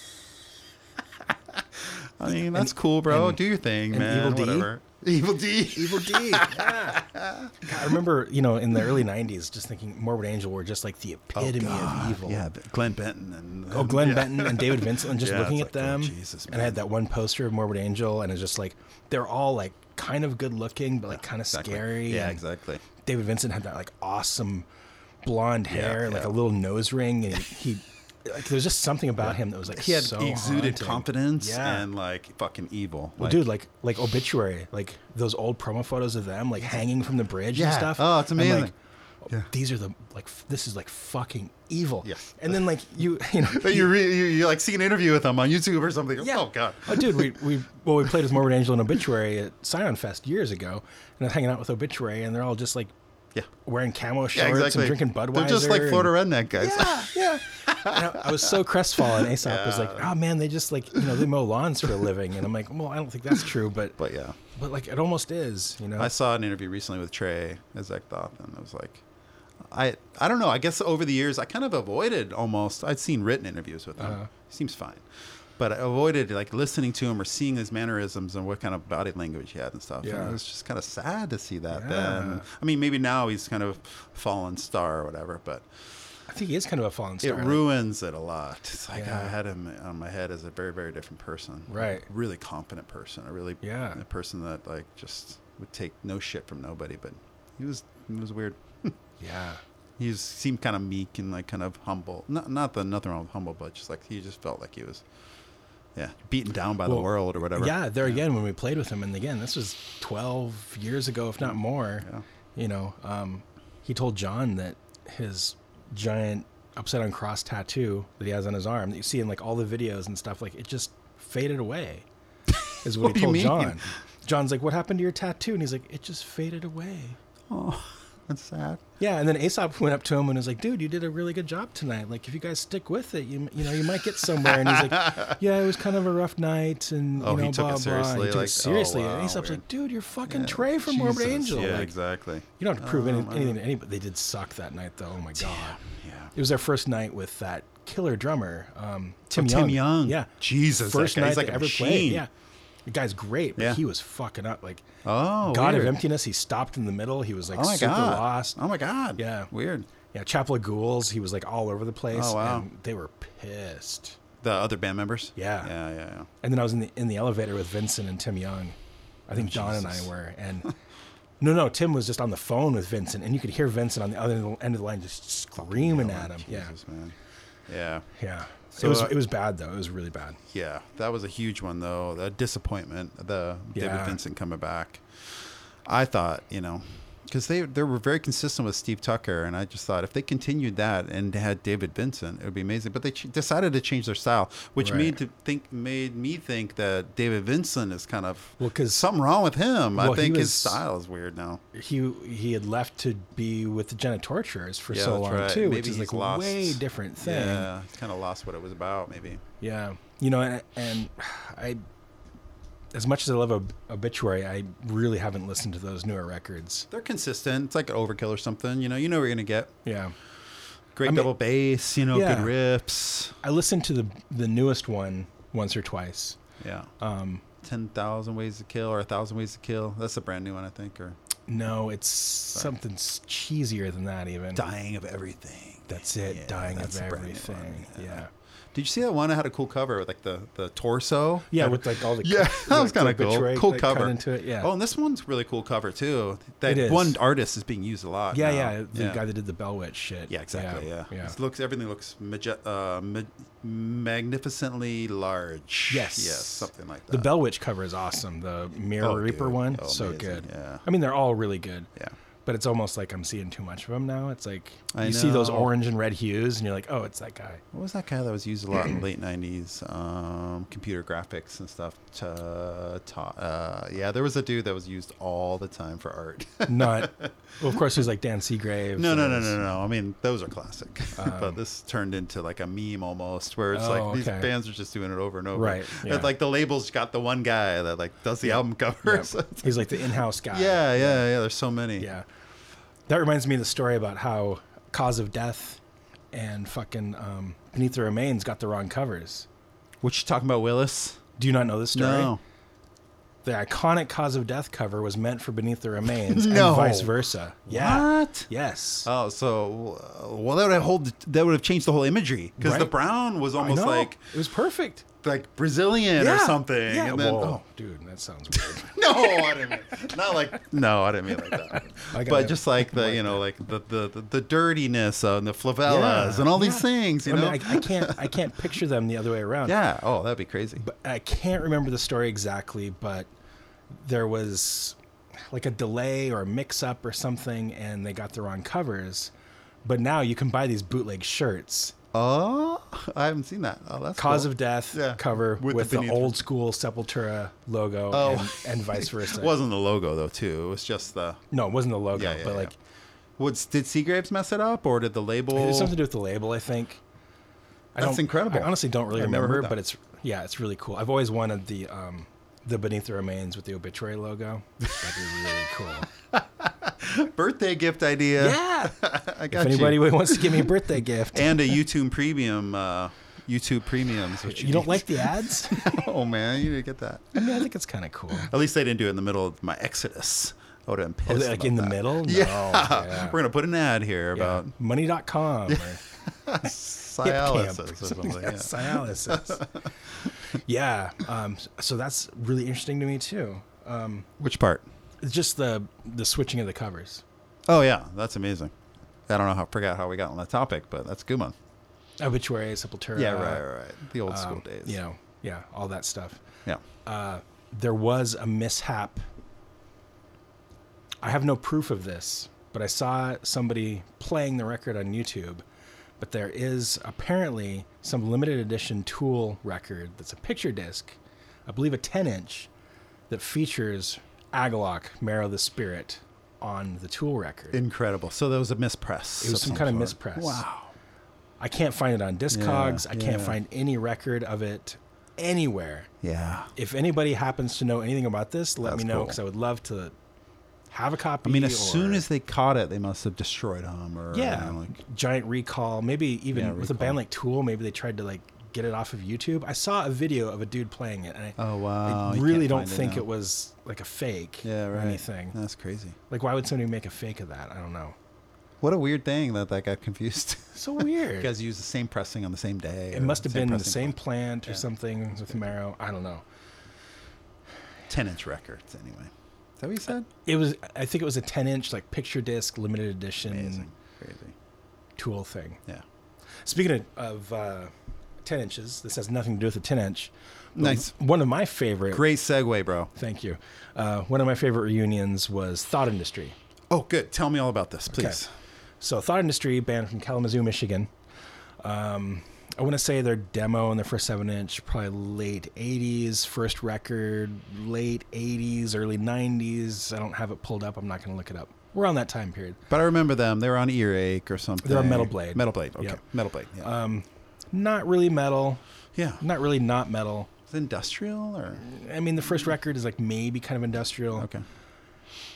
B: I mean that's cool, bro.
A: and-
B: Do your thing,
A: and
B: man.
A: Evil D?
B: Whatever. Evil D.
A: Evil D. Yeah. God, I remember, you know, in the early '90s, just thinking Morbid Angel were just like the epitome of evil.
B: Oh, Ah, Yeah, but Glenn Benton and
A: Oh, Glenn
B: yeah.
A: Benton and David Vincent, and just
B: Yeah,
A: looking
B: it's
A: at
B: like, oh,
A: them.
B: Jesus,
A: and I had
B: man.
A: that one poster of Morbid Angel, and it's just like they're all like kind of good looking, but like kind of
B: Exactly.
A: scary.
B: Yeah,
A: and
B: exactly.
A: David Vincent had that like awesome blonde hair, and, like
B: yeah.
A: a little nose ring, and he like there's just something about him that was like
B: He had
A: so
B: exuded
A: haunting.
B: confidence
A: Yeah.
B: and like fucking evil.
A: Well,
B: Like,
A: dude, like like obituary, like those old promo photos of them, like hanging from the bridge and
B: Yeah.
A: stuff.
B: Oh, it's
A: I'm
B: amazing.
A: like, These are the like f- this is like fucking evil.
B: Yes.
A: And then like you you know
B: But you, re- you you like see an interview with him on YouTube or something.
A: Yeah.
B: Oh god.
A: Oh, dude, we, we well we played with Morbid Angel and Obituary at Scion Fest years ago, and I was hanging out with Obituary, and they're all just like
B: Yeah.
A: wearing camo shorts
B: Yeah,
A: and
B: exactly.
A: drinking Budweiser.
B: They're just like
A: and-
B: Florida redneck guys.
A: Yeah, yeah. And I, I was so crestfallen. Aesop was like, "Oh man, they just like you know they mow lawns for a living," and I'm like, "Well, I don't think that's true, but
B: But yeah.
A: but like it almost is, you know."
B: I saw an interview recently with Trey Ezekdoth, and I was like, I I don't know. I guess over the years, I kind of avoided almost. I'd seen written interviews with him.
A: Uh-huh.
B: He seems fine, but I avoided like listening to him or seeing his mannerisms and what kind of body language he had and stuff. And
A: Yeah.
B: it was just kind of sad to see that
A: Yeah.
B: then. I mean, maybe now he's kind of fallen star or whatever, but.
A: I think he is kind of a fallen
B: it
A: star.
B: ruins it a lot. It's like I
A: Yeah.
B: had him on my head as a very, very different person.
A: Right.
B: really competent person. A really
A: Yeah.
B: a person that like just would take no shit from nobody. But he was he was weird.
A: yeah.
B: he was, seemed kind of meek and like kind of humble. Not not the nothing wrong with humble, but just like he just felt like he was, yeah, beaten down by the
A: Well,
B: world or whatever.
A: Yeah, there again when we played with him, and again this was 12 years ago, if not more.
B: Yeah.
A: You know, um, he told John that his giant upside down cross tattoo that he has on his arm that you see in like all the videos and stuff, like it just faded away. Is what,
B: What do
A: he
B: you
A: told
B: mean?
A: John. John's like, "What happened to your tattoo?" And he's like, "It just faded away."
B: that's sad.
A: Yeah, and then Aesop went up to him and was like, "Dude, you did a really good job tonight. Like, if you guys stick with it, you you know you might get somewhere." And he's like, "Yeah, it was kind of a rough night, and
B: Oh,
A: you
B: he
A: know,
B: took it
A: blah blah."
B: seriously,
A: And He took
B: like, oh,
A: it seriously.
B: wow,
A: and Aesop's
B: weird.
A: like, "Dude, you're fucking Trey from Morbid
B: Jesus.
A: Angel.
B: Yeah,
A: like,
B: exactly.
A: You don't have to prove
B: Oh,
A: any,
B: man.
A: anything to anybody." They did suck that night, though. Oh my god,
B: Yeah.
A: it was their first night with that killer drummer, um, Tim
B: Oh,
A: Young.
B: Tim Young.
A: Yeah,
B: Jesus, that
A: first
B: guy.
A: night
B: He's like
A: they
B: a
A: ever
B: machine.
A: played. Yeah, the guy's great, but
B: Yeah.
A: he was fucking up. Like,
B: Oh,
A: God of
B: weird.
A: Emptiness. He stopped in the middle. He was like
B: Oh my
A: super
B: god.
A: lost.
B: Oh my god.
A: Yeah.
B: Weird.
A: Yeah, Chapel of Ghouls. He was like all over the place.
B: Oh, wow.
A: And they were pissed.
B: The other band members.
A: Yeah.
B: Yeah. Yeah. yeah.
A: And then I was in the in the elevator with Vincent and Tim Young. I think John and I
B: Jesus.
A: were. And no, no, Tim was just on the phone with Vincent, and you could hear Vincent on the other end of the line just screaming at him.
B: Jesus, man. Yeah.
A: Yeah, yeah.
B: So,
A: it was
B: uh,
A: it was bad though. It was really bad.
B: Yeah, that was a huge one though. The disappointment, the David
A: Yeah.
B: Vincent coming back. I thought, you know, because they they were very consistent with Steve Tucker, and I just thought if they continued that and had David Vincent, it would be amazing. But they ch- decided to change their style, which
A: Right.
B: made to think made me think that David Vincent is kind of
A: Well, 'cause-
B: something wrong with him. I
A: well, he
B: think his
A: was-
B: style is weird now.
A: He he had left to be with the Jenna Torturers for
B: Yeah,
A: so
B: that's
A: long
B: right.
A: too,
B: Maybe
A: which is
B: he's
A: like
B: lost-
A: way different thing.
B: Yeah, he's kind of lost what it was about. Maybe.
A: Yeah, you know, and, and I, as much as I love Ob- Obituary, I really haven't listened to those newer records.
B: They're consistent. It's like an overkill or something. You know, you know what you're gonna get.
A: Yeah,
B: Great
A: mean-
B: double bass. You know,
A: Yeah.
B: good riffs.
A: I listened to the the newest one once or twice.
B: Yeah. Um, ten thousand ways to kill or a thousand ways to kill. That's a brand new one, I think. Or
A: No, it's something s- cheesier than that. Even
B: dying of everything.
A: that's it.
B: Yeah,
A: dying
B: that's
A: of
B: a brand new
A: everything.
B: one,
A: Yeah. yeah,
B: Did you see that one? I had a cool cover with like the the torso.
A: with like all the
B: Yeah, that
A: like,
B: was kind
A: the
B: of cool.
A: obituary
B: Cool
A: that cut
B: cover.
A: into it. Yeah.
B: Oh, and this one's really cool cover too. That
A: It is.
B: one artist is being used a lot.
A: yeah,
B: now.
A: yeah. The guy that did the Bellwitch shit.
B: Yeah, exactly. Yeah,
A: yeah.
B: It looks everything looks maje- uh, ma- magnificently large.
A: Yes.
B: yes, something like that.
A: The Bellwitch cover is awesome. The Mirror
B: Oh,
A: Reaper
B: dude.
A: one,
B: Oh,
A: so
B: amazing.
A: good.
B: Yeah.
A: I mean, they're all really good.
B: Yeah.
A: But it's almost like I'm seeing too much of them now. It's like
B: I
A: you see those
B: know.
A: orange and red hues, and you're like, oh, it's that guy.
B: What was that guy that was used a lot in the late '90s? Um, computer graphics and stuff. Ta- ta- uh, yeah, there was a dude that was used all the time for art.
A: Not. well, of course, there's like Dan Seagrave.
B: no, no,
A: and
B: no,
A: there's-
B: no, no. I mean, those are classic. but this turned into like a meme almost, where it's like
A: Um, Oh,
B: these
A: okay.
B: bands are just doing it over and over.
A: Right,
B: And,
A: yeah.
B: like the labels got the one guy that like does the album
A: Yeah.
B: covers. It's
A: He's like the in-house guy.
B: like, yeah, yeah, yeah. There's so many.
A: Uh, Yeah. That reminds me of the story about how Cause of Death and fucking um, Beneath the Remains got the wrong covers.
B: What you talking about, Willis?
A: Do you not know this story?
B: No.
A: The iconic Cause of Death cover was meant for Beneath the Remains
B: No.
A: and vice versa. Yeah.
B: What?
A: Yes.
B: Oh, so uh, well, that would have hold, that would have changed the whole imagery because the
A: Right.
B: brown was
A: I
B: almost
A: know.
B: like
A: it was perfect.
B: like Brazilian or
A: Yeah.
B: something.
A: Yeah.
B: and then,
A: Whoa,
B: oh,
A: dude, that sounds weird.
B: no, I didn't mean not like no, I didn't mean like that.
A: I got
B: but
A: it.
B: just like the you know like the the the, the dirtiness uh, and the flavellas
A: Yeah,
B: and all these
A: yeah.
B: things, you
A: I
B: know.
A: mean, I, I can't, I can't picture them the other way around.
B: yeah. Oh, that'd be crazy.
A: but I can't remember the story exactly, but there was like a delay or a mix up or something, and they got the wrong covers. But now you can buy these bootleg shirts.
B: oh, I haven't seen that. Oh, that's
A: Cause
B: cool.
A: of Death
B: Yeah.
A: cover
B: With
A: with,
B: the
A: the,
B: beneath-
A: old school Sepultura logo
B: Oh.
A: and, and vice versa.
B: It wasn't the logo though, too. It was just the
A: no, it wasn't the logo,
B: yeah, yeah,
A: but
B: yeah.
A: like
B: What's did Seagraves mess it up or did the
A: it
B: label?
A: was something to do with the label, I think. I
B: That's
A: don't-
B: incredible.
A: I honestly don't really
B: I've never heard
A: remember,
B: that.
A: but it's yeah, it's really cool. I've always wanted the um, the Beneath the Remains with the obituary logo. That'd be really cool.
B: Birthday gift idea.
A: Yeah.
B: I got
A: if anybody
B: you.
A: wants to give me a birthday gift,
B: and a YouTube premium. Uh, YouTube premiums. Which you,
A: you don't
B: need.
A: like the ads?
B: Oh man, you didn't get that.
A: I mean, I think it's kind of cool.
B: At least they didn't do it in the middle of my exodus I would have been
A: Oh,
B: pissed
A: like
B: about
A: in the
B: that.
A: middle? No,
B: Yeah.
A: yeah.
B: We're going to put an ad here about
A: Money.com. Or,
B: psialysis or something.
A: Yeah,
B: yeah.
A: psialysis. yeah. Um, so that's really interesting to me too. Um,
B: Which part?
A: it's just the the switching of the covers.
B: Oh, yeah. That's amazing. I don't know how, forgot how we got on that topic, but that's Guma.
A: Obituary, Sepultura.
B: Yeah, right, right, right. The old school days.
A: You know, Uh, um, yeah, Uh, all that stuff.
B: Yeah.
A: There was a mishap. I have no proof of this, but I saw somebody playing the record on YouTube. But there is apparently some limited edition Tool record that's a picture disc, I believe a 10 inch, that features Agalock, Marrow the Spirit, on the Tool record.
B: Incredible. So there was a mispress.
A: It was some kind of
B: sort.
A: mispress.
B: Wow.
A: I can't find it on Discogs. I can't
B: yeah.
A: find any record of it anywhere.
B: Yeah.
A: If anybody happens to know anything about this, let
B: That's
A: me know
B: cool.
A: because I would love to have a copy.
B: I mean, as
A: or-
B: soon as they caught it, they must have destroyed him or
A: yeah,
B: you know, like,
A: giant recall. Maybe even
B: Yeah,
A: with a band
B: Recall.
A: like Tool, maybe they tried to like get it off of YouTube. I saw a video of a dude playing it, and I,
B: Oh, wow.
A: I
B: You
A: really
B: can't
A: don't
B: find it
A: think
B: now.
A: it was like a fake
B: yeah,
A: or
B: right.
A: anything.
B: That's crazy.
A: Like, why would somebody make a fake of that? I don't know.
B: What a weird thing that that got confused.
A: So weird.
B: you guys use the same pressing on the same day.
A: it must have been the same
B: pressing
A: plant or something with marrow. I don't know.
B: on ten inch records anyway. Uh, Is that what you said?
A: It was, I think it was a 10 inch like picture disc limited edition
B: Amazing, mm, crazy.
A: tool thing.
B: Yeah.
A: Speaking of, of uh, 10 inches, this has nothing to do with the 10 inch. but
B: Nice.
A: One of my favorite,
B: Great segue, bro.
A: thank you. Uh, one of my favorite reunions was Thought Industry.
B: Oh, good. Tell me all about this, please.
A: So Thought Industry, band from Kalamazoo, Michigan. Um, I want to say their demo and their first seven inch, probably late '80s, first record, late '80s, early '90s. I don't have it pulled up. I'm not going to look it up. We're on that time period.
B: But I remember them. They were on Earache or something.
A: They're on Metal Blade. Uh,
B: Metal Blade. Okay.
A: Yep.
B: Metal Blade. Yeah.
A: Not really metal.
B: yeah.
A: Not really not metal.
B: It's industrial or
A: I mean, the first record is like maybe kind of industrial.
B: okay.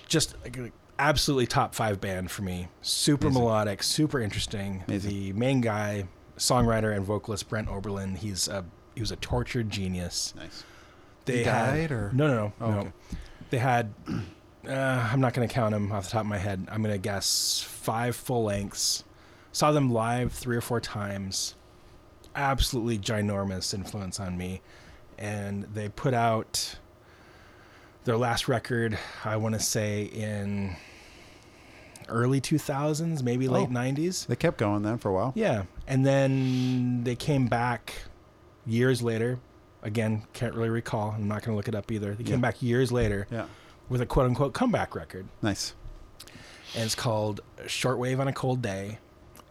A: Just like, like, absolutely top five band for me. Super melodic, super interesting.
B: Amazing.
A: The main guy, songwriter and vocalist Brent Oberlin. He's a he was a tortured genius.
B: Nice.
A: They
B: He
A: had-
B: died, or-
A: no, no, no,
B: Oh,
A: no.
B: okay.
A: They had. Uh, I'm not going to count them off the top of my head. I'm going to guess five full lengths. Saw them live three or four times. Absolutely ginormous influence on me, and they put out their last record. I want to say in early 2000s, maybe late
B: Oh.
A: 90s.
B: They kept going then for a while.
A: Yeah. And then they came back years later. Again, can't really recall. I'm not going to look it up either. They came
B: Yeah.
A: back years later
B: Yeah.
A: with a quote unquote comeback record.
B: Nice.
A: And it's called Shortwave on a Cold Day.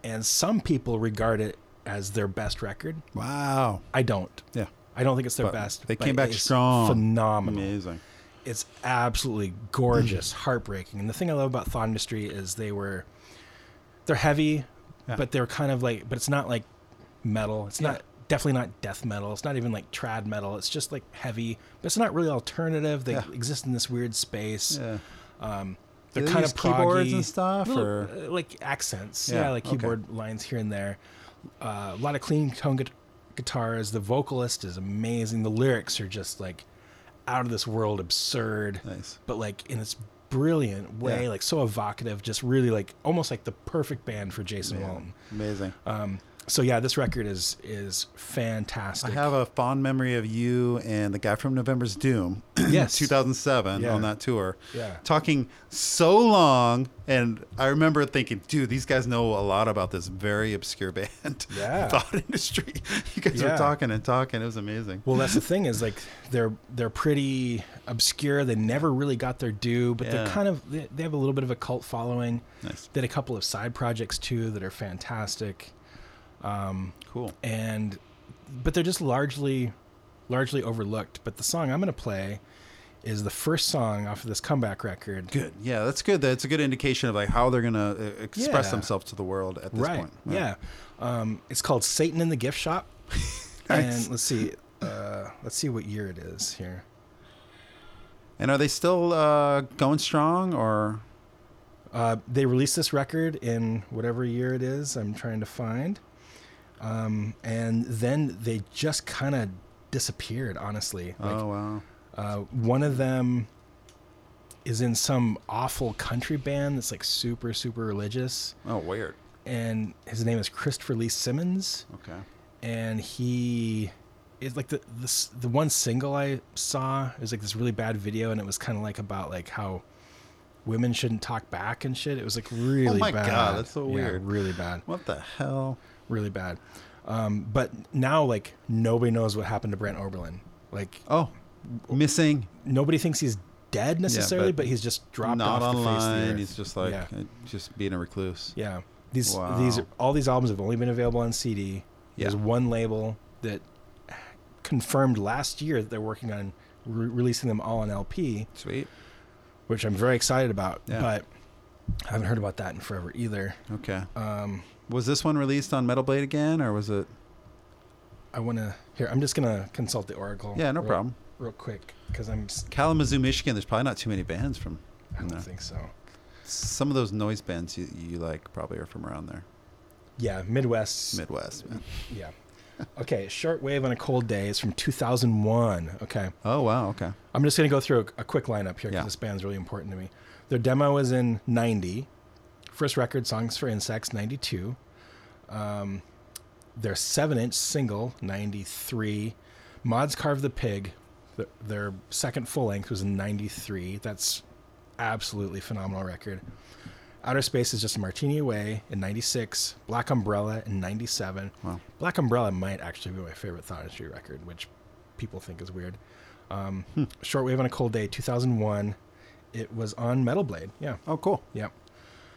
A: And some people regard it as their best record.
B: Wow.
A: I don't.
B: Yeah.
A: I don't think it's their
B: But
A: best.
B: they
A: but
B: came back
A: it's
B: strong.
A: Phenomenal.
B: Amazing.
A: It's absolutely gorgeous,
B: Mm-hmm.
A: heartbreaking. And the thing I love about Thought Industry is they were, they're heavy,
B: Yeah.
A: but they're kind of like, but it's not like metal. It's not definitely not death metal. It's not even like trad metal. It's just like heavy, but it's not really alternative. They
B: Yeah.
A: exist in this weird space.
B: Yeah.
A: They're
B: Do they
A: kind
B: use
A: of
B: keyboards
A: proggy.
B: and stuff,
A: Little,
B: or-
A: uh, like accents.
B: Yeah,
A: Yeah, like
B: okay.
A: keyboard lines here and there. Uh, a lot of clean tone gu- guitars. The vocalist is amazing. The lyrics are just like out of this world, absurd.
B: Nice.
A: But like in this brilliant way,
B: Yeah.
A: like so evocative. Just really like almost like the perfect band for Jason Walton.
B: Amazing.
A: So yeah, this record is is fantastic.
B: I have a fond memory of you and the guy from November's Doom,
A: Yes.
B: 2007,
A: Yeah.
B: on that tour.
A: Yeah.
B: Talking so long, and I remember thinking, dude, these guys know a lot about this very obscure band,
A: Yeah.
B: Thought Industry. You guys
A: Yeah.
B: were talking and talking. It was amazing.
A: Well, that's the thing is like they're they're pretty obscure. They never really got their due, but they're
B: Yeah.
A: kind of they, they have a little bit of a cult following.
B: Nice.
A: Did a couple of side projects too that are fantastic,
B: Cool.
A: and but they're just largely largely overlooked. But the song I'm going to play is the first song off of this comeback record.
B: Good. Yeah, that's good. That's a good indication of like how they're gonna uh, express
A: Yeah.
B: themselves to the world at this
A: right?
B: point.
A: Yeah. Um, it's called Satan in the Gift Shop.
B: Nice.
A: And let's see, uh, let's see what year it is here.
B: And are they still uh, going strong or?
A: Uh, they released this record in whatever year it is I'm trying to find. Um, and then they just kind of disappeared, honestly. Like,
B: oh wow.
A: uh, one of them is in some awful country band that's like super super religious,
B: Oh, weird.
A: and his name is Christopher Lee Simmons,
B: Okay.
A: and he is like the the s- the one single I saw it was like this really bad video, and it was kind of like about like how women shouldn't talk back and shit. It was like really
B: Oh my
A: bad.
B: God, that's so
A: Yeah,
B: weird.
A: really bad
B: What the hell?
A: really bad. Um, but now, like, nobody knows what happened to Brent Oberlin. Like,
B: Oh, missing.
A: nobody thinks he's dead necessarily,
B: but
A: but, he's just dropped
B: Not
A: off the face of the
B: online.
A: earth.
B: He's just like
A: yeah,
B: uh, just being a recluse.
A: yeah. These
B: Wow.
A: these all these albums have only been available on CD. There's
B: Yeah.
A: one label that confirmed last year that they're working on re- releasing them all on LP,
B: Sweet.
A: which I'm very excited about.
B: Yeah.
A: But I haven't heard about that in forever either.
B: Okay. Um, was this one released on Metal Blade again, or was it?
A: I want to here. I'm just gonna consult the Oracle.
B: Yeah, no
A: real-
B: problem.
A: Real quick, because I'm. s-
B: Kalamazoo, Michigan. There's probably not too many bands from.
A: I
B: from
A: don't
B: there.
A: think so.
B: Some of those noise bands you, you like probably are from around there,
A: Yeah, Midwest.
B: Midwest. Man.
A: yeah. Okay, Shortwave on a Cold Day is from 2001. Okay.
B: Oh wow. Okay.
A: I'm just going to go through a, a quick lineup here because
B: Yeah.
A: this band's really important to me. Their demo is in 90. First record, Songs for Insects, 92. Um, their 7 inch single, 93. Mods Carve the Pig, th- their second full length was in 93. That's absolutely phenomenal record. Outer Space is just a martini away in 96. Black Umbrella in 97.
B: Wow.
A: Black Umbrella might actually be my favorite Thought Industry record, which people think is weird. Um,
B: Hmm.
A: Shortwave on a Cold Day, 2001. It was on Metal Blade. Yeah.
B: Oh cool.
A: Yep.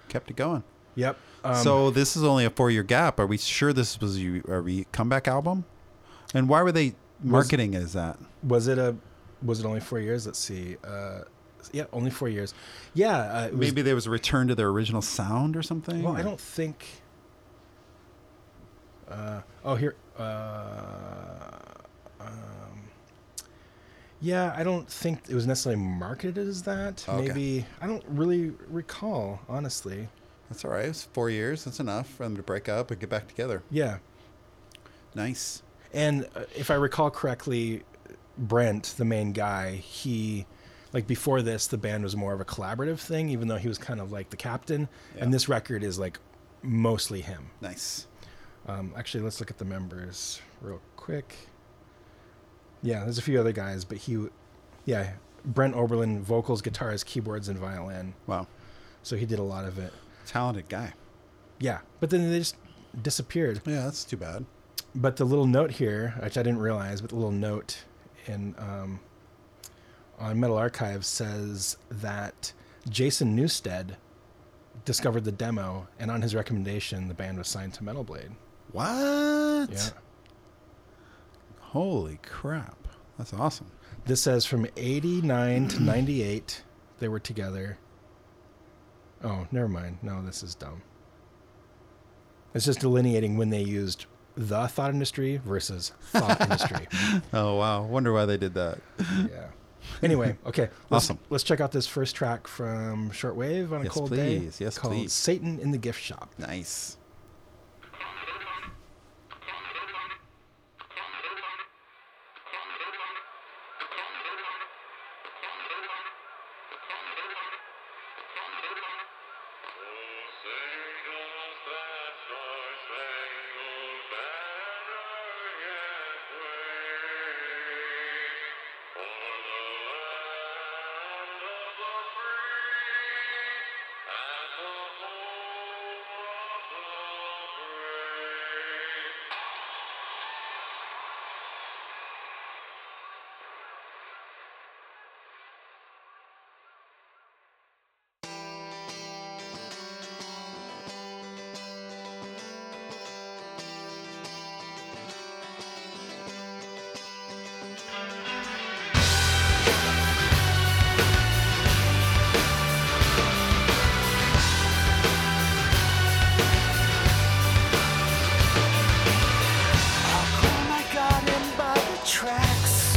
B: Kept it going.
A: Yep. Um,
B: so this is only a four year gap. Are we sure this was you? Are we comeback album? And why were they marketing as that?
A: was it a? Was it only four years? Let's see. Uh, yeah, only four years. Yeah. Uh, it was,
B: Maybe there was a return to their original sound or something.
A: Well,
B: or-
A: I don't think. Uh, oh, here. Uh, um, yeah, I don't think it was necessarily marketed as that.
B: Oh, Okay.
A: Maybe I don't really recall, honestly.
B: That's all right. It's four years. That's enough for them to break up and get back together.
A: Yeah,
B: Nice.
A: And uh, if I recall correctly, Brent, the main guy, he like before this the band was more of a collaborative thing even though he was kind of like the captain
B: Yeah.
A: and this record is like mostly him.
B: Nice.
A: Um, actually let's look at the members real quick. Yeah, there's a few other guys, but he yeah, Brent Oberlin vocals, guitars, keyboards and violin.
B: Wow.
A: So he did a lot of it.
B: Talented guy.
A: Yeah, but then they just disappeared.
B: Yeah, that's too bad.
A: but the little note here, which I didn't realize, but the little note in um, on Metal Archives says that Jason Newstead discovered the demo, and on his recommendation, the band was signed to Metal Blade.
B: What?
A: Yeah.
B: Holy crap. That's awesome.
A: This says from '89 to '98 they were together. Oh, never mind. No, this is dumb. It's just delineating when they used the thought industry versus thought industry.
B: Oh wow. Wonder why they did that.
A: yeah. Anyway, okay. Let's,
B: Awesome.
A: Let's check out this first track from Shortwave on a
B: Yes,
A: cold
B: please.
A: day.
B: Yes,
A: called
B: please.
A: Satan in the Gift Shop.
B: Nice.
E: Pull my garden by the tracks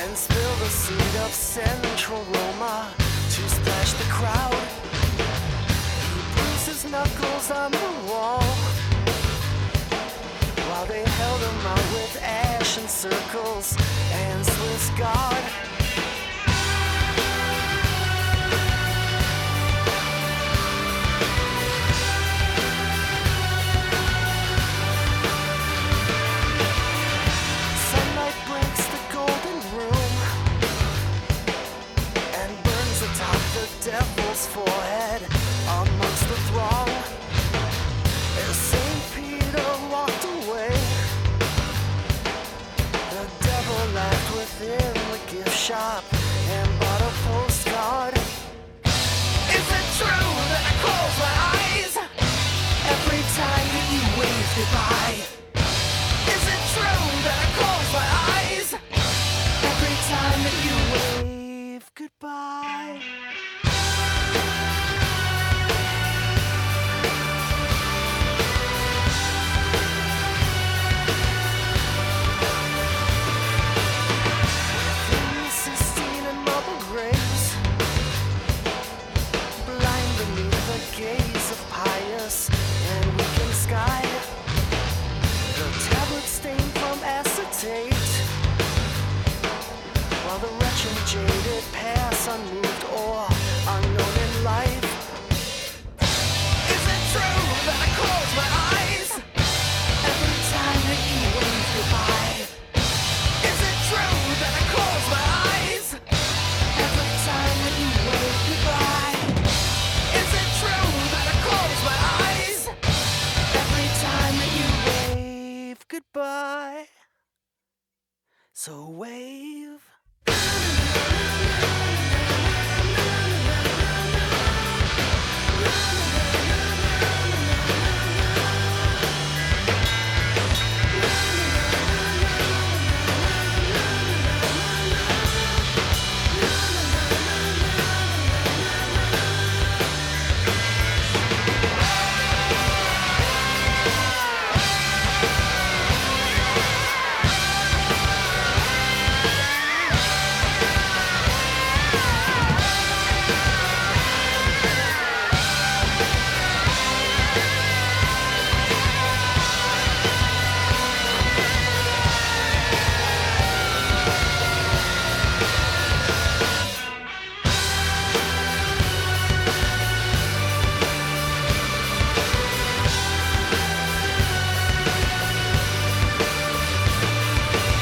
E: and spill the seed of central Roma to splash the crowd. He bruised his knuckles on the wall while they held him out with ashen circles and Swiss guard. devil's forehead amongst the throng. As St. Peter walked away, the devil left within the gift shop and bought a postcard. Is it true that I close my eyes every time that you wave goodbye? Is it true that I close my eyes every time that you wave goodbye? Three Sistine and marble graves, blind beneath the gaze of pious and weakened sky. The tablet stained from acetate, while the wretched jaded pass unmoved or unknown in life. Is it true that I close my eyes every time that you wave goodbye? Is it true that I close my eyes every time that you wave goodbye? Is it true that I close my eyes every time that you wave goodbye? So wave.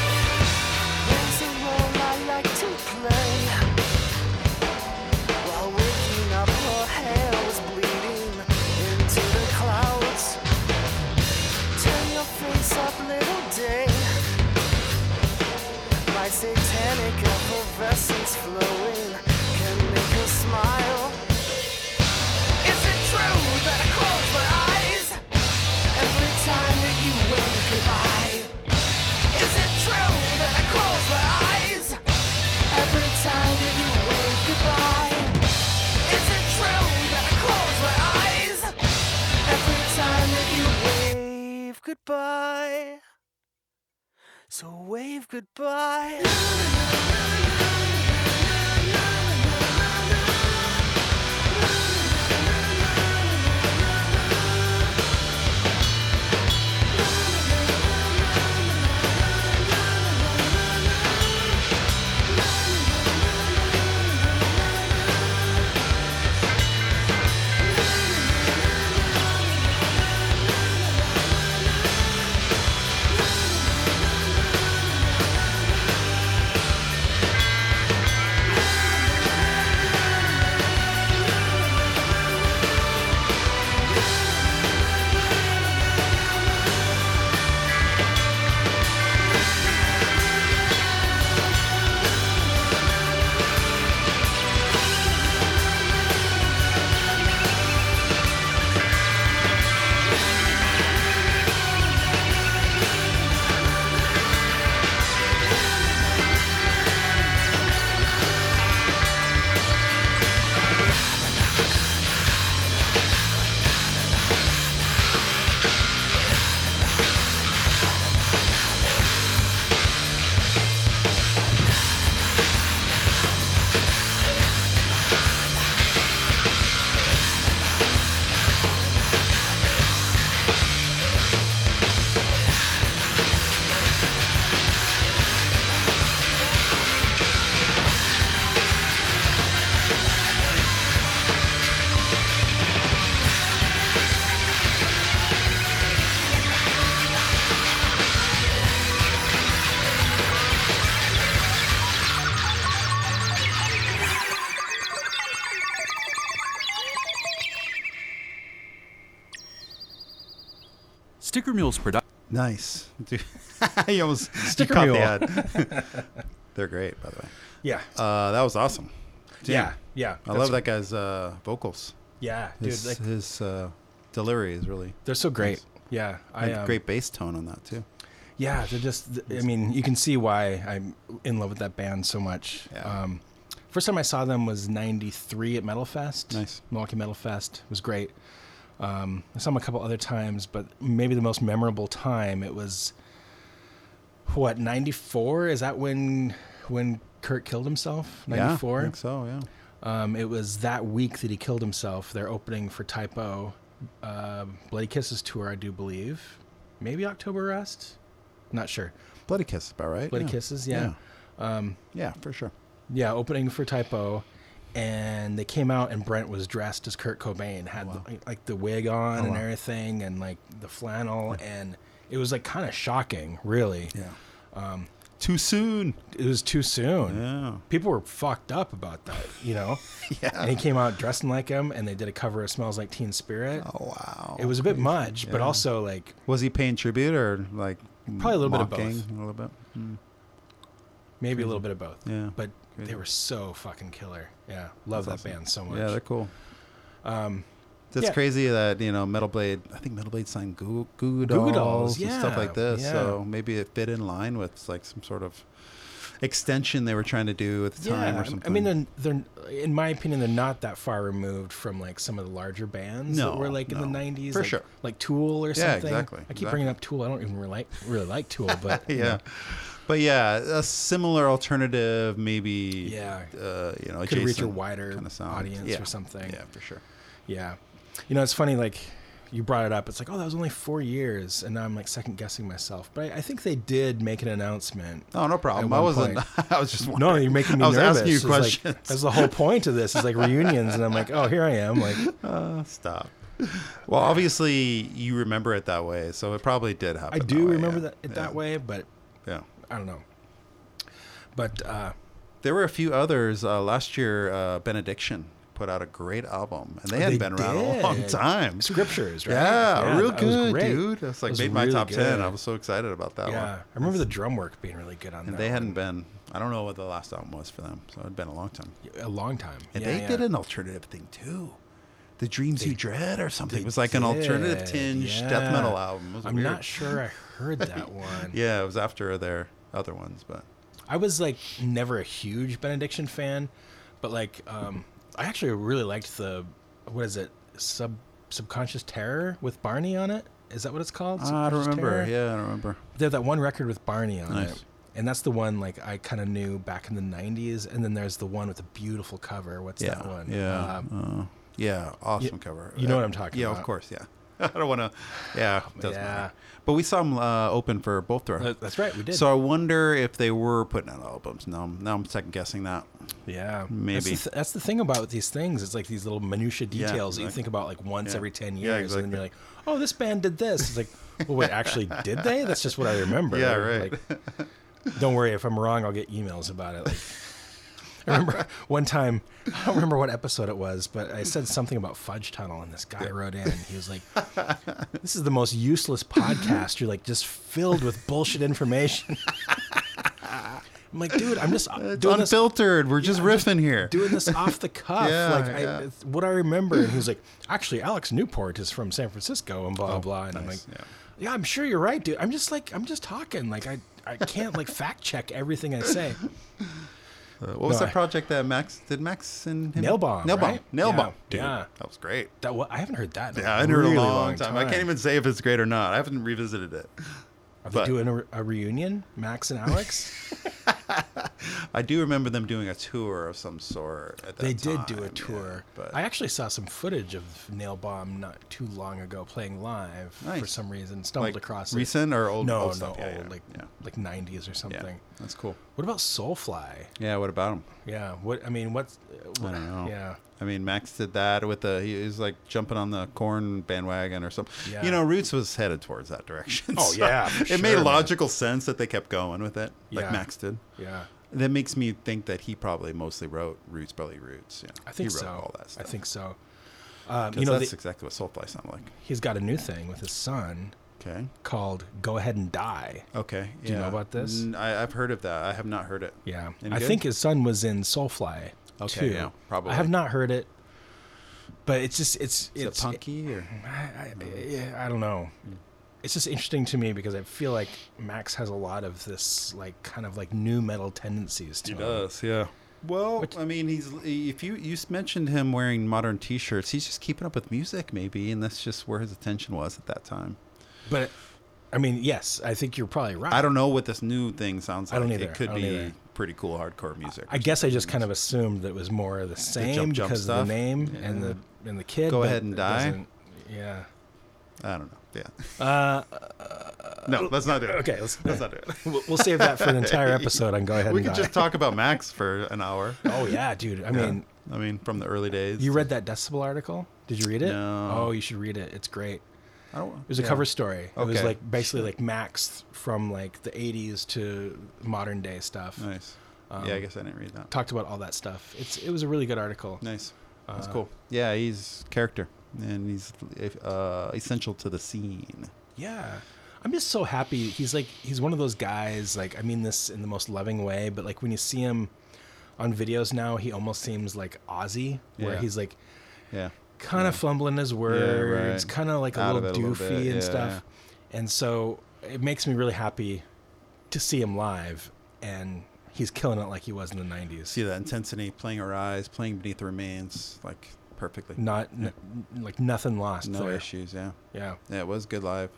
E: There's a role I like to play. While waking up, her hair was bleeding into the clouds. Turn your face up, little day. My satanic effervescence flowing can make her smile. Is it true that I close my eyes every time that you wave goodbye? Is it true that I close my eyes every time that you wave goodbye? Is it true that I close my eyes every time that you wave goodbye? So wave goodbye.
F: Sticker Mules production.
B: Nice. Dude, you almost you
A: Sticker
B: caught
A: mule.
B: the ad. They're great, by the way.
A: Yeah.
B: Uh, that was awesome. Dude,
A: yeah. Yeah.
B: I love that guy's uh, vocals.
A: Yeah, dude.
B: His,
A: like,
B: his uh, delivery is really
A: they're so great. Yeah. I
B: had
A: um,
B: great bass tone on that too.
A: Yeah, they're just. th- I mean, you can see why I'm in love with that band so much.
B: Yeah.
A: Um, first time I saw them was '93 at Metal Fest.
B: Nice.
A: Milwaukee Metal Fest was great. Um, I saw them a couple other times, but maybe the most memorable time it was what '94 is that when when Kurt killed himself?
B: Yeah, I
A: '94.
B: think so. Yeah.
A: Um, it was that week that he killed himself. Their opening for Typo, uh, Bloody Kisses tour, I do believe. Maybe October Rust? Not sure.
B: Bloody Kiss, is about right.
A: Bloody
B: yeah.
A: Kisses, yeah. Um, yeah.
B: Yeah, for sure.
A: opening for Typo. And they came out, and Brent was dressed as Kurt Cobain, had the, like the wig on and
B: Oh, wow.
A: everything, and like the flannel. And it was like kind of shocking, really.
B: Yeah. Um, Too soon.
A: It was too soon.
B: Yeah.
A: people were fucked up about that, you know? yeah. And he came out dressing like him and they did a cover of Smells Like Teen Spirit.
B: Oh wow.
A: it was a bit much, but also like
B: Was he paying tribute or like
A: Probably a little bit of
B: mocking
A: both.
B: A little bit.
A: maybe a little bit of both.
B: Yeah.
A: But they were so fucking killer. Yeah. Love
B: That's
A: that
B: awesome.
A: band so much. Um,
B: Yeah, they're cool. Um, that's
A: yeah.
B: crazy that you know Metal Blade. I think Metal Blade signed Goo Goo Dolls,
A: Dolls,
B: and stuff like
A: yeah,
B: this. So
A: yeah.
B: maybe it fit in line with like some sort of extension they were trying to do at the time
A: Yeah,
B: or
A: I
B: something.
A: mean, they're, they're in my opinion, they're not that far removed from like some of the larger bands
B: No,
A: that were like in
B: no.
A: the '90s,
B: For
A: like,
B: sure.
A: like Tool or
B: Yeah,
A: something.
B: exactly,
A: I keep
B: exactly.
A: bringing up Tool. I don't even really like really like Tool, but you know,
B: yeah. But yeah, a similar alternative, maybe.
A: Yeah.
B: Uh, you know,
A: could reach a
B: adjacent
A: wider
B: kinda sound.
A: audience
B: Yeah.
A: or something.
B: Yeah, for sure.
A: Yeah. You know, it's funny, like, you brought it up. It's like, oh, that was only four years. And now I'm like second guessing myself. But I, I think they did make an announcement.
B: Oh, no problem.
A: At
B: I
A: one
B: wasn't. I was just.
A: No,
B: Wondering.
A: you're making me
B: I was
A: nervous.
B: asking you
A: It's like-
B: questions.
A: that's the whole point of this. It's like reunions. And I'm like, oh, here I am. Like,
B: Stop. Well, obviously you remember it that way, so it probably did happen.
A: I
B: that
A: do
B: way,
A: remember
B: Oh, yeah.
A: that it
B: yeah.
A: that way, but
B: Yeah.
A: I don't know. But uh,
B: There were a few others uh, last year. Uh, Benediction put out a great album, and they
A: Oh, they
B: hadn't been around a
A: did.
B: long time.
A: Scriptures, right?
B: Yeah, real
A: that was
B: good,
A: great.
B: dude. That's like
A: That was
B: made my
A: really
B: top ten.
A: good.
B: I was so excited about that
A: yeah,
B: one.
A: I remember the drum work being really good on
B: And
A: that.
B: they
A: one.
B: hadn't been. I don't know what the last album was for them, so it'd been a long time.
A: a long time.
B: And
A: Yeah,
B: they
A: yeah.
B: did an alternative thing too. The Dreams You Dread or something. It was like an
A: did,
B: alternative tinge
A: yeah.
B: death metal album. It was
A: I'm
B: weird.
A: not sure I heard that one.
B: Yeah, it was after their other ones, but
A: I was like never a huge Benediction fan, but like um, I actually really liked the what is it sub subconscious terror with Barney on it. Is that what it's called?
B: Uh, I don't
A: Subconscious
B: remember.
A: Terror?
B: Yeah, I don't remember.
A: They have that one record with Barney on
B: Nice.
A: it, and that's the one like I kind of knew back in the '90s. And then there's the one with the beautiful cover. What's
B: Yeah,
A: that one?
B: yeah,
A: Um,
B: uh, yeah. Awesome cover.
A: you know what I'm talking
B: yeah, Yeah, of
A: about. Oh,
B: course. Yeah, I don't want to. Yeah, it doesn't
A: Yeah.
B: matter. But we saw them uh, open for both their.
A: That- that's right, we did.
B: So I wonder if they were putting out albums. Now, I'm- now I'm second guessing that.
A: yeah, That's
B: Maybe.
A: the, th- that's the thing about these things. It's like these little minutia
B: Yeah,
A: details that you
B: exactly.
A: think about like once
B: Yeah.
A: every ten years,
B: Yeah,
A: and then
B: exactly.
A: you're like, "Oh, this band did this." It's like, "Well, wait, actually, did they?" That's just what I remember.
B: Yeah,
A: Like, like, don't worry if I'm wrong. I'll get emails about it. Like, I remember one time, I don't remember what episode it was, but I said something about Fudge Tunnel, and this guy wrote in. And he was like, "This is the most useless podcast. You're like just filled with bullshit information." I'm like, dude, I'm just uh,
B: It's
A: doing this
B: unfiltered. We're just riffing here.
A: doing this off the cuff.
B: Yeah,
A: like
B: yeah.
A: I, it's what I remember, and he was like, "Actually, Alex Newport is from San Francisco," and blah blah. And I'm like,
B: Oh, nice,
A: yeah.
B: yeah.
A: I'm sure you're right, dude. I'm just like, I'm just talking. Like I, I can't like fact check everything I say."
B: Uh, what was
A: No,
B: that
A: I-
B: project that Max did? Max and him?
A: Nail Bomb,
B: Nail bomb.
A: right?
B: Nail
A: Yeah,
B: bomb. Dude,
A: yeah.
B: that was great.
A: That wa- I haven't heard that. In
B: Yeah, I
A: a
B: heard
A: really
B: a long, time. I can't even say if it's great or not. I haven't revisited it.
A: Are they
B: but-
A: doing a, re- a reunion, Max and Alex?
B: I do remember them doing a tour of some sort. At that
A: they did
B: time,
A: do a
B: yeah,
A: tour.
B: but
A: I actually saw some footage of Nail Bomb not too long ago playing live. For
B: Nice.
A: some reason, stumbled
B: Like,
A: across
B: recent
A: it.
B: or old-
A: No,
B: old
A: no,
B: stuff? Yeah, yeah,
A: old like
B: yeah.
A: like '90s or
B: yeah,
A: something.
B: that's cool.
A: What about Soulfly?
B: Yeah, what about him?
A: Yeah. What I mean, what's
B: I don't know.
A: Yeah.
B: I mean, Max did that with the he was like jumping on the corn bandwagon or something.
A: Yeah.
B: You know, Roots was headed towards that direction.
A: Oh, yeah, for
B: it made
A: sure, man.
B: logical sense that they kept going with it, like
A: Yeah.
B: Max did.
A: Yeah.
B: That makes me think that he probably mostly wrote Roots, probably Roots. Yeah,
A: I think
B: he wrote
A: so.
B: all that stuff. Uh,
A: I think so. Um,
B: 'Cause
A: you know,
B: that's
A: the-
B: exactly what Soulfly sounded like.
A: he's got a new thing with his son,
B: Okay.
A: called "Go Ahead and Die."
B: Okay.
A: Do you know about this?
B: N- I, have heard of that. I have not heard it.
A: Yeah,
B: Any
A: I
B: good?
A: think his son was in Soulfly.
B: Okay,
A: too.
B: yeah, probably.
A: I have not heard it, but it's just it's
B: Is
A: it's
B: it punky or
A: I, I- yeah, I don't know.
B: Hmm.
A: It's just interesting to me because I feel like Max has a lot of this like kind of like new metal tendencies to
B: He
A: him.
B: does, yeah. Oh. Well, I mean, he's if you you s- mentioned him wearing modern T-shirts, he's just keeping up with music, maybe, and that's just where his attention was at that time.
A: But I mean, yes, I think you're probably right.
B: I don't know what this new thing sounds
A: I
B: like.
A: don't either.
B: It could
A: I don't
B: be
A: either.
B: pretty cool hardcore music.
A: I guess I just kind of assumed that it was more of the same
B: jump, jump
A: because
B: stuff?
A: of the name and the and the kid.
B: Go
A: but
B: Ahead and
A: it
B: Die?
A: doesn't- Yeah.
B: I don't know. Yeah. Uh, no, let's not do it.
A: Okay, let's,
B: let's not do it.
A: we'll, we'll save that for an entire episode on Go Ahead
B: We
A: and
B: could
A: Die.
B: just talk about Max for an hour.
A: oh yeah, dude. I mean,
B: I mean, from the early days.
A: you read that Decibel article? Did you read it?
B: No.
A: Oh, you should read it. It's great.
B: I don't,
A: It was a
B: yeah.
A: cover story. It was
B: Okay.
A: like basically like Max from like the 80s to modern day stuff.
B: Nice.
A: Um,
B: yeah, I guess I didn't read that.
A: Talked about all that stuff. It's it was a really good article.
B: Nice.
A: uh,
B: That's cool. Yeah, he's character and he's uh, essential to the scene.
A: Yeah. I'm just so happy. He's like he's one of those guys like I mean this in the most loving way, but like when you see him on videos now, he almost seems like Ozzy where
B: Yeah.
A: he's like
B: Yeah.
A: kind of fumbling his words,
B: right.
A: kind of like a
B: Out of
A: little
B: it a little
A: doofy
B: bit,
A: and
B: yeah,
A: stuff. And so it makes me really happy to see him live, and he's killing it like he was in the '90s.
B: See that intensity playing Arise, playing Beneath the Remains, like perfectly.
A: Not n- like nothing lost.
B: no
A: there.
B: issues. Yeah.
A: Yeah.
B: Yeah, it was good live.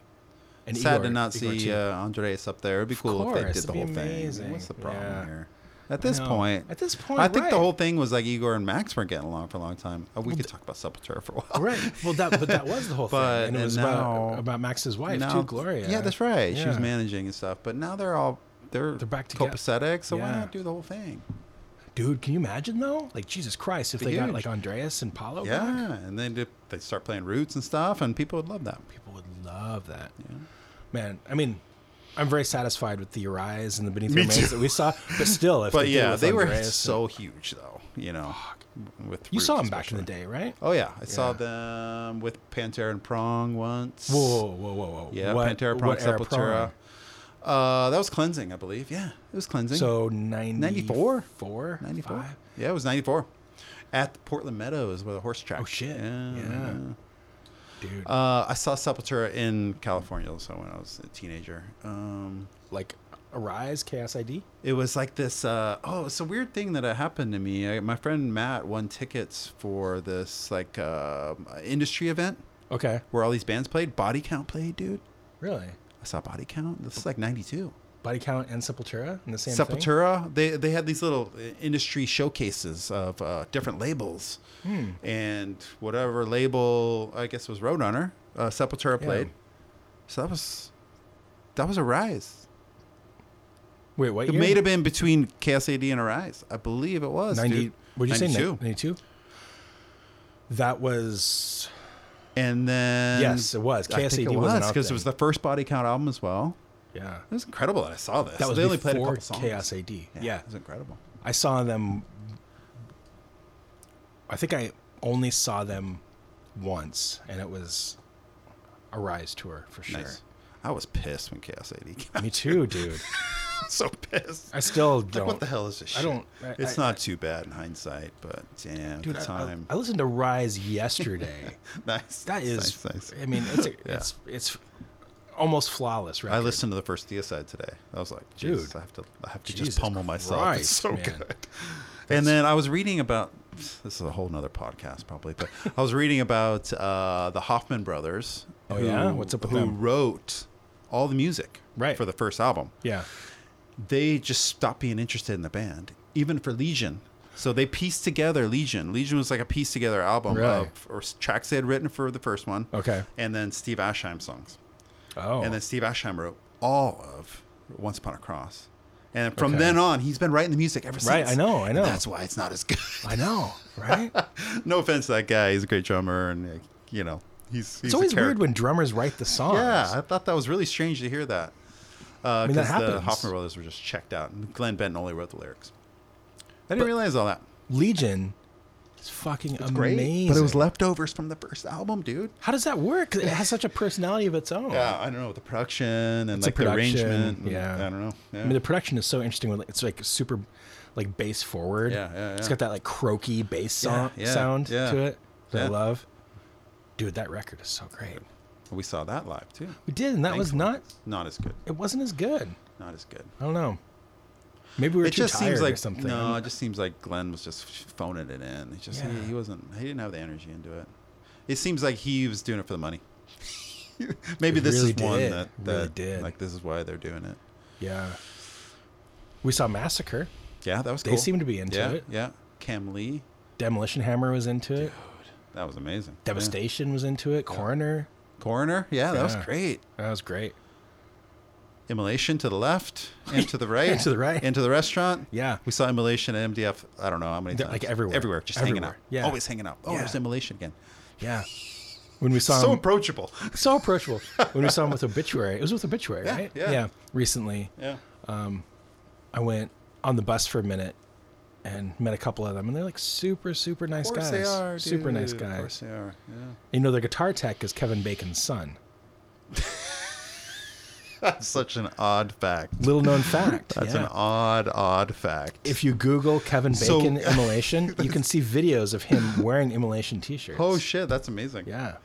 A: And
B: Sad to
A: Igor-
B: not
A: Igor
B: see
A: too.
B: uh, Andreas up there. It'd be cool if they
A: course,
B: did the
A: it'd be
B: whole
A: amazing.
B: thing. What's the problem
A: Yeah.
B: here? At this
A: know.
B: point,
A: At this point,
B: I think the
A: right.
B: whole thing was like Igor and Max weren't getting along for a long time. Oh, we could talk about Sepultura for a while.
A: right. Well, that but that was the whole
B: But-
A: thing, and it
B: and
A: was
B: now-
A: about about Max's wife
B: Now-
A: too, Gloria.
B: Yeah, that's right. She was
A: Yeah.
B: managing and stuff, but now they're all they're
A: They're back together.
B: copacetic. So why
A: Yeah.
B: not do the whole thing?
A: Dude, can you imagine though? Like Jesus Christ, if
B: Be
A: they got
B: huge.
A: like Andreas and Paulo back,
B: Yeah, and then they- they start playing Roots and stuff, and people would love that.
A: people would love that. Man, I mean, I'm very satisfied with the Urias and the Beneath the
B: Me
A: Remains
B: too.
A: that we saw, but still, if
B: But
A: they
B: yeah, they were
A: Andreas
B: so huge though. You know, with
A: you
B: Roots
A: saw them back in the
B: especially.
A: day, right?
B: Oh yeah, I saw
A: Yeah.
B: them with Pantera and Prong once.
A: Whoa, whoa, whoa, whoa!
B: Yeah,
A: What-
B: Pantera, Prong,
A: what era
B: Sepultura. Uh, that was cleansing, I believe. Yeah, it was cleansing.
A: So 94? 94?
B: 94?
A: 5?
B: Yeah, it was 94. At the Portland Meadows with a horse track.
A: Oh, shit.
B: Yeah.
A: Yeah. Dude,
B: Uh, I saw Sepultura in California also when I was a teenager. Um,
A: like Arise, Chaos ID?
B: it was like this. Uh, oh, it's a weird thing that happened to me. I, my friend Matt won tickets for this like uh, industry event
A: Okay.
B: where all these bands played. Body Count played, dude.
A: Really?
B: I saw Body Count. This is like '92.
A: Body Count and Sepultura in the same thing?
B: Sepultura. They they had these little uh, industry showcases of uh, different labels,
A: Hmm.
B: and whatever label I guess was Roadrunner, uh, Sepultura played. So that was that was a rise.
A: Wait, what
B: It
A: year?
B: may have been between KSAD and Arise, I believe it was.
A: 90,
B: dude.
A: what did you
B: 92.
A: say, 92? That was,
B: And then
A: Yes, it was.
B: I think
A: KSAD
B: it
A: wasn't
B: was
A: out
B: because
A: then.
B: it was the first Body Count album as well.
A: yeah.
B: It was incredible that I saw this.
A: That was
B: they only played a
A: before
B: couple songs.
A: Chaos AD. yeah.
B: it was incredible.
A: I saw them. I think I only saw them once, and it was a Rise tour for sure.
B: Nice. I was pissed when KSAD came. out.
A: Me too, dude.
B: I'm so pissed.
A: I still don't.
B: Like, what the hell is this?
A: I
B: Shit?
A: don't- I-
B: it's
A: I-
B: not too bad in hindsight, but damn,
A: Dude,
B: the
A: I- I-
B: time.
A: I, listened to Rise yesterday.
B: nice.
A: That
B: nice,
A: is,
B: Nice, nice.
A: I mean, it's, a, it's it's almost flawless, right?
B: I listened to the first Theocide today. I was like, dude,
A: Dude.
B: I have to, I have to
A: Jesus
B: just pummel myself.
A: Christ,
B: it's so
A: man.
B: good. and then I was reading about. This is a whole nother podcast, probably, but I was reading about uh, the Hoffman brothers.
A: Oh, yeah? What's up with
B: who
A: them?
B: wrote all the music
A: Right.
B: for the first album?
A: Yeah,
B: they just stopped being interested in the band, even for Legion. So they pieced together Legion. Legion was like a pieced together album
A: Really?
B: of or s- tracks they had written for the first one.
A: Okay.
B: And then Steve Ashheim songs.
A: oh,
B: And then Steve Ashheim wrote all of Once Upon a Cross. And from
A: Okay.
B: then on, he's been writing the music ever since.
A: Right, I know, I
B: And
A: know.
B: that's why it's not as good.
A: I know, right?
B: no offense to that guy. He's a great drummer, and uh, you know, he's.
A: it's
B: he's a
A: always weird
B: character.
A: when drummers write the songs.
B: Yeah, I thought that was really strange to hear that. Uh,
A: mean,
B: 'cause
A: that
B: The
A: happens.
B: Hoffman brothers were just checked out, and Glenn Benton only wrote the lyrics. I didn't realize all that.
A: Legion It's fucking
B: Great.
A: amazing.
B: But it was leftovers from the first album, dude.
A: How does that work? It has such a personality of its own.
B: Yeah, I don't know the production and
A: a
B: like
A: production,
B: the arrangement. and-
A: yeah.
B: I don't know. Yeah.
A: I mean, the production is so interesting. With like, it's like super, like bass forward.
B: Yeah, yeah,
A: It's
B: yeah.
A: got that like croaky bass so-
B: Yeah, yeah,
A: sound
B: yeah.
A: to it that I
B: Yeah.
A: love. Dude, that record is so great.
B: we saw that live too.
A: We did, and that was
B: Thankfully.
A: not.
B: Not as good.
A: It wasn't as good.
B: Not as good.
A: I don't know. Maybe we were
B: It
A: too
B: just
A: tired
B: seems like
A: or something.
B: no. It just seems like Glenn was just phoning it in. He just
A: Yeah.
B: he, he wasn't. He didn't have the energy into it. It seems like he was doing it for the money. Maybe
A: It
B: this
A: really
B: is one
A: did.
B: that, that
A: Really did.
B: like this is why they're doing it.
A: Yeah. We saw Massacre.
B: Yeah, that was.
A: They
B: cool.
A: seemed to be into
B: yeah,
A: it.
B: Yeah, Cam Lee,
A: Demolition Hammer was into it.
B: that was amazing. Yeah.
A: Devastation was into it. Coroner.
B: Coroner, yeah, that was
A: Yeah.
B: great.
A: That was great.
B: Immolation to the left and to the right.
A: And to the right.
B: Into the restaurant.
A: Yeah.
B: We saw Immolation and MDF, I don't know how many
A: They're,
B: times.
A: like, everywhere.
B: Everywhere. Just hanging out.
A: Everywhere. Yeah.
B: Always hanging out. Oh,
A: Yeah.
B: there's Immolation again.
A: Yeah. When we saw
B: so
A: him,
B: approachable.
A: so approachable. When we saw him with Obituary, it was with Obituary,
B: Yeah,
A: right?
B: yeah.
A: Recently,
B: Yeah.
A: I went on the bus for a minute and met a couple of them, and they're like super, super nice
B: Of course
A: guys.
B: they are.
A: super nice
B: dude. Of course
A: guys.
B: they are. Yeah.
A: You know, their guitar tech is Kevin Bacon's son.
B: That's such an odd fact.
A: Little known fact.
B: That's
A: yeah.
B: an odd, odd fact.
A: if you Google Kevin
B: So-
A: Bacon immolation, you can see videos of him wearing immolation T-shirts.
B: Oh shit, that's amazing.
A: yeah,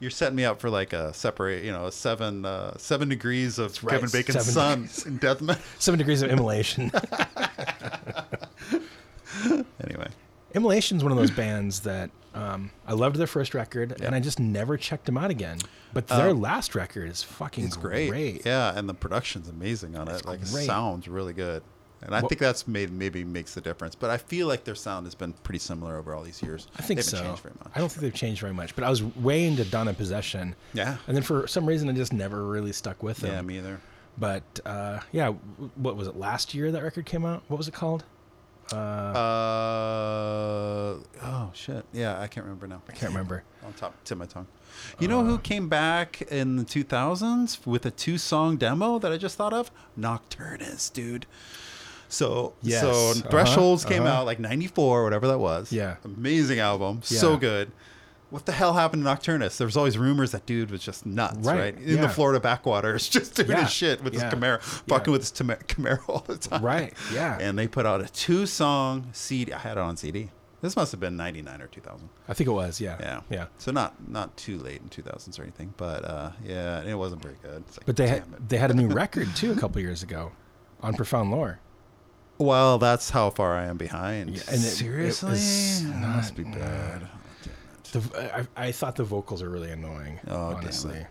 B: You're setting me up for like a separate, you know, a seven uh, seven degrees of
A: right,
B: Kevin Bacon's
A: seven
B: son in Death Metal.
A: seven degrees of immolation.
B: Anyway.
A: Immolation's one of those bands that um, I loved their first record, and I just never checked them out again. But their last record is fucking
B: Oh. It's great.
A: great.
B: Yeah, and the production's amazing on it. Like it
A: great.
B: sounds really good. And I think that's made maybe makes the difference. But I feel like their sound has been pretty similar over all these years.
A: I think
B: they haven't
A: so.
B: changed very much.
A: I don't think they've changed very much. But I was way into Donna Possession.
B: Yeah.
A: And then for some reason, I just never really stuck with them.
B: Yeah, me either.
A: But uh, yeah, w- what was it last year that record came out? What was it called?
B: Uh, oh shit. Yeah, I can't remember now.
A: I can't remember.
B: On top tip of my tongue. You know
A: Uh.
B: who came back in the 2000s with a two-song demo that I just thought of? Nocturnus, dude. So
A: Yes.
B: so
A: Uh-huh.
B: Thresholds came
A: Uh-huh.
B: out like 94 whatever that was.
A: Yeah.
B: Amazing album.
A: Yeah.
B: So good. What the hell happened to Nocturnus? There was always rumors that dude was just nuts,
A: Right.
B: right? In
A: Yeah.
B: the Florida backwaters, just doing
A: Yeah.
B: his shit with
A: Yeah.
B: his Camaro,
A: Yeah.
B: fucking with his Tama- Camaro all the time.
A: Right. Yeah.
B: And they put out a two song CD. I had it on CD. This must have been 99 or 2000.
A: I think it was. Yeah.
B: Yeah.
A: Yeah.
B: So not not too late in 2000s or anything, but uh, yeah, and it wasn't very good. It's like,
A: But they
B: damn
A: had
B: it.
A: they had a new record too a couple years ago, on Profound Lore.
B: Well, that's how far I am behind.
A: and it- it
B: Seriously?
A: was
B: That
A: not-
B: must be bad.
A: The, I, I thought the vocals are really annoying.
B: Oh, damn
A: honestly.
B: it.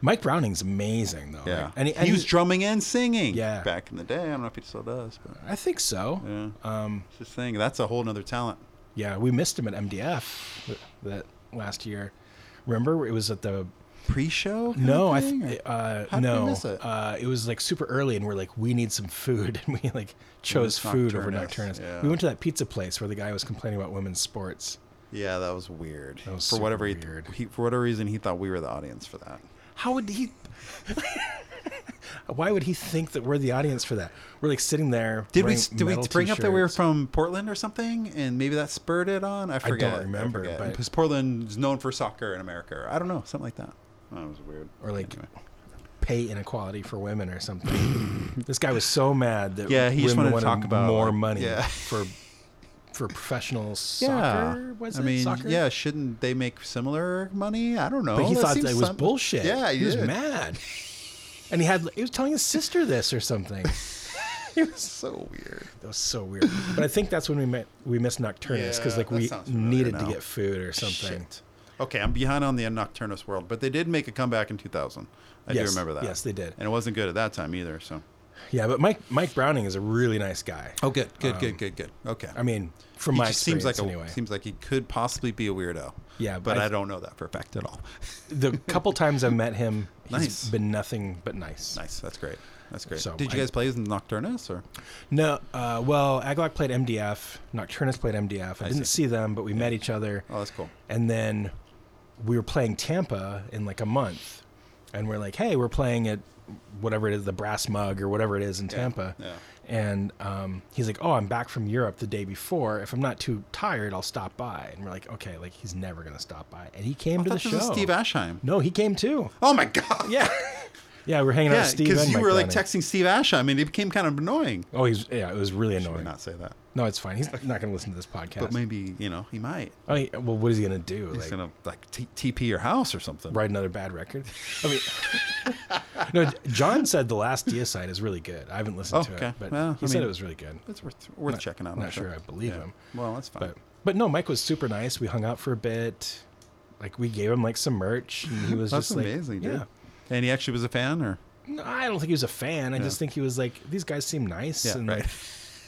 A: Mike Browning's amazing though.
B: Yeah.
A: Like, and he, and
B: he was
A: he-
B: drumming and singing
A: Yeah.
B: back in the day. I don't know if he still does, but
A: I think so.
B: yeah.
A: Um,
B: it's his thing. That's a whole nother talent.
A: yeah, we missed him at MDF th- that last year. Remember, it was at the
B: Pre show?
A: no, I th- uh,
B: How did we
A: no,
B: miss it?
A: Uh, it was like super early, and we're like, we need some food, and we like chose food over Nocturnus.
B: Nocturnus, yeah.
A: We went to that pizza place where the guy was complaining about women's sports.
B: Yeah, that was weird.
A: was
B: for
A: super
B: whatever
A: weird.
B: He, he for whatever reason he thought we were the audience for that.
A: How would he? Why would he think that we're the audience for that? We're like sitting there.
B: Did we
A: wearing
B: did we
A: metal
B: bring up that we were
A: t-shirts.
B: from Portland or something, and maybe that spurred it on? I forget.
A: remember,
B: forget.
A: but-
B: because Portland is known for soccer in America. Or, I don't know, something like that. Oh, That was weird.
A: Or like pay inequality for women or something. this guy was so mad that
B: Yeah, he just
A: women
B: wanted to
A: wanted
B: talk about,
A: more
B: like,
A: money
B: yeah.
A: for for professional
B: yeah.
A: soccer. Was
B: I
A: it
B: mean,
A: soccer?
B: yeah. Shouldn't they make similar money? I don't know.
A: but he
B: That
A: thought
B: seems
A: that was
B: some-
A: bullshit.
B: Yeah,
A: he,
B: he,
A: was
B: did.
A: mad, and he had he was telling his sister this or something.
B: So weird.
A: That was so weird. But I think that's when we met, we missed Nocturnus because
B: Yeah,
A: like
B: that
A: we
B: sounds familiar
A: needed to
B: now.
A: get food or something.
B: Shit. Okay, I'm behind on the Nocturnus world, but they did make a comeback in 2000. I do
A: Yes,
B: remember that.
A: yes, they did.
B: and it wasn't good at that time either. So.
A: Yeah, but Mike Mike Browning is a really nice guy.
B: Oh, good, good, good, good, good. Okay.
A: I mean, from
B: he
A: my
B: just seems like a,
A: anyway.
B: seems like he could possibly be a weirdo.
A: Yeah, but
B: but
A: I-
B: I, don't know that for a fact at all.
A: the couple times I've met him, he's
B: Nice.
A: been nothing but nice.
B: nice, that's great. That's great.
A: So,
B: Did you
A: I-
B: guys play as Nocturnus or?
A: No, uh, well, Aglock played MDF, Nocturnus played MDF. I, didn't see,
B: see.
A: them, but we met each other.
B: Oh, that's cool.
A: And then we were playing Tampa in like a month, and we're like, hey, we're playing at whatever it is, the Brass Mug or whatever it is in Tampa.
B: yeah.
A: And um, he's like, "Oh, I'm back from Europe the day before. If I'm not too tired, I'll stop by." And we're like, "Okay, like he's never gonna stop by." And he came to the
B: This
A: show.
B: is Steve Ashheim.
A: No, he came too.
B: Oh my god.
A: Yeah, yeah, we we're hanging out with
B: Yeah,
A: Steve.
B: because
A: and
B: you
A: Mike
B: were like
A: Lennon.
B: texting Steve Ashheim, and it became kind of annoying.
A: Oh, he's yeah, it was really
B: Why
A: annoying.
B: not say that?
A: No, it's fine. He's not gonna listen to this podcast.
B: But maybe you know he might.
A: Oh, he- well, what is he gonna do?
B: He's
A: Like,
B: gonna like t- TP your house or something.
A: write another bad record? I mean, no. John said the last Deicide is really good. I haven't listened
B: Oh,
A: to
B: okay.
A: it, but
B: Well,
A: he
B: I
A: said
B: mean,
A: it was really good.
B: It's worth worth checking out. I'm
A: not sure I believe him.
B: Well, that's fine.
A: But but no, Mike was super nice. We hung out for a bit. Like we gave him like some merch, and he was
B: that's
A: just like,
B: amazing, dude.
A: yeah.
B: And he actually was a fan, or
A: No, I don't think he was a fan. I just think he was like, these guys seem nice,
B: Yeah,
A: and
B: right.
A: like,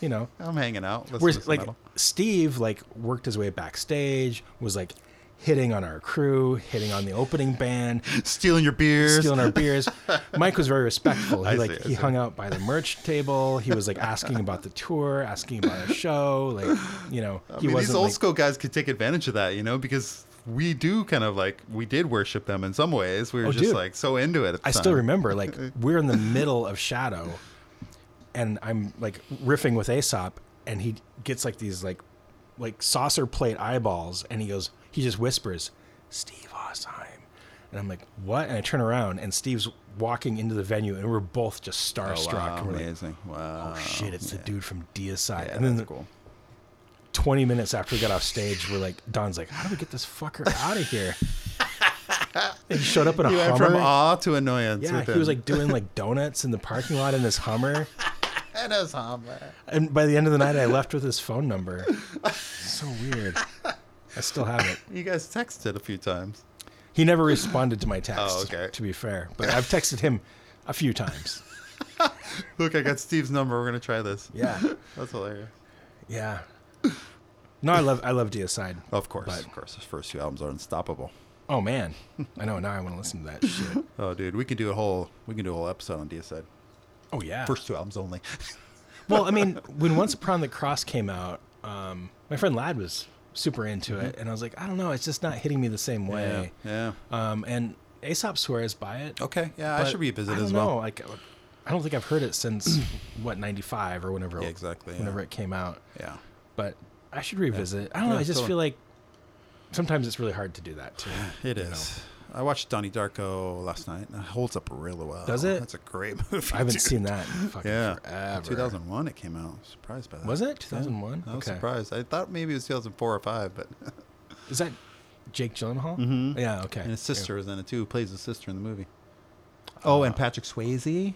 A: you know,
B: I'm hanging out. Let's
A: Whereas,
B: listen
A: like
B: metal.
A: Steve, like worked his way backstage, was like hitting on our crew, hitting on the opening band,
B: stealing your beers.
A: stealing our beers. Mike was very respectful.
B: I
A: He
B: see,
A: like
B: I
A: he
B: see.
A: hung out by the merch table. He was like asking about the tour, asking about our show. Like you know,
B: I
A: he
B: mean,
A: wasn't
B: these old
A: like,
B: school guys could take advantage of that, you know, because we do kind of like we did worship them in some ways. We were
A: Oh,
B: just
A: dude.
B: like so into it. At the
A: I still
B: time.
A: remember like we're in the middle of Shadow, and I'm like riffing with Aesop, and he gets like these like like saucer plate eyeballs, and he goes, he just whispers, "Steve Osheim," and I'm like, "What?" And I turn around, and Steve's walking into the venue, and we're both just starstruck.
B: Oh, Wow,
A: and we're like,
B: amazing. wow.
A: "Oh shit, it's the dude from DSI."
B: Yeah,
A: and then
B: that's
A: the-
B: cool.
A: 20 minutes after we got off stage, we're like, Don's like, "How do we get this fucker out of here?" And he showed up in a
B: He went
A: Hummer.
B: from awe to annoyance.
A: Yeah,
B: with
A: he was
B: him.
A: like doing like donuts in the parking lot in his Hummer.
B: That is Hummer.
A: And by the end of the night, I left with his phone number. So weird. I still have it.
B: You guys texted a few times.
A: He never responded to my text.
B: Oh, okay.
A: To be fair, but I've texted him a few times.
B: Look, I got Steve's number. We're gonna try this.
A: Yeah,
B: that's hilarious.
A: yeah. No, I love I love Deicide.
B: Of course,
A: But-
B: of course. His first two albums are unstoppable.
A: Oh man, I know. Now I want to listen to that shit.
B: Oh, dude, we can do a whole we can do a whole episode on DSI.
A: Oh yeah.
B: First two albums only.
A: Well, I mean, when Once Upon the Cross came out, um, my friend Lad was super into it, and I was like, I don't know, it's just not hitting me the same
B: Mm-hmm. yeah,
A: way.
B: yeah.
A: Um, and Aesop swears by it.
B: Okay, yeah, I
A: but
B: should revisit
A: I
B: it
A: don't
B: as well.
A: know, Like, uh, I don't think I've heard it since what '95 or whenever.
B: Yeah, exactly, yeah.
A: Whenever it came out,
B: Yeah,
A: but I should revisit. it. I don't know.
B: Yeah,
A: I just
B: totally.
A: feel like sometimes it's really hard to do that too.
B: it is. I watched Donnie Darko last night. and It holds up really well.
A: Does it?
B: That's a great movie.
A: I haven't
B: dude.
A: seen that. In fucking
B: Yeah,
A: Forever.
B: 2001. It came out. Surprised by that.
A: Was it?
B: Yeah,
A: 2001?
B: I was
A: Okay.
B: surprised. I thought maybe it was 2004 or five, but
A: Is that Jake Gyllenhaal? Mm-hmm. Yeah. Okay.
B: and his sister is in it too. Who plays his sister in the movie? Oh, and Patrick Swayze.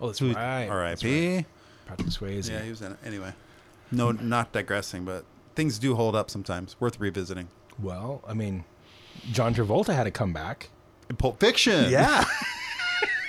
A: Oh, that's
B: who-
A: right. That's right.
B: R.I.P.
A: Patrick Swayze.
B: Yeah, he was in it. Anyway, no, not digressing, but things do hold up sometimes. Worth revisiting.
A: Well, I mean, John Travolta had a comeback.
B: In Pulp Fiction.
A: Yeah.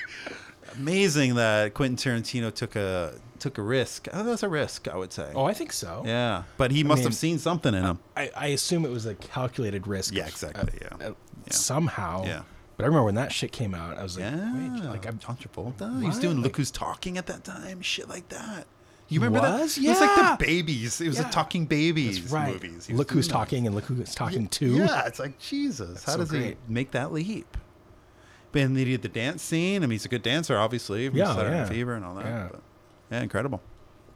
B: Amazing that Quentin Tarantino took a took a risk. Oh, that's a risk, I would say.
A: Oh, I think so.
B: yeah, but he must
A: mean- uh,
B: have seen something in him.
A: I, I assume it was a calculated risk.
B: Yeah,
A: uh,
B: exactly, yeah.
A: uh,
B: Yeah.
A: Somehow.
B: Yeah.
A: But I remember when that shit came out, I was like,
B: Yeah,
A: wait, like I'm
B: John Travolta. He was
A: What?
B: doing
A: Like-
B: Look Who's Talking at that time, shit like that. You remember
A: Was?
B: that? It was like
A: Yeah.
B: the babies. It was
A: Yeah.
B: the talking babies
A: That's right.
B: movies. He was
A: Look
B: doing
A: who's
B: that.
A: talking and look who's talking to.
B: Yeah, it's like Jesus. how
A: so
B: does
A: great.
B: he make that leap? But then they did the dance scene. I mean, he's a good dancer, obviously. From
A: Yeah,
B: Saturday Night
A: yeah.
B: Fever and all that.
A: Yeah.
B: But, yeah, incredible.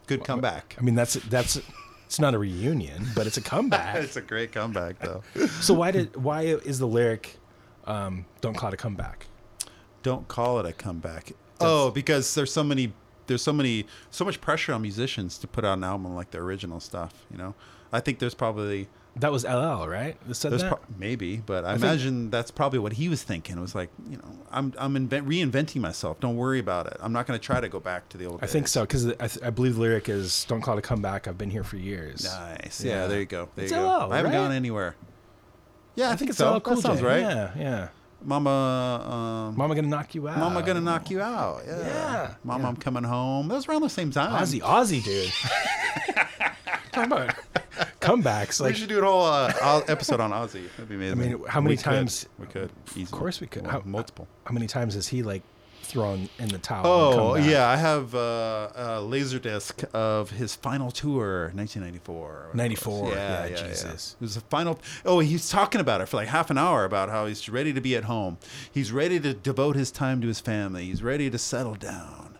B: Good comeback.
A: I mean, that's that's it's not a reunion, but it's a comeback.
B: it's a great comeback, though.
A: so why did why is the lyric um, "Don't call it a comeback"?
B: Don't call it a comeback. oh, because there's so many, there's so many, so much pressure on musicians to put out an album like their original stuff. You know, I think there's probably
A: That was LL, right? That said
B: There's
A: that.
B: pro- maybe, but I, imagine that's probably what he was thinking. It was like, you know, I'm I'm invent- reinventing myself. Don't worry about it. I'm not going to try to go back to the old.
A: I think
B: days.
A: so because I, th- I believe the lyric is "Don't call it a comeback." I've been here for years.
B: Nice. Yeah, there you go. There
A: It's
B: you go.
A: LL,
B: I haven't
A: right?
B: gone anywhere. Yeah, I,
A: I think it's
B: so.
A: LL Cool
B: that sounds
A: J.
B: right.
A: Yeah, yeah.
B: Mama, um,
A: Mama gonna knock you out.
B: Mama gonna knock you out. Yeah.
A: Yeah.
B: Mama, I'm coming home. That was around the same time.
A: Ozzy, Ozzy, dude. Talking about comebacks.
B: We
A: Like,
B: should do a whole uh, Oz- episode on Ozzy. That'd be amazing.
A: mean, how many
B: We could.
A: times-
B: we could?
A: of course we could. How-
B: multiple.
A: how many times has he like throwing in the towel. and
B: Oh
A: come back.
B: yeah, I have uh, a laser disc of his final tour, 1994. or whatever it was.
A: 94, yeah, Jesus.
B: It was the final. Oh, he's talking about it for like half an hour about how he's ready to be at home. He's ready to devote his time to his family. He's ready to settle down.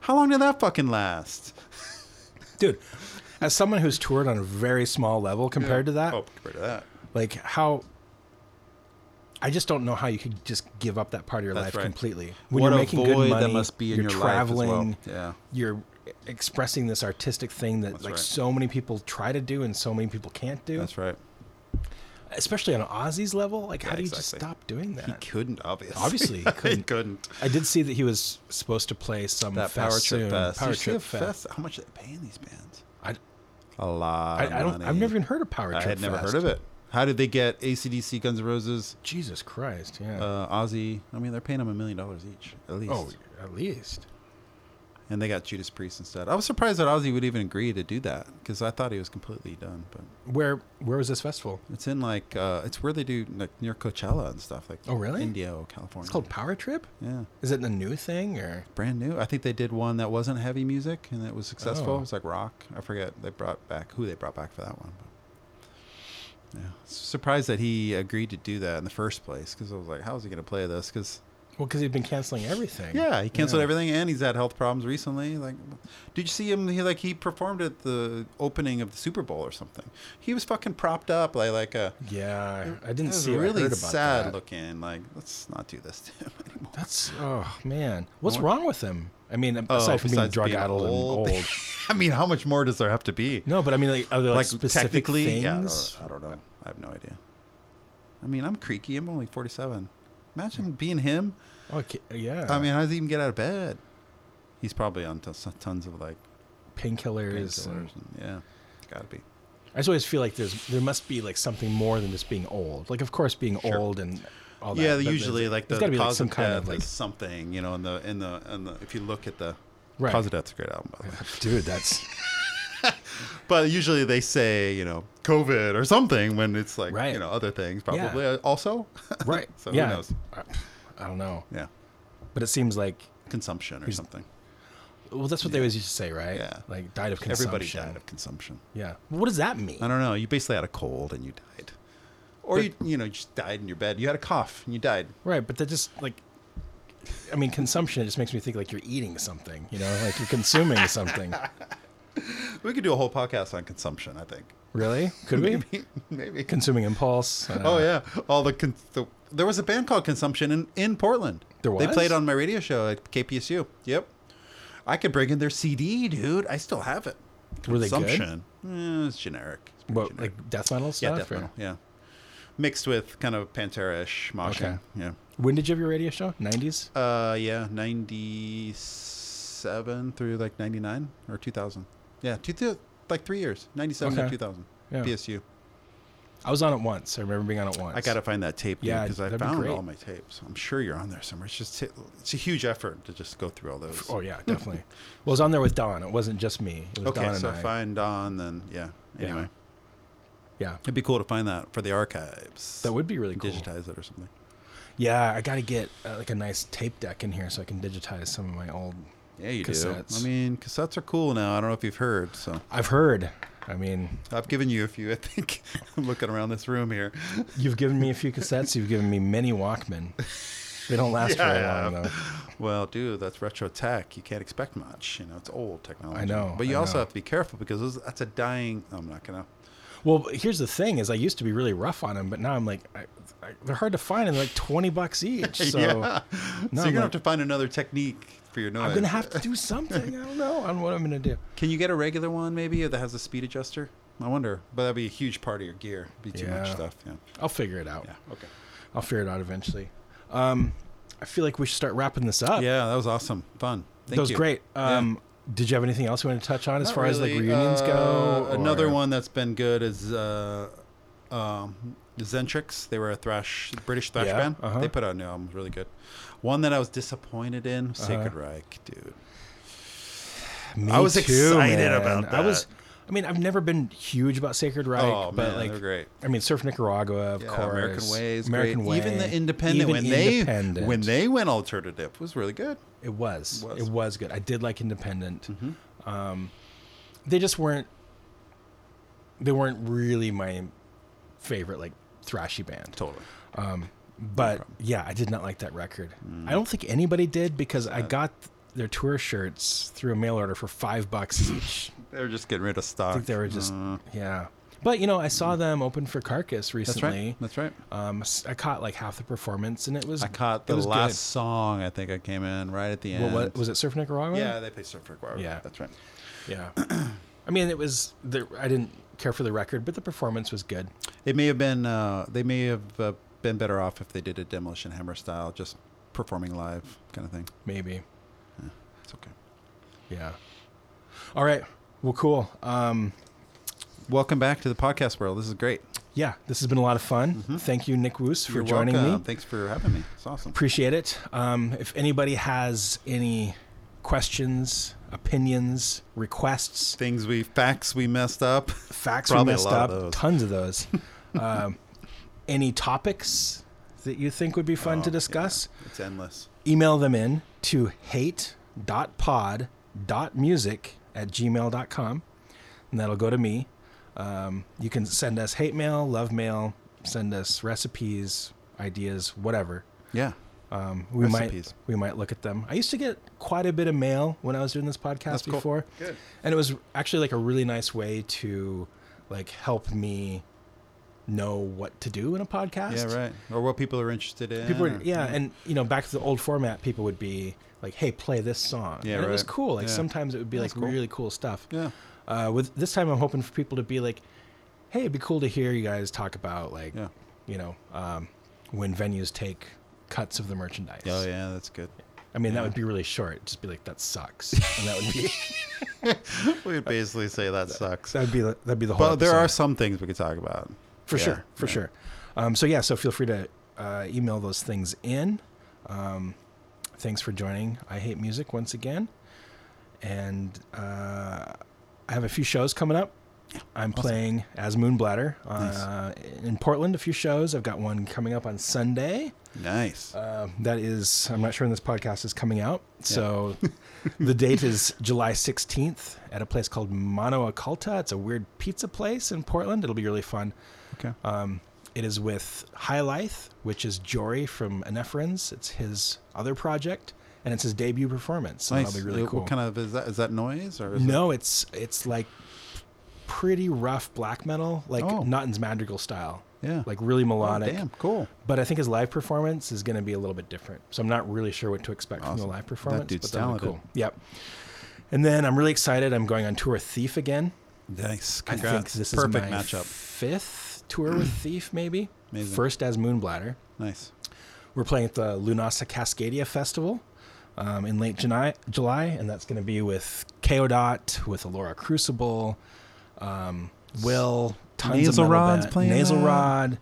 B: How long did that fucking last?
A: dude. As someone who's toured on a very small level compared to that,
B: Oh, compared to that.
A: like how I just don't know how you could just give up that part of your
B: That's
A: life
B: right.
A: completely. When
B: What
A: you're
B: a
A: making
B: void
A: good
B: that
A: money,
B: must be in
A: you're
B: your life as well.
A: traveling,
B: Yeah.
A: you're expressing this artistic thing that like
B: right.
A: so many people try to do and so many people can't do.
B: That's right.
A: Especially on Ozzy's level, like how
B: Yeah,
A: do you just
B: exactly.
A: stop doing that?
B: He couldn't, obviously.
A: Obviously, he
B: he
A: couldn't.
B: couldn't.
A: I did see that he was supposed to play some
B: That
A: fest
B: power trip
A: soon.
B: fest.
A: Power
B: You see
A: trip
B: the
A: fest.
B: fest- How much are they paying these bands?
A: I,
B: A lot.
A: I,
B: of
A: I don't. I've
B: money.
A: never even heard of power
B: I
A: trip.
B: had never
A: fest.
B: heard of it. How did they get ACDC, Guns N' Roses,
A: Jesus Christ! Yeah.
B: uh, Ozzy? I mean, they're paying them a million dollars each, at least.
A: oh, at least.
B: And they got Judas Priest instead. I was surprised that Ozzy would even agree to do that because I thought he was completely done. But
A: Where Where was this festival?
B: it's in like, uh, it's where they do like near Coachella and stuff. like
A: Oh, really?
B: India or California.
A: It's called Power Trip.
B: Yeah.
A: Is it the new thing or?
B: Brand new. I think they did one that wasn't heavy music and it was successful.
A: Oh.
B: It was like rock. I forget. They brought back who they brought back for that one. But yeah. Surprised that he agreed to do that in the first place because I was like, how is he going to play this? Because
A: Well, because he'd been canceling everything.
B: Yeah, he canceled
A: Yeah.
B: everything, and he's had health problems recently. Like, did you see him? He like he performed at the opening of the Super Bowl or something. He was fucking propped up like like a.
A: Yeah, I
B: It
A: didn't
B: was
A: see. or
B: really
A: heard about
B: sad
A: that.
B: looking. Like, let's not do this to him anymore.
A: That's oh man, what's wrong with him? I mean, aside from being
B: Oh, besides
A: drug addled and old.
B: I mean, how much more does there have to be?
A: No, but I mean, like, are there like,
B: like
A: specific
B: technically,
A: things?
B: yeah. I don't, I don't know. I have no idea. I mean, I'm creaky. I'm only 47. Imagine being him.
A: Okay, yeah.
B: I mean, how does he even get out of bed? He's probably on t- tons of like
A: painkillers. and-
B: painkillers. and- Yeah, it's gotta be.
A: I just always feel like there's there must be like something more than just being old. Like, of course, being
B: Sure.
A: old and all that.
B: yeah,
A: but there's-
B: usually like the,
A: there's gotta
B: the
A: be like
B: cause
A: some
B: of
A: kind
B: death
A: of like,
B: is something, you know, in the in the in the if you look at the
A: Right.
B: cause of death's a great album, by the way.
A: dude, that's
B: But usually they say, you know, COVID or something when it's like
A: Right.
B: you know other things probably uh, also.
A: right.
B: So who
A: yeah,
B: knows?
A: I, I don't know,
B: Yeah,
A: but it seems like
B: consumption or something.
A: well, that's what they always used to say, right?
B: Yeah.
A: like died of consumption.
B: Everybody died of consumption.
A: Yeah. What does that mean?
B: I don't know. You basically had a cold and you died, or you you know you just died in your bed. You had a cough and you died.
A: Right, but that just like, I mean, consumption. It just makes me think like you're eating something, you know, like you're consuming something.
B: We could do a whole podcast on consumption. I think
A: Really? Could we?
B: maybe.
A: Consuming impulse. uh,
B: Oh yeah, all the, con- the there was a band called Consumption in in Portland.
A: There
B: They
A: was?
B: played on my radio show at KPSU. Yep, I could bring in their CD, dude. I still have it.
A: Were they good?
B: Consumption. Eh, it's generic. It's pretty
A: What,
B: generic.
A: like death metal
B: yeah,
A: stuff?
B: death
A: or-
B: metal. Yeah, mixed with kind of Pantera-ish moshing.
A: Okay.
B: Yeah.
A: When did you have your radio show? Nineties.
B: Uh, yeah, ninety seven through like ninety nine or two thousand. Yeah, two th- like three years, ninety seven to
A: Okay.
B: two thousand.
A: Yeah.
B: PSU.
A: I was on it once. I remember being on it once.
B: I gotta find that tape, yeah,
A: Yeah,
B: because I
A: that'd be
B: found
A: great.
B: all my tapes. I'm sure you're on there somewhere. It's just it's a huge effort to just go through all those. Hmm.
A: Oh yeah, definitely. well, I was on there with Don. It wasn't just me. It was
B: okay,
A: Don and
B: so
A: I.
B: find on then yeah.
A: Yeah.
B: Anyway,
A: Yeah,
B: it'd be cool to find that for the archives.
A: that would be really cool.
B: digitize it or something.
A: Yeah, I gotta get uh, like a nice tape deck in here so I can digitize some of my old.
B: Yeah, you
A: Cassettes.
B: do. I mean, cassettes are cool now. I don't know if you've heard. So
A: I've heard. I mean,
B: I've given you a few. I think I'm looking around this room here.
A: You've given me a few cassettes. You've given me many Walkman. They don't last
B: Yeah,
A: very
B: I
A: long
B: have.
A: though.
B: Well, dude, that's retro tech. You can't expect much. You know, it's old technology.
A: know,
B: But you
A: I
B: also
A: know.
B: have to be careful because those, that's a dying. I'm not gonna.
A: Well, here's the thing: is I used to be really rough on them, but now I'm like, I, I, they're hard to find, and they're like twenty bucks each. So
B: yeah.
A: no,
B: so you're
A: I'm
B: gonna have
A: like-
B: to find another technique for your noise.
A: I'm gonna have to do something. I don't know on what I'm gonna do.
B: Can you get a regular one maybe that has a speed adjuster? I wonder. But that'd be a huge part of your gear. It'd be too much
A: Yeah.
B: stuff. Yeah.
A: I'll figure it out.
B: Yeah. Okay.
A: I'll figure it out eventually. Um, I feel like we should start wrapping this up.
B: Yeah, that was awesome. Fun. Thank
A: that was
B: you.
A: great.
B: Yeah.
A: Um, Did you have anything else you want to touch on as
B: Not
A: far as like
B: really.
A: reunions go?
B: Uh, Another
A: or-
B: one that's been good is uh, um, Zentrix. They were a thrash British thrash
A: Yeah,
B: band.
A: uh-huh.
B: They put out new albums, really good. One that I was disappointed in,
A: Uh-huh.
B: Sacred Reich, dude.
A: Me
B: I was
A: too,
B: excited
A: man.
B: about
A: I was
B: that.
A: I mean, I've never been huge about Sacred Reich,
B: Oh,
A: but
B: man,
A: like,
B: they're great.
A: I mean, Surf Nicaragua, of
B: Yeah,
A: course,
B: American Way is
A: American
B: great.
A: Way,
B: Even the independent
A: even
B: when they
A: Independent.
B: when they went alternative was really good.
A: It was.
B: Was. Mm-hmm.
A: It was good. I did like Independent. Um, they just weren't. They weren't really my favorite, like thrashy band.
B: Totally.
A: But yeah, I did not like that record.
B: Mm.
A: I don't think anybody did because
B: Uh,
A: I got their tour shirts through a mail order for five bucks each.
B: They were just getting rid of stock.
A: I think they were just yeah. But you know, I saw them open for Carcass
B: Uh. Mm. That's
A: recently.
B: right. That's right.
A: Um, s- I caught like half the performance, and it was
B: I caught
A: it
B: the
A: was
B: last song. I think I came in right at the
A: Good.
B: end.
A: What, what was it? Surf Nicaragua.
B: Yeah, they played Surfer Guard.
A: Yeah.
B: that's right.
A: Yeah. I mean, it was the I didn't care for the record, but the performance was good.
B: It may have been. Uh, they may have uh, been better off if they did a Demolition Hammer style, just performing live kind of thing.
A: Maybe.
B: It's okay.
A: Yeah. All right. Well, cool. Um,
B: Welcome back to the podcast world. This is great.
A: yeah, this has been a lot of fun. Thank you, Nick Woos, for
B: Mm-hmm. You're
A: joining
B: welcome.
A: me.
B: Thanks for having me. It's awesome.
A: Appreciate it. Um, if anybody has any questions, opinions, requests,
B: Things we facts we messed up.
A: facts
B: Probably
A: we
B: a
A: messed
B: lot
A: up.
B: of those.
A: Tons of those. um, any topics that you think would be fun to
B: Oh,
A: discuss,
B: yeah. It's endless.
A: email them in to hate.pod.music at gmail.com, and that'll go to me. Um, you can send us hate mail, love mail, send us recipes, ideas, whatever.
B: Yeah.
A: Um, we
B: Recipes.
A: might we might look at them. I used to get quite a bit of mail when I was doing this podcast
B: cool.
A: before,
B: Good.
A: and it was actually like a really nice way to like help me know what to do in a podcast.
B: Yeah, right. Or what people are interested in.
A: People were,
B: or-
A: yeah, and you know, back to the old format, people would be like, "Hey, play this song."
B: Yeah,
A: and it was
B: right.
A: cool. Like
B: Yeah.
A: sometimes it would be
B: That's
A: like
B: cool.
A: really cool stuff.
B: Yeah.
A: Uh, with this time, I'm hoping for people to be like, "Hey, it'd be cool to hear you guys talk about like,
B: Yeah.
A: you know, um, when venues take cuts of the merchandise."
B: Oh yeah, that's good.
A: I mean, that would be really short. Just be like, "That sucks," and that would be
B: We would basically say that sucks.
A: that'd be the- that'd be the whole.
B: But there are
A: episode.
B: some things we could talk about.
A: for
B: Yeah,
A: sure, for
B: yeah.
A: sure. Um, so yeah, so feel free to uh, email those things in. Um, thanks for joining. I hate music once again, and uh, I have a few shows coming up. I'm playing as Moonbladder uh, in Portland. A few shows. I've got one coming up on Sunday.
B: Nice.
A: Uh, that is, I'm not sure when this podcast is coming out. So the date is July 16th at a place called Mano Occulta. It's a weird pizza place in Portland. It'll be really fun.
B: okay.
A: Um, it is with Hylithe, which is Jory from Anephorins. It's his other project, and it's his debut performance. So
B: nice. Uh,
A: that'll be really
B: What
A: cool.
B: kind of is that? Is that noise or is
A: no, it's it's like pretty rough black metal, like
B: Oh.
A: Naughton's Madrigal style.
B: Yeah.
A: Like really
B: it- Oh,
A: melodic.
B: damn, cool.
A: But I think his live performance is going to be a little bit different. So I'm not really sure what to expect from the
B: Awesome.
A: live
B: That
A: performance.
B: dude's
A: but that'll be
B: talented.
A: cool. Yep. And then I'm really excited. I'm going on tour with Thief again.
B: Nice.
A: I
B: Congrats.
A: think this
B: Perfect
A: is my
B: matchup.
A: fifth tour with Thief, maybe.
B: Amazing.
A: First as Moonbladder.
B: Nice.
A: We're playing at the Lunasa Cascadia Festival um, in late July, July, and that's going to be with Kaodot, with Alora Crucible, um, Will, tons
B: Nasal
A: of metal
B: Rod's
A: band-
B: playing
A: Nasel
B: that.
A: Rod.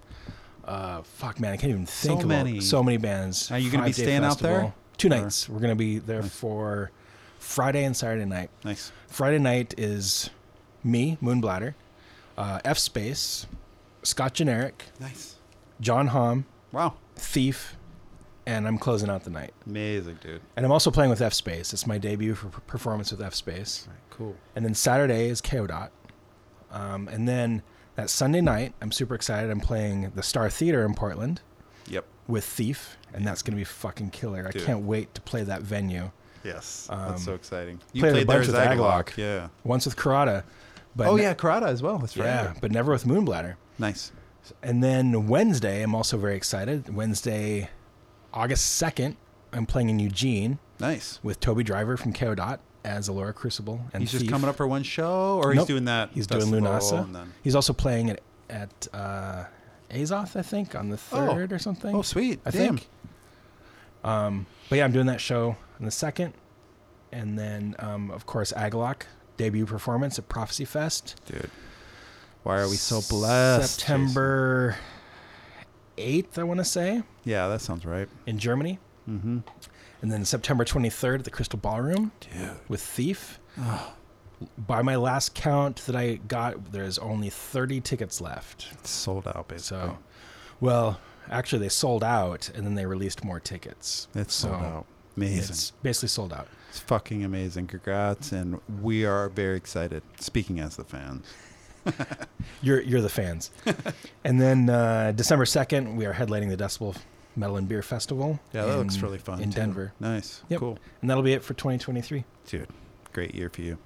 A: Uh, fuck, man, I can't even think of
B: many.
A: All, so many bands.
B: Are you gonna be
A: Five-day
B: staying out there?
A: Two
B: Or-
A: nights. We're going to be there for Friday and Saturday night.
B: Nice.
A: Friday night is me, Moonbladder, uh, F Space, Scott Generic,
B: Nice.
A: John Hom,
B: Wow.
A: Thief, and I'm closing out the night.
B: Amazing, dude.
A: And I'm also playing with F Space. It's my debut for performance with F Space.
B: Cool.
A: And then Saturday is KODOT. Um, and then that Sunday night, I'm super excited. I'm playing the Star Theater in Portland
B: Yep.
A: with Thief, and that's going to be fucking killer.
B: Dude.
A: I can't wait to play that venue.
B: Yes. that's so exciting. You
A: Um, played a
B: there
A: bunch
B: as
A: with
B: Agalock.
A: Agalock.
B: Yeah.
A: Once with Karada, but
B: Oh
A: ne-
B: yeah, Karada as well. That's right.
A: yeah, but never with Moonbladder.
B: Nice.
A: And then Wednesday, I'm also very excited. Wednesday, August 2nd, I'm playing in Eugene
B: Nice.
A: with Toby Driver from KODOT as Alora Crucible. And
B: He's just
A: Thief.
B: coming up for one show, or he's
A: Nope.
B: doing that.
A: He's doing
B: festival
A: Lunasa.
B: and then-
A: He's also playing at, at uh, Azoth, I think, on the
B: Oh.
A: third or something.
B: Oh, sweet.
A: I
B: Damn.
A: think. Um, but yeah, I'm doing that show on the second. And then, um, of course, Agalock debut performance at Prophecy Fest.
B: Dude, why are we so blessed?
A: September 8th, I want to say.
B: Jason? Yeah, that sounds right.
A: in Germany. Mm-hmm. And then September 23rd at the Crystal Ballroom with Thief. by my last count that I got, there's only 30 tickets left.
B: It's sold out, basically.
A: So, well, actually, they sold out and then they released more tickets.
B: it's
A: so
B: sold out. Amazing.
A: It's basically sold out.
B: It's fucking amazing. Congrats. And we are very excited, speaking as the fans.
A: You're you're the fans. and then uh, December 2nd, we are headlining the Decibel Metal and Beer Festival.
B: Yeah, that looks
A: in-
B: really fun.
A: in
B: too.
A: Denver.
B: Nice.
A: Yep.
B: Cool.
A: And that'll be it for 2023.
B: Dude, great year for you.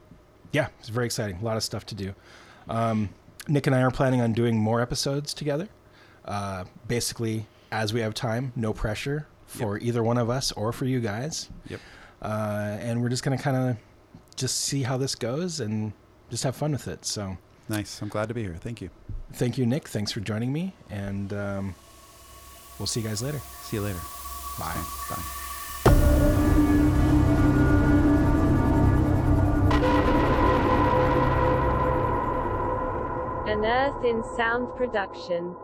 A: Yeah, it's very exciting. A lot of stuff to do. Um, Nick and I are planning on doing more episodes together. Uh, basically, as we have time, no pressure for either one of us or for you guys.
B: Yep.
A: Uh, and we're just going to kind of just see how this goes and just have fun with it. So
B: Nice. I'm glad to be here. Thank you.
A: thank you, Nick. Thanks for joining me. And um, we'll see you guys later.
B: See you later.
A: Bye.
B: Bye.
F: An Earth in Sound production.